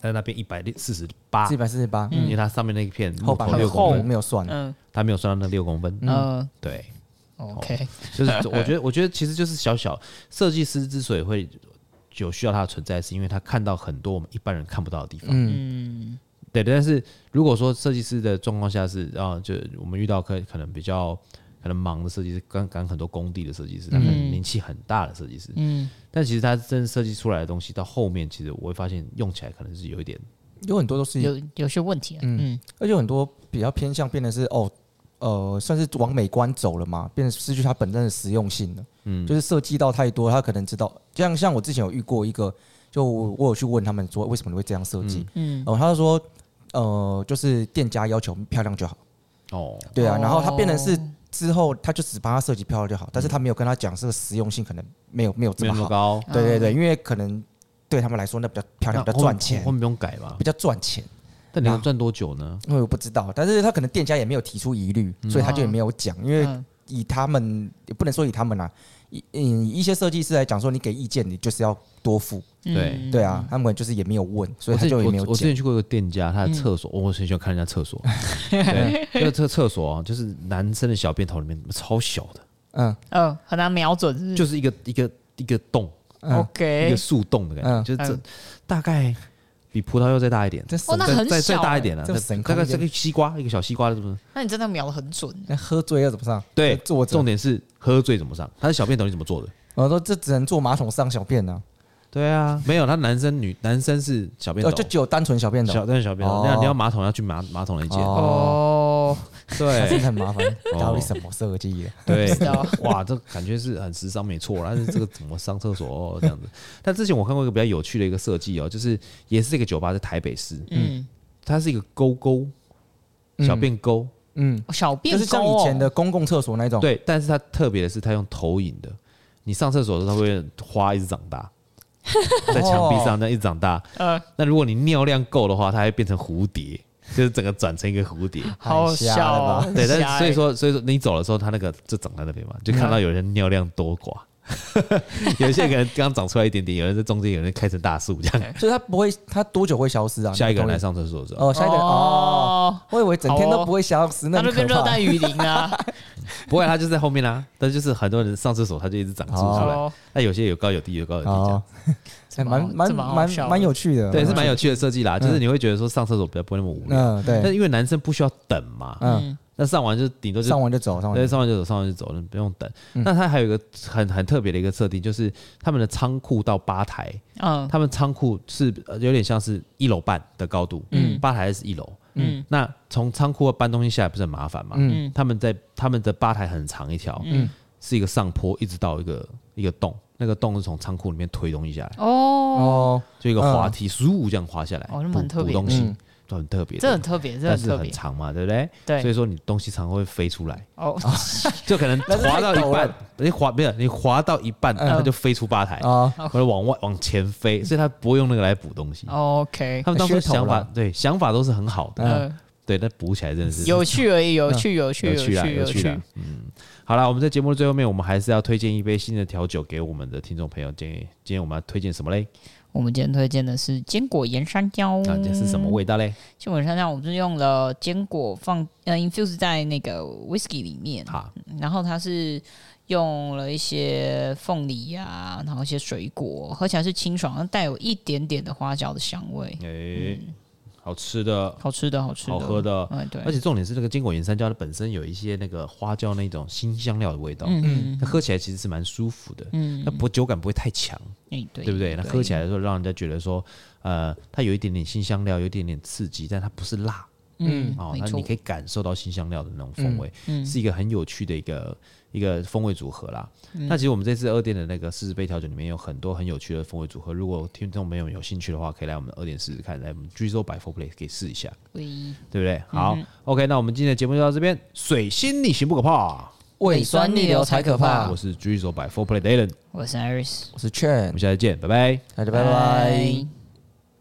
[SPEAKER 1] 但那边一百四十八
[SPEAKER 3] 四，百四十八，
[SPEAKER 1] 因为它上面那一片
[SPEAKER 3] 后
[SPEAKER 1] 木
[SPEAKER 3] 板
[SPEAKER 1] 头六
[SPEAKER 3] 很厚
[SPEAKER 1] 公分，
[SPEAKER 3] 没有算，
[SPEAKER 2] 嗯
[SPEAKER 1] 他没有算到那六公分，
[SPEAKER 2] 嗯
[SPEAKER 1] 对，
[SPEAKER 2] ，OK，
[SPEAKER 1] 就是我觉得我觉得其实就是小小设计师之所以会有需要它的存在，是因为他看到很多我们一般人看不到的地方，
[SPEAKER 3] 嗯
[SPEAKER 1] 对，但是如果说设计师的状况下是啊，就我们遇到可可能比较可能忙的设计师，刚刚很多工地的设计师，他可能名气很大的设计师，嗯，但其实他真正设计出来的东西，到后面其实我会发现用起来可能是有一点，
[SPEAKER 3] 有很多都是，
[SPEAKER 2] 有有些问题啊，嗯
[SPEAKER 3] 而且很多比较偏向变得是哦，呃，算是往美观走了嘛，变得失去它本身的实用性了。嗯，就是设计到太多，他可能知道，就像像我之前有遇过一个，就我我有去问他们说为什么你会这样设计，
[SPEAKER 2] 嗯
[SPEAKER 3] 哦，他就说，呃，就是店家要求漂亮就好。
[SPEAKER 1] 哦，
[SPEAKER 3] 对啊，然后他变成是
[SPEAKER 2] 哦
[SPEAKER 3] 之后，他就只帮他设计漂亮就好，但是他没有跟他讲这个实用性可能没有没有这
[SPEAKER 1] 嗯没有
[SPEAKER 3] 么
[SPEAKER 1] 那么
[SPEAKER 3] 好。
[SPEAKER 1] 高，
[SPEAKER 3] 对对对，因为可能对他们来说那比较漂亮，比较赚钱
[SPEAKER 1] 后，面不用改吧
[SPEAKER 3] 比？较赚钱。
[SPEAKER 1] 但你要赚多久呢？
[SPEAKER 3] 因为我不知道，但是他可能店家也没有提出疑虑，所以他就也没有讲。因为
[SPEAKER 2] 嗯
[SPEAKER 3] 以他们也不能说以他们啊，以嗯以一些设计师来讲，说你给意见，你就是要多付。
[SPEAKER 2] 嗯
[SPEAKER 1] 对
[SPEAKER 3] 对啊，他们可能就是也没有问，所
[SPEAKER 1] 我
[SPEAKER 3] 以他
[SPEAKER 1] 之前
[SPEAKER 3] 就也没有
[SPEAKER 1] 我我之
[SPEAKER 3] 讲。嗯
[SPEAKER 1] 前去过一个店家，他的厕所，哦我很喜欢看人家厕 所，对，那个厕厕所啊，就是男生的小便头里面超小的，
[SPEAKER 3] 嗯
[SPEAKER 2] 嗯，很难瞄准，是不是
[SPEAKER 1] 就是一个一个一个洞。
[SPEAKER 3] 嗯，
[SPEAKER 1] 一
[SPEAKER 2] OK，
[SPEAKER 1] 个树洞的感觉，
[SPEAKER 3] 嗯
[SPEAKER 1] 就是这
[SPEAKER 2] 嗯
[SPEAKER 1] 大概比葡萄柚再大一点，啊
[SPEAKER 3] 这
[SPEAKER 2] 哦
[SPEAKER 3] 神
[SPEAKER 2] 那
[SPEAKER 1] 再
[SPEAKER 2] 很
[SPEAKER 1] 再再
[SPEAKER 2] 小
[SPEAKER 1] 大
[SPEAKER 2] 欸
[SPEAKER 1] 一点了，
[SPEAKER 3] 这
[SPEAKER 1] 大
[SPEAKER 3] 神
[SPEAKER 1] 大
[SPEAKER 3] 空
[SPEAKER 1] 概
[SPEAKER 3] 间
[SPEAKER 1] 这个西瓜一个小西瓜是不是？
[SPEAKER 2] 那你真的瞄的很准，
[SPEAKER 3] 那喝醉要怎么上？
[SPEAKER 1] 对
[SPEAKER 3] 坐着
[SPEAKER 1] 重。点是喝醉怎么上？他的小便斗你怎么做的？
[SPEAKER 3] 我说这只能坐马桶上小便呢、
[SPEAKER 1] 对啊，没有，他男生女男生是小便
[SPEAKER 3] 哦，
[SPEAKER 1] 斗，
[SPEAKER 3] 就只有单纯小便斗，
[SPEAKER 1] 小但是小便斗，
[SPEAKER 3] 哦
[SPEAKER 1] 那你要马桶要去马马桶那一间，
[SPEAKER 3] 哦，
[SPEAKER 2] 哦，
[SPEAKER 3] 真
[SPEAKER 1] 对
[SPEAKER 3] 的很麻烦，
[SPEAKER 1] 哦
[SPEAKER 3] 到底什么设 计的？
[SPEAKER 1] 对
[SPEAKER 2] 知道，
[SPEAKER 1] 哇，这感觉是很时尚没错，但是这个怎么上厕所哦这样子？但之前我看过一个比较有趣的一个设计哦，就是也是一个酒吧在台北市，
[SPEAKER 2] 嗯，
[SPEAKER 1] 它是一个沟沟小便沟，
[SPEAKER 3] 嗯，
[SPEAKER 2] 小便
[SPEAKER 3] 就是像
[SPEAKER 2] 沟哦
[SPEAKER 3] 以前的公共厕所那种，，
[SPEAKER 1] 对，但是它特别的是，它用投影的。你上厕所的时候，它会花一直长大，在墙壁上那一直长大。
[SPEAKER 2] 哦呃，
[SPEAKER 1] 那如果你尿量够的话，它会变成蝴蝶，就是整个转成一个蝴 蝶。
[SPEAKER 2] 好
[SPEAKER 3] 瞎嗯
[SPEAKER 2] 笑
[SPEAKER 3] 了吧
[SPEAKER 2] 哦，
[SPEAKER 1] 对，但
[SPEAKER 2] 很
[SPEAKER 1] 是
[SPEAKER 2] 瞎
[SPEAKER 1] 所以
[SPEAKER 2] 欸
[SPEAKER 1] 说，所以说你走的时候，它那个就长在那边嘛，就看到有人尿量多寡。 有一些可能刚长出来一点点，有人在中间，有人开成大树这样。
[SPEAKER 3] 所以它不会，它多久会消失啊？
[SPEAKER 1] 下一个人来
[SPEAKER 3] 你
[SPEAKER 1] 上厕所的时
[SPEAKER 3] 懂
[SPEAKER 1] 候，
[SPEAKER 3] 我意思哦，下一个人哦，
[SPEAKER 2] 哦，
[SPEAKER 3] 我以为整天都不会消失，
[SPEAKER 2] 那
[SPEAKER 3] 那
[SPEAKER 2] 就
[SPEAKER 3] 很
[SPEAKER 2] 变
[SPEAKER 3] 可
[SPEAKER 2] 热
[SPEAKER 3] 怕
[SPEAKER 2] 带。雨林啊，
[SPEAKER 1] 不会，它就是在后面啦。但就是很多人上厕所，它就一直长出出来。
[SPEAKER 2] 哦，
[SPEAKER 1] 那有些有高有低，有高有低这样
[SPEAKER 3] 哦，。哎蛮蛮
[SPEAKER 2] 这蛮好
[SPEAKER 3] 蛮
[SPEAKER 2] 笑的
[SPEAKER 3] 蛮有趣的，
[SPEAKER 1] 对，是蛮有趣的设计啦。就是你会觉得说上厕所比较不会那么无聊。
[SPEAKER 3] 嗯，
[SPEAKER 1] 但
[SPEAKER 3] 对，
[SPEAKER 1] 是因为男生不需要等嘛，
[SPEAKER 3] 嗯，
[SPEAKER 1] 那上完就顶多就
[SPEAKER 3] 上完就嗯走，上完
[SPEAKER 1] 对，
[SPEAKER 3] 就走
[SPEAKER 1] 上完就走，上完就走，不用等。那它还有一个很很特别的一个设定，就是他们的仓库到吧台，
[SPEAKER 2] 嗯
[SPEAKER 1] 他们仓库是呃有点像是一楼半的高度，嗯，吧台是一楼，
[SPEAKER 2] 嗯
[SPEAKER 1] 嗯，那从仓库要搬东西下来不是很麻烦嘛，嗯，他们在他们的吧台很长一条，嗯，是一个上坡，一直到一个一个洞，那个洞是从仓库里面推东西下来，
[SPEAKER 2] 哦，
[SPEAKER 3] 哦，
[SPEAKER 1] 就一个滑梯，嗖这样滑下来，
[SPEAKER 2] 哦那蛮
[SPEAKER 1] 补
[SPEAKER 2] 特别
[SPEAKER 1] 补东西
[SPEAKER 3] 嗯，
[SPEAKER 1] 都很特别的，
[SPEAKER 2] 这很特别，这
[SPEAKER 1] 但
[SPEAKER 2] 很
[SPEAKER 1] 是
[SPEAKER 2] 特
[SPEAKER 1] 很
[SPEAKER 2] 别，
[SPEAKER 1] 长嘛，对不对？所以
[SPEAKER 2] 对，
[SPEAKER 1] 说你东西常会飞出来，
[SPEAKER 2] 哦，
[SPEAKER 1] 就可能
[SPEAKER 3] 那是太
[SPEAKER 1] 滑到一
[SPEAKER 3] 陡
[SPEAKER 1] 半
[SPEAKER 3] 了，嗯
[SPEAKER 1] 你滑没有，你滑到一半它就飞出吧台，
[SPEAKER 3] 啊，
[SPEAKER 1] 或者往外往前飞，所以它不会用那个来补东西。
[SPEAKER 2] 哦 OK，
[SPEAKER 1] 他们当初
[SPEAKER 3] 噱头
[SPEAKER 1] 想法
[SPEAKER 3] 啦
[SPEAKER 1] 对想法都是很好的，
[SPEAKER 2] 呃，
[SPEAKER 1] 对，但补起来真的嗯是嗯
[SPEAKER 2] 有趣而已，有趣，有趣，
[SPEAKER 1] 有趣啦，
[SPEAKER 2] 趣，有
[SPEAKER 1] 趣啦。。嗯，好啦，我们在节目的最后面，我们还是要推荐一杯新的调酒给我们的听众朋友。建议今天我们要推荐什么嘞？
[SPEAKER 2] 我们今天推荐的是坚果盐山椒，
[SPEAKER 1] 那啊这是什么味道嘞？
[SPEAKER 2] 坚果盐山椒，我们是用了坚果放呃 infuse 在那个 whisky 里面，
[SPEAKER 1] 好，
[SPEAKER 2] 然后它是用了一些凤梨啊，然后一些水果，喝起来是清爽，但带有一点点的花椒的香味，
[SPEAKER 1] 哎，好吃的，
[SPEAKER 2] 好吃的，好吃的，
[SPEAKER 1] 好喝的，
[SPEAKER 2] 哎，对，
[SPEAKER 1] 而且重点是这个坚果盐山椒它本身有一些那个花椒那种新香料的味道，嗯，它喝起来其实是蛮舒服的，嗯，它不酒感不会太强，
[SPEAKER 2] 哎，对，
[SPEAKER 1] 对不对？那喝起来的时候，让人家觉得说，呃，它有一点点新香料，有一点点刺激，但它不是辣，
[SPEAKER 2] 嗯，
[SPEAKER 1] 哦，
[SPEAKER 2] 没
[SPEAKER 1] 那
[SPEAKER 2] 错嗯
[SPEAKER 1] 你可，以感受到新香料的那种风味，是一个很有趣的一个一个风味组合啦。
[SPEAKER 2] 嗯
[SPEAKER 1] 那其实我们这次二店的那个四十杯调酒里面有很多很有趣的风味组合，如果听众朋友有兴趣的话，可以来我们二店试试看，来我们居州百 f o Play 可以试一下，
[SPEAKER 2] 对
[SPEAKER 1] 对不对？
[SPEAKER 2] 嗯
[SPEAKER 1] 好、o k 那我们今天的节目就到这边，水星逆行不可怕，
[SPEAKER 3] 胃酸逆流才可怕
[SPEAKER 1] 我。是居州百 f o Play 的 Alan，
[SPEAKER 2] 我是 Iris，
[SPEAKER 3] 我是
[SPEAKER 1] 我
[SPEAKER 3] Chen，
[SPEAKER 1] 们下次见，拜拜。
[SPEAKER 3] 大家拜拜。